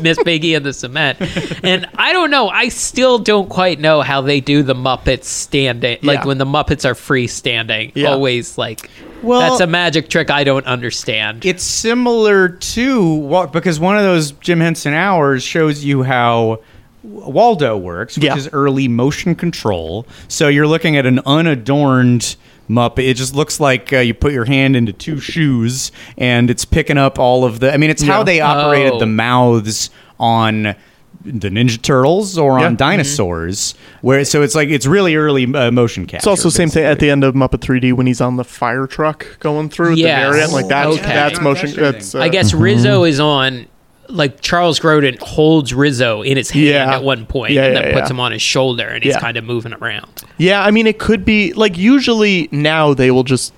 S3: <laughs> Miss Piggy in the cement. And I don't know. I still don't quite know how they do the Muppets standing. Like
S2: Yeah.
S3: when the Muppets are free standing,
S2: Yeah.
S3: always like,
S2: Well-
S3: that's a magic trick I don't understand.
S2: It's similar to what because one of those Jim Henson hours shows you how W- Waldo works, which is early motion control. So you're looking at an unadorned Muppet. It just looks like uh, you put your hand into two shoes, and it's picking up all of the. I mean, it's how
S3: Yeah.
S2: they operated
S3: Oh.
S2: the mouths on the Ninja Turtles or
S3: Mm-hmm.
S2: on dinosaurs. Where so it's like it's really early uh, motion capture.
S4: It's also the same thing at the end of Muppet 3D when he's on <laughs> the fire truck going through
S3: Yes.
S4: the variant. Like that's
S3: Okay.
S4: that's motion. That's uh,
S3: I guess Rizzo is on. Like Charles Grodin holds Rizzo in his hand
S4: Yeah.
S3: at one point
S4: Yeah,
S3: and
S4: yeah,
S3: then puts
S4: yeah.
S3: him on his shoulder and he's
S4: Yeah.
S3: kind of moving around.
S4: Yeah, I mean, it could be like usually now they will just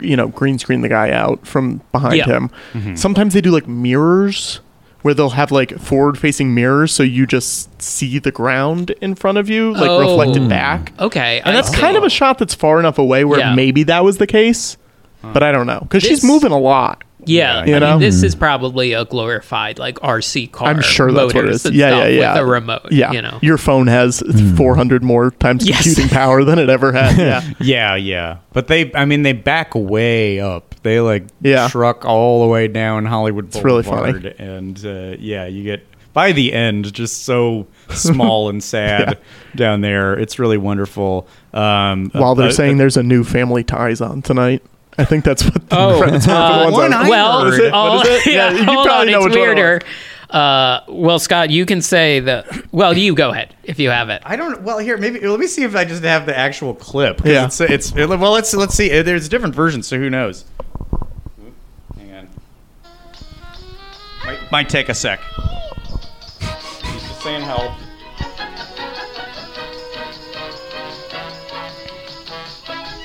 S4: you know green screen the guy out from behind
S3: Yeah.
S4: him.
S3: Mhm.
S4: Sometimes they do like mirrors where they'll have like forward facing mirrors so you just see the ground in front of you like
S3: Oh.
S4: reflected back.
S3: Okay.
S4: And that's
S5: Oh.
S4: kind of a shot that's far enough away where
S3: Yeah.
S4: maybe that was the case, but I don't know because she's
S3: This-
S4: moving a lot.
S3: Yeah,
S4: You
S3: I
S4: know?
S3: mean, this is probably a glorified like RC car.
S4: I'm sure that's what it
S3: motors
S4: is.
S3: and
S4: Yeah, yeah,
S3: stuff
S4: yeah.
S3: With a remote.
S4: Yeah,
S3: you know.
S4: <laughs> your phone has
S5: Hmm.
S4: 400 more times
S3: Yes.
S4: computing power than it
S5: <laughs>
S4: ever had. Yeah,
S2: yeah, yeah. But they, I mean, they back way up. They like
S4: Yeah.
S2: truck all the way down Hollywood it's
S4: really
S2: Boulevard, and uh, yeah, you get by the end just
S4: <laughs>
S2: so small and sad down there. It's really wonderful. Um,
S4: while they're
S2: uh,
S4: saying there's a new family ties on tonight. I think that's what. The,
S3: Oh,
S4: that's one of the
S3: uh,
S4: ones I-
S3: well,
S4: What is it?
S3: all-
S4: What
S3: <laughs>
S4: is it?
S3: yeah,
S4: you
S3: hold
S4: probably
S3: on,
S4: know
S3: it's
S4: which one it
S3: weirder. Uh, well, Scott, you can say the. Well, you go ahead if you have it.
S2: I don't. Well, here, maybe let me see if I just have the actual clip. 'cause
S3: Yeah.
S2: It's, it's it- well, let's let's see. Uh, There's different versions, so who knows? Hang on. Might, might take a sec. He's just saying help.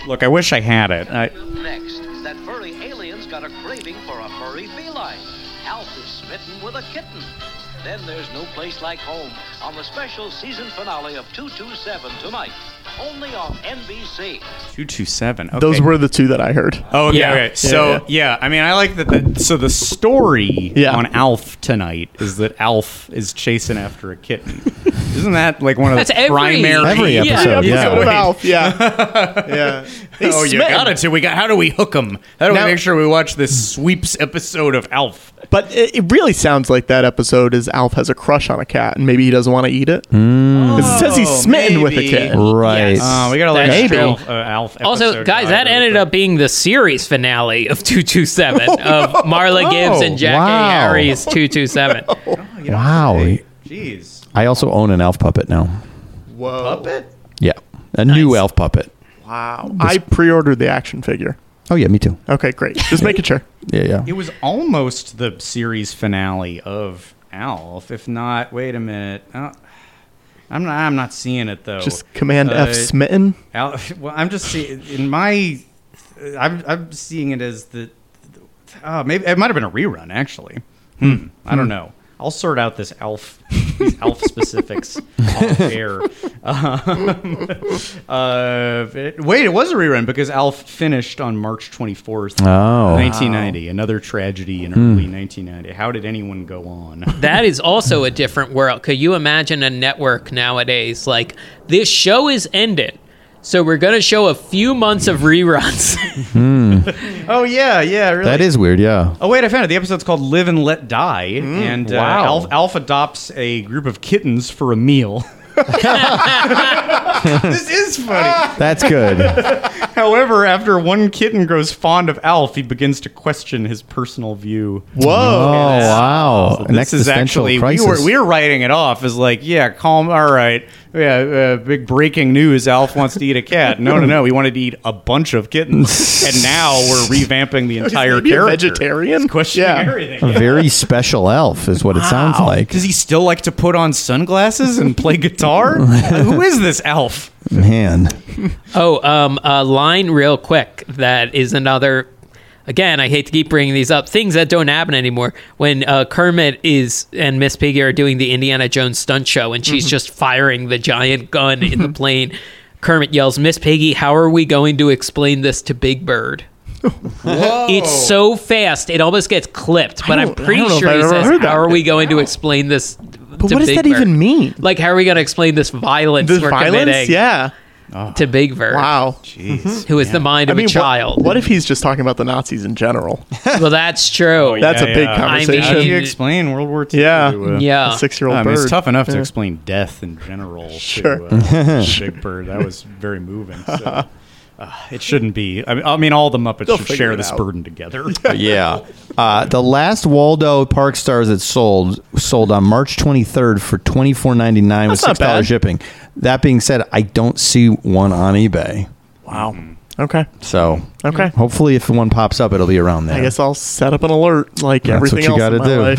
S2: Look, I wish I had it. I,
S13: Next, that furry alien's got a craving for a furry feline. Alf is smitten with a kitten. Then there's no place like home on the special season finale of 227 tonight, only on NBC.
S2: two two seven. Okay.
S4: Those were the two that I heard.
S2: Oh, okay.
S4: Yeah.
S2: okay. So,
S4: Yeah,
S2: yeah, I mean, I like that. The, so, the story on Alf tonight is that Alf is chasing after a
S4: <laughs>
S2: kitten. Isn't that like one of
S4: That's
S2: the
S4: every-
S2: primary
S4: Every episode,
S2: Yeah,
S4: yeah.
S2: Wait.
S4: Of
S2: <laughs>
S4: Alf, yeah. Yeah. He's
S2: oh, you
S4: smitten.
S2: got it. too. We got. How do we hook him? How do
S4: Now-
S2: we make sure we watch this sweeps episode of Alf?
S4: But it, it really sounds like that episode is Alf has a crush on a cat and maybe he doesn't want to eat it.
S2: Oh,
S4: Because it says he's smitten with a kid.
S5: Right.
S4: Oh,
S2: Uh, we got to let
S4: That's
S2: Alf-
S4: true.
S2: Uh, Alf.
S3: Also,
S2: episode
S3: guys,
S2: die.
S3: that ended up being the series finale of <laughs> 227
S4: Oh,
S3: of Marla Gibbs and Jackie
S5: Wow.
S3: Harry's
S4: <laughs>
S3: 227.
S5: wow.
S2: Jeez.
S5: I also own an elf puppet now.
S4: Whoa. Puppet?
S5: Yeah, a new elf puppet.
S4: Wow. I pre ordered the action figure.
S5: Oh yeah, me too.
S4: Okay, great. Just making sure.
S5: <laughs> Yeah, yeah.
S2: It was almost the series finale of Alf, if not. Wait a minute. Uh, I'm not. I'm not seeing it though.
S4: Just Command
S2: Uh,
S4: F smitten.
S2: Al, <laughs> well, I'm just seeing in my. I'm I'm seeing it as the. oh,
S5: Hmm.
S2: Uh, maybe it might have been a rerun actually. Hmm. I don't know. I'll sort out this Alf these
S5: <laughs>
S2: elf specifics off air. <laughs> Um, uh, it- wait, it was a rerun because Alf finished on March 24th,
S5: Oh.
S2: 1990. Another tragedy in
S5: Hmm.
S2: early 1990. How did anyone go on? <laughs>
S3: That is also a different world. Could you imagine a network nowadays like this show is ended, so we're going to show a few months of reruns. <laughs>
S5: Hmm.
S2: oh yeah, yeah, really.
S5: That is weird. Yeah.
S2: Oh wait, I found it. The episode's called "Live and Let Die," and uh,
S5: Mm, Wow.
S2: Alf, Alf adopts a group of kittens for a meal. <laughs>
S5: <laughs>
S2: this is funny.
S5: That's
S4: <laughs>
S5: good.
S2: However, after one kitten grows fond of Alf, he begins to question his personal view.
S5: Whoa. Oh, wow. An
S2: this is
S5: existential
S2: actually
S5: crisis.
S2: we were we were writing it off as like, yeah, calm. All right, yeah, uh, big breaking news. Alf wants to eat a cat. No, no, no. He wanted to eat a bunch of
S5: <laughs>
S2: kittens, and now we're revamping the entire
S4: maybe a
S2: character.
S4: vegetarian?
S2: He's questioning
S4: Yeah.
S2: everything. <laughs>
S5: A very special elf is what it sounds
S2: Wow.
S5: like.
S2: Does he still like to put on sunglasses and play <laughs> guitar? Who is this elf?
S5: Man.
S3: oh, um, a line real quick that is another. Again, I hate to keep bringing these up. Things that don't happen anymore. When uh, Kermit is and Miss Piggy are doing the Indiana Jones stunt show, and
S4: Mm-hmm.
S3: she's just firing the giant gun in the plane. Kermit yells, "Miss Piggy, how are we going to explain this to Big Bird?" It's so fast, it almost gets clipped. But
S4: I
S3: I'm
S4: don't- I
S3: pretty
S4: don't know if
S3: sure
S4: I've
S3: he
S4: ever
S3: says,
S4: heard that.
S3: "How are we going to explain this?" But
S4: what does that even
S3: mean? Like, how are we going to explain this violence?
S4: This
S3: we're
S4: violence?
S3: committing?
S4: Yeah.
S3: to Big Bird. Wow. <laughs> Who is the mind
S4: I
S3: of
S4: mean,
S3: a
S4: what-
S3: child.
S4: What, if he's just talking about the Nazis in general?
S3: <laughs>
S4: Oh,
S3: well, that's true.
S4: That's a big conversation.
S2: How do you explain World War II?
S4: Yeah.
S2: to, uh,
S4: Yeah. A six-year-old
S2: I mean,
S4: bird.
S2: It's tough enough to
S4: Yeah.
S2: explain death in general
S4: Sure.
S2: to <laughs> uh, Big Bird. That was very moving. <laughs> So. Uh, it shouldn't be. I mean, I mean, all the Muppets
S4: They'll
S2: should
S4: figure
S2: share
S4: it
S2: this
S4: out.
S2: burden <laughs> together.
S5: yeah. Uh, the last Waldo Park Stars that sold sold on March 23rd for twenty four ninety nine with
S4: That's
S5: six
S4: not
S5: dollars
S4: bad.
S5: shipping. That being said, I don't see one on eBay.
S4: Wow. Mm-hmm. Okay.
S5: So
S4: Okay.
S5: hopefully, if one pops up, it'll be around there.
S4: I guess I'll set up an alert like
S5: That's what
S4: everything
S5: you
S4: else in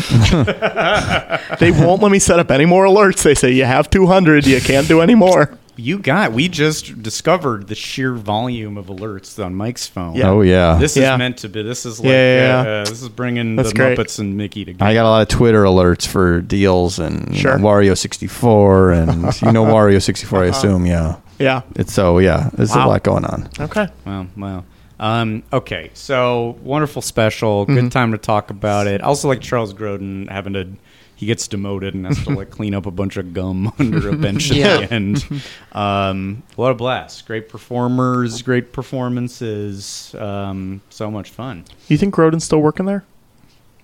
S5: gotta
S4: my
S5: <laughs>
S4: life. they won't let me set up any more alerts. They say you have 200, you can't do any more.
S2: You got. We just discovered the sheer volume of alerts on Mike's phone.
S5: Yeah. Oh, yeah.
S2: This
S5: Yeah.
S2: is meant to be. This is like.
S5: Yeah, yeah, yeah.
S2: Uh, this is bringing
S5: That's
S2: the
S5: great.
S2: Muppets and Mickey together.
S5: I got a lot of Twitter alerts for deals and
S2: Sure.
S5: Wario sixty four
S4: <laughs>
S5: and you know Wario sixty four. I assume, yeah,
S4: Uh-huh. Yeah.
S5: It's so yeah, there's
S2: Wow.
S5: a lot going on.
S4: Okay.
S2: Wow. Wow. Um, okay. So wonderful special. Good
S4: Mm-hmm.
S5: Mhm.
S2: time to talk about it. I Also, like Charles Grodin having to. He gets demoted and has to like clean up a bunch of gum <laughs> under a bench at
S5: Yeah.
S2: the
S4: <laughs>
S2: end. Um, what a blast! Great performers, great performances. Um, so much fun.
S4: You think Grodin's still working there?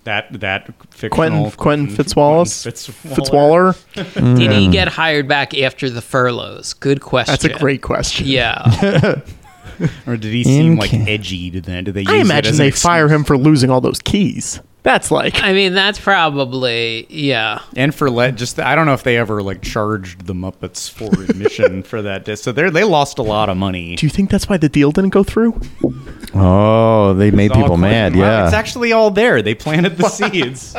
S2: That that fictional
S4: Quentin, Quentin Fitzwallace?
S2: Fitzwaller.
S4: Fitzwaller?
S3: Did he
S4: Mm.
S3: get hired back after the furloughs? Good question.
S4: That's a great question. <laughs>
S3: Yeah.
S2: or did he seem like
S4: Okay.
S2: edgy? Did that? Did they? Use
S4: I
S2: it
S4: imagine
S2: as an
S4: they
S2: excuse?
S4: fire him for losing all those keys. That's like
S3: I mean, that's probably yeah.
S2: And for let just I don't know if they ever like charged the Muppets for <laughs> admission for that disc. So they they lost a lot of money.
S4: Do you think that's why the deal didn't go through?
S5: Oh, they made
S2: It's all
S5: people mad.
S2: collected. Wow,
S5: Yeah,
S2: it's actually all there. They planted the <laughs> seeds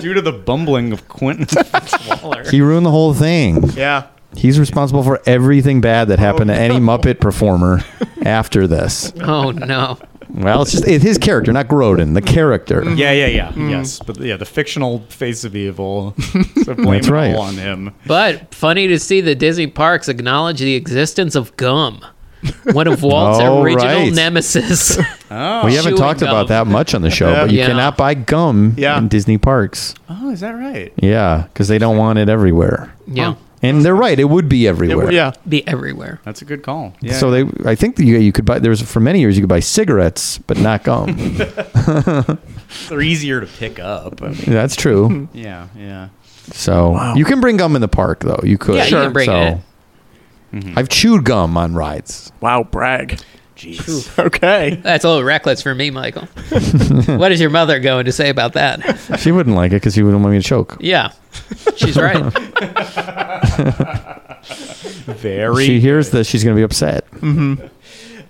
S2: due to the bumbling of Quentin Fitzwaller.
S5: he ruined the whole thing.
S2: <laughs> Yeah.
S5: He's responsible for everything bad that happened to any Muppet performer after this.
S3: Oh no.
S5: Well, it's just it's his character, not Grodin, the character.
S2: Yeah, yeah, yeah.
S3: Mm.
S2: Yes, but yeah, the fictional face of evil. <laughs> So blame
S5: That's
S2: it
S5: right.
S2: all on him.
S3: But funny to see the Disney parks acknowledge the existence of gum, one
S4: <laughs>
S3: of Walt's
S5: Oh,
S3: original
S5: right.
S3: nemesis.
S2: Oh.
S5: we haven't
S3: Chewing
S5: talked
S3: gum.
S5: about that much on the show,
S3: Yeah.
S5: but you
S3: Yeah.
S5: cannot buy gum in Disney parks.
S2: Oh, is that right?
S5: Yeah, because they don't want it everywhere.
S3: Yeah.
S5: And they're right; it would be everywhere.
S3: Be everywhere.
S2: That's a good call. Yeah.
S5: so they, I think that you, you could buy. There was for many years you could buy cigarettes, but not
S4: <laughs>
S5: gum.
S2: they're easier to pick up. I mean,
S5: That's true.
S2: Yeah, yeah.
S5: So you can bring gum in the park, though. You could.
S2: Yeah, you Sure. can bring
S5: so,
S2: it.
S4: Mm-hmm.
S5: I've chewed gum on rides.
S4: Wow, brag.
S2: Jeez.
S4: Okay.
S3: That's a little reckless for me, Michael. what is your mother going to say about that?
S5: She wouldn't like it because she wouldn't want me to choke.
S3: Yeah. She's right.
S2: Very.
S5: She hears this, she's going to be upset.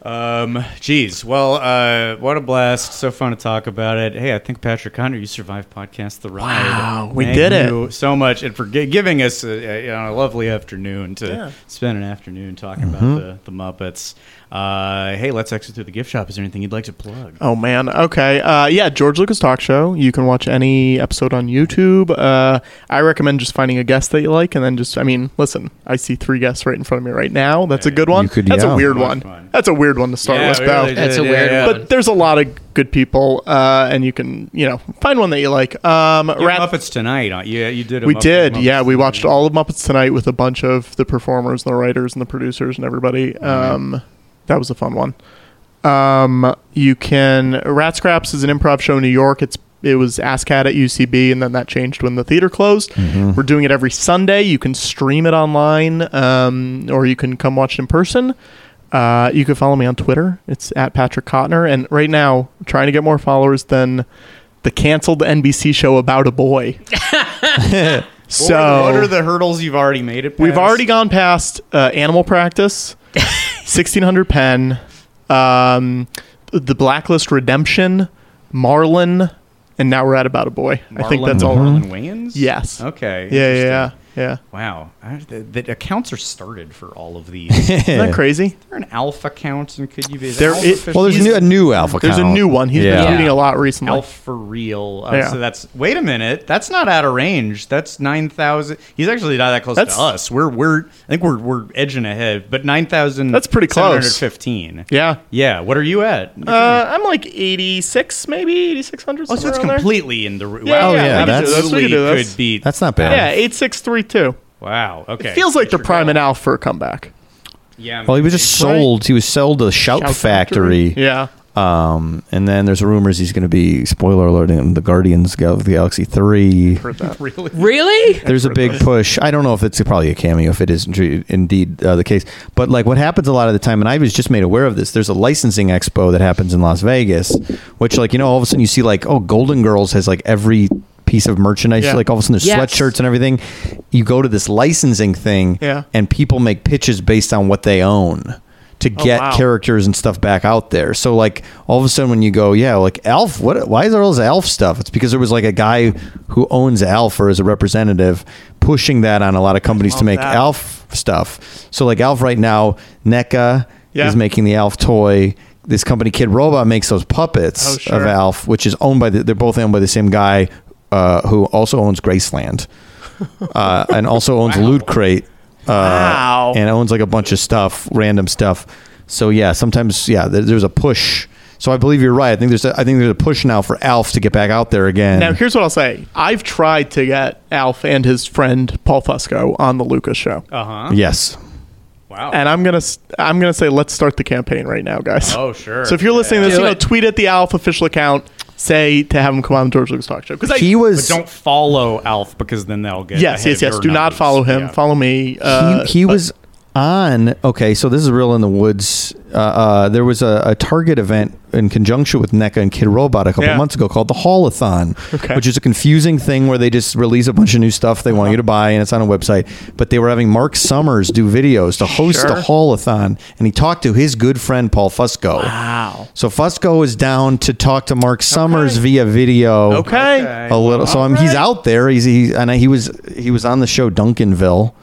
S2: Um, geez. Well, uh, what a blast. So fun to talk about it. Hey, I think Patrick Connor, you survived podcast The Ride.
S5: oh,
S4: Wow, we
S2: Thank
S4: did it.
S2: you so much and for gi- giving us a, a, you know, a lovely afternoon to
S4: Yeah. Mm-hmm.
S2: spend an afternoon talking
S5: Mhm.
S2: about the, the Muppets. Uh, hey, let's exit through the gift shop. Is there anything you'd like to plug?
S4: Oh man. Okay. Uh, yeah, George Lucas Talk Show. You can watch any episode on YouTube. Uh, I recommend just finding a guest that you like, and then just I mean, listen. I see three guests right in front of me right now. That's a good one.
S5: could-
S4: That's
S5: yeah.
S4: a
S2: <laughs>
S4: weird
S5: That's
S4: one. That's a weird one to start
S5: Yeah,
S4: with,
S5: we
S4: though.
S5: really That's did, a yeah, weird yeah. one.
S4: But there's a lot of good people, uh, and you can you know find one that you like. Um,
S2: Your
S4: Rat-
S2: Muppets tonight. uh, Yeah, you did. A
S4: we
S2: Muppet-
S4: did,
S2: Muppets
S4: yeah. We watched all of Muppets Tonight with a bunch of the performers, and the writers, and the producers, and everybody. Um, That was a fun one. Um, you can Rat Scraps is an improv show in New York. It's it was ASCAT at UCB, and then that changed when the theater closed.
S2: Mm-hmm.
S4: We're doing it every Sunday. You can stream it online, um, or you can come watch it in person. Uh, you can follow me on Twitter. It's at Patrick Cotner. And right now, trying to get more followers than the canceled NBC show about
S2: <laughs>
S4: a boy. <laughs>
S2: What were the-
S4: so
S2: what are the hurdles you've already made it?
S4: We've
S2: past?
S4: already gone past uh, animal practice,
S2: <laughs>
S4: 1600 pen, um, the blacklist redemption, Marlin, and now we're at about a boy. I think
S2: Marlon-
S4: that's
S5: <laughs>
S4: all.
S2: Marlon Wayans.
S4: Yes.
S2: Okay.
S4: Yeah, yeah,
S2: interesting.
S4: yeah, yeah.
S2: Wow, I, the, the accounts are started for all of these. Isn't
S4: that crazy?
S2: Is there an alpha count, and could you be
S4: There
S2: alpha
S4: is-
S2: fish-
S4: well, there's
S2: he's-
S4: new- a new alpha There's a count. new one. He's
S2: He's
S4: been Yeah. tweeting a lot recently.
S2: Alpha for real. Uh,
S4: Yeah.
S2: So that's wait a minute. That's not out of range. That's nine thousand. He's actually not that close
S4: That's-
S2: to us. We're we're I think we're we're edging ahead, but nine thousand. That's
S4: pretty close.
S2: Fifteen.
S4: Yeah.
S2: Yeah. What are you at?
S4: Uh, I'm like 86, maybe 8600.
S2: Oh, so it's
S4: somewhere around there.
S2: completely in the.
S4: Yeah,
S2: wow,
S4: Oh, yeah, we could do
S2: absolutely
S4: this, we could do this.
S2: could be.
S5: That's not
S4: Yeah, 8632.
S2: Wow. Okay.
S4: Feels like the prime and alpha for a comeback.
S2: Yeah.
S5: Well, he was just sold. He was sold to Shout,
S4: Shout
S5: Factory.
S4: Factory. Yeah.
S5: Um, and then there's rumors he's going to be spoiler alert in the Guardians of the Galaxy three.
S2: <laughs> really?
S3: Really?
S5: <laughs> There's a big push. I don't know if it's probably a cameo, if it is intri- indeed uh, the case. But like what happens a lot of the time, and I was just made aware of this. There's a licensing expo that happens in Las Vegas, which like you know all of a sudden you see like oh Golden Girls has like every piece of merchandise
S4: Yeah.
S5: like all of a sudden there's
S4: Yes.
S5: sweatshirts and everything. You go to this licensing thing,
S4: Yeah.
S5: and people make pitches based on what they own to
S4: Oh,
S5: get
S4: wow.
S5: characters and stuff back out there. So like all of a sudden when you go, yeah, like Alf, what? Why is there all this Alf stuff? It's because there was like a guy who owns Alf or is a representative pushing that on a lot of companies to
S4: Love
S5: make
S4: that.
S5: Alf stuff. So like Alf right now, NECA
S4: Yeah.
S5: is making the Alf toy. This company Kid Robot makes those puppets
S4: Oh, sure.
S5: of Alf, which is owned by the, they're both owned by the same guy uh, who also owns
S4: <laughs>
S5: Graceland uh, and also owns Loot Crate. Uh,
S4: Wow.
S5: And owns like a bunch of stuff, random stuff. So yeah, sometimes yeah, there, there's a push. So I believe you're right. I think there's a, I think there's a push now for Alf to get back out there again.
S4: Now, here's what I'll say. I've tried to get Alf and his friend Paul Fusco on the Lucas show.
S2: Uh
S5: yes.
S2: Wow.
S4: And I'm gonna s- I'm gonna say let's start the campaign right now, guys.
S2: Oh, sure.
S4: So if you're
S2: Yeah.
S4: listening to this,
S2: Do
S4: you know,
S2: it.
S4: tweet at the Alf official account, say to have him come on the George Lucas Talk Show because
S5: He was-
S2: But don't follow Alf because then they'll get.
S4: yes,
S2: ahead
S4: yes,
S2: of
S4: yes.
S2: your
S4: Do not
S2: numbers.
S4: follow him. Follow me. Uh,
S5: he, he was on okay so this is real in the woods uh, uh, there was a, a target event in conjunction with NECA and Kid Robot a couple
S4: Yeah.
S5: months ago called the Holothon,
S4: Okay. Uh-huh.
S5: which is a confusing thing where they just release a bunch of new stuff they want you to buy and it's on a website. But they were having Mark Summers do videos to host
S4: Sure.
S5: a Holothon, and he talked to his good friend Paul Fusco.
S4: Wow.
S5: So Fusco is down to talk to Mark Summers via video.
S4: Okay.
S5: A little. So I mean, he's out there. He's he and he was he was on the show Duncanville.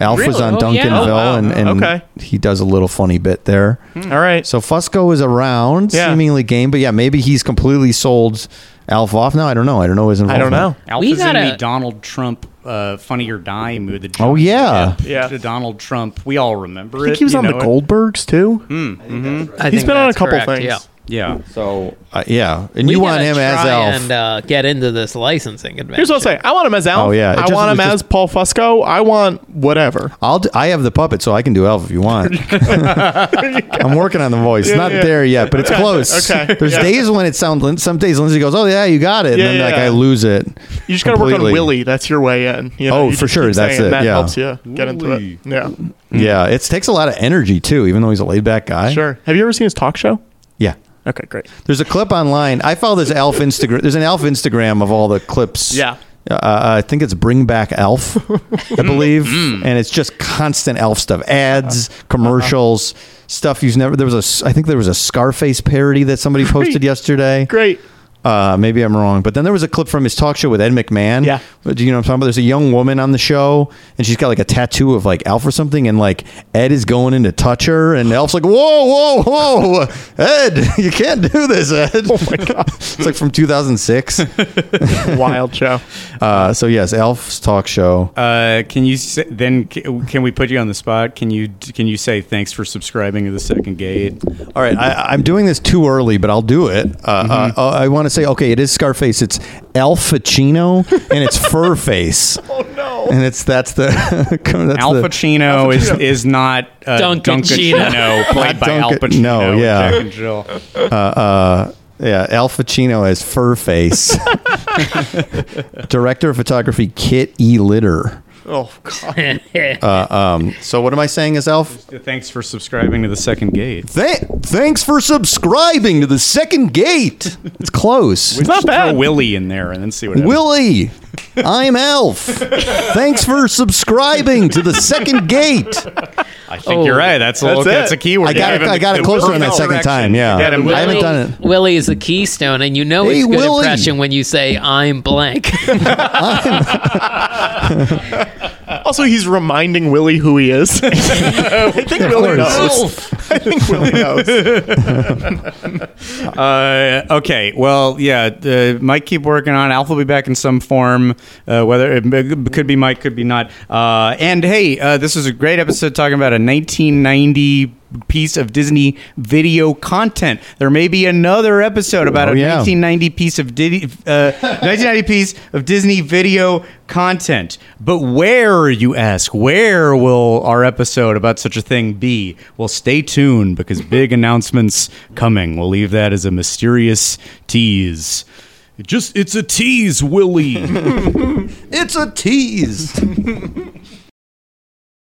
S5: Alf was
S4: Really?
S5: on
S4: Oh, yeah.
S5: Duncanville,
S4: Oh, wow.
S5: and, and
S4: Okay. Hmm.
S5: he does a little funny bit there.
S4: All right.
S5: So Fusco is around,
S4: Yeah.
S5: seemingly game, but yeah, maybe he's completely sold Alf off now. I don't know. I don't know his
S4: I
S5: involvement.
S4: don't know.
S2: Alf
S3: We
S2: is in
S3: gotta-
S2: the Donald Trump uh, "Funny or Die" mood. The
S5: Oh,
S2: Johnny
S5: yeah.
S2: Depp
S4: Yeah.
S2: to Donald Trump. We all remember
S4: I think
S2: it,
S4: he was
S2: you
S4: on the
S2: know it.
S4: Goldbergs too.
S2: Mm, mhm.
S3: I
S4: He's
S3: think
S4: been on a
S3: that's
S4: couple
S3: correct,
S4: things.
S3: Yeah.
S2: Yeah.
S5: So uh, yeah, and
S3: We
S5: you want
S3: gotta
S5: him as
S3: try
S5: Alf?
S3: and uh, get into this licensing adventure.
S4: Here's what I'll say. I want him as Alf.
S5: Oh, yeah. It
S4: I
S5: just-
S4: want him
S5: it just-
S4: as Paul Fusco. I want whatever.
S5: I'll d- I have the puppet, so I can do Alf if you
S4: <laughs>
S5: want. <laughs> I'm working on the voice.
S4: Yeah,
S5: Not
S4: yeah.
S5: there yet, but it's
S4: Okay,
S5: close.
S4: okay,
S5: <laughs> There's
S4: yeah.
S5: days when it sounds. Some days Lindsay goes, "Oh yeah, you got it," and
S4: Yeah,
S5: then
S4: yeah,
S5: like
S4: yeah.
S5: I lose it.
S4: You just got to work on
S5: completely.
S4: Willie. That's your way in. You know,
S5: Oh,
S4: you
S5: for
S4: just
S5: sure,
S4: keep
S5: that's
S4: saying
S5: it,
S4: That
S5: yeah.
S4: helps you get into it. Yeah.
S5: Yeah, it takes a lot of energy too, even though he's a laid back guy.
S4: Sure. Have you ever seen his talk show?
S5: Yeah.
S4: Okay, great.
S5: There's a clip online. I follow this Alf Instagram. There's an Alf Instagram of all the clips.
S4: Yeah. Mm.
S5: Uh, Uh, I think it's Bring Back Alf, I believe, and it's just constant Alf stuff, ads, commercials, stuff you've never. There was a. s- I think there was a Scarface parody that somebody posted
S4: <laughs> Great.
S5: yesterday.
S4: Great.
S5: Uh, maybe I'm wrong, but then there was a clip from his talk show with Ed McMahon. Yeah, do you know what I'm talking about? There's a young woman on the show, and she's got like a tattoo of like Alf or something, and like Ed is going in to touch her, and Alf's like, "Whoa, whoa, whoa, Ed, <laughs> you can't do this, Ed." Oh my god, <laughs> it's like from <laughs> 2006.
S4: Wild show.
S5: Uh, so yes, Alf's talk show.
S2: <laughs> Uh, can you say, then? Can we put you on the spot? Can you can you say thanks for subscribing to the second gate?
S5: All right, I, I'm doing this too early, but I'll do it. Uh, uh, uh, I want to say, okay, it is Scarface. It's Al Pacino and it's Fur Face. <laughs> Oh no! And it's that's the <laughs> that's
S2: Al
S5: the-
S2: Pacino is is not uh,
S3: Duncan Chino.
S5: <laughs>
S2: Chino, played
S5: Not
S2: by Al
S5: Duncan-
S2: Pacino.
S5: No,
S2: in
S5: yeah.
S2: Jack and Jill.
S5: Uh, uh, yeah, Al Pacino as Fur Face. Director of photography Kit E. Litter.
S4: Oh god.
S5: Uh, um, so what am I saying as Alf?
S2: Thanks for subscribing to the second gate.
S5: Th- thanks for subscribing to the second gate. It's close.
S2: We should Throw Willie in there and then see what happens.
S5: Willie, I'm Alf. Thanks for subscribing to the second gate.
S2: I think
S4: Oh.
S2: you're right. That's a little, that's a keyword.
S5: Oh. I
S2: You
S5: got
S2: gave
S5: it.
S2: him
S5: I got
S2: the-
S5: it
S2: the
S5: closer on that
S2: perfect
S5: second
S2: direction.
S5: time. Yeah,
S2: You got him
S5: I haven't
S2: Willie.
S5: done it.
S3: Willie is the keystone, and you know
S5: Hey,
S3: it's a good
S5: Willie.
S3: impression when you say "I'm blank." <laughs>
S4: Also, he's reminding Willie who he is. <laughs> I think
S3: Of course.
S4: Willie knows. I think Willie knows.
S2: uh, okay. Well, yeah. Uh, Mike, keep working on. it. Alf will be back in some form. Uh, whether it m- could be Mike, could be not. Uh, and hey, uh, this was a great episode talking about a 1990 piece of Disney video content. There may be another episode about
S5: Oh,
S2: a
S5: yeah.
S2: 1990 piece of Didi, uh, 1990 piece of Disney video content. But where, you ask, where will our episode about such a thing be? Well, stay tuned because big announcements coming. We'll leave that as a mysterious tease. It just it's a tease, Willie.
S5: It's a tease.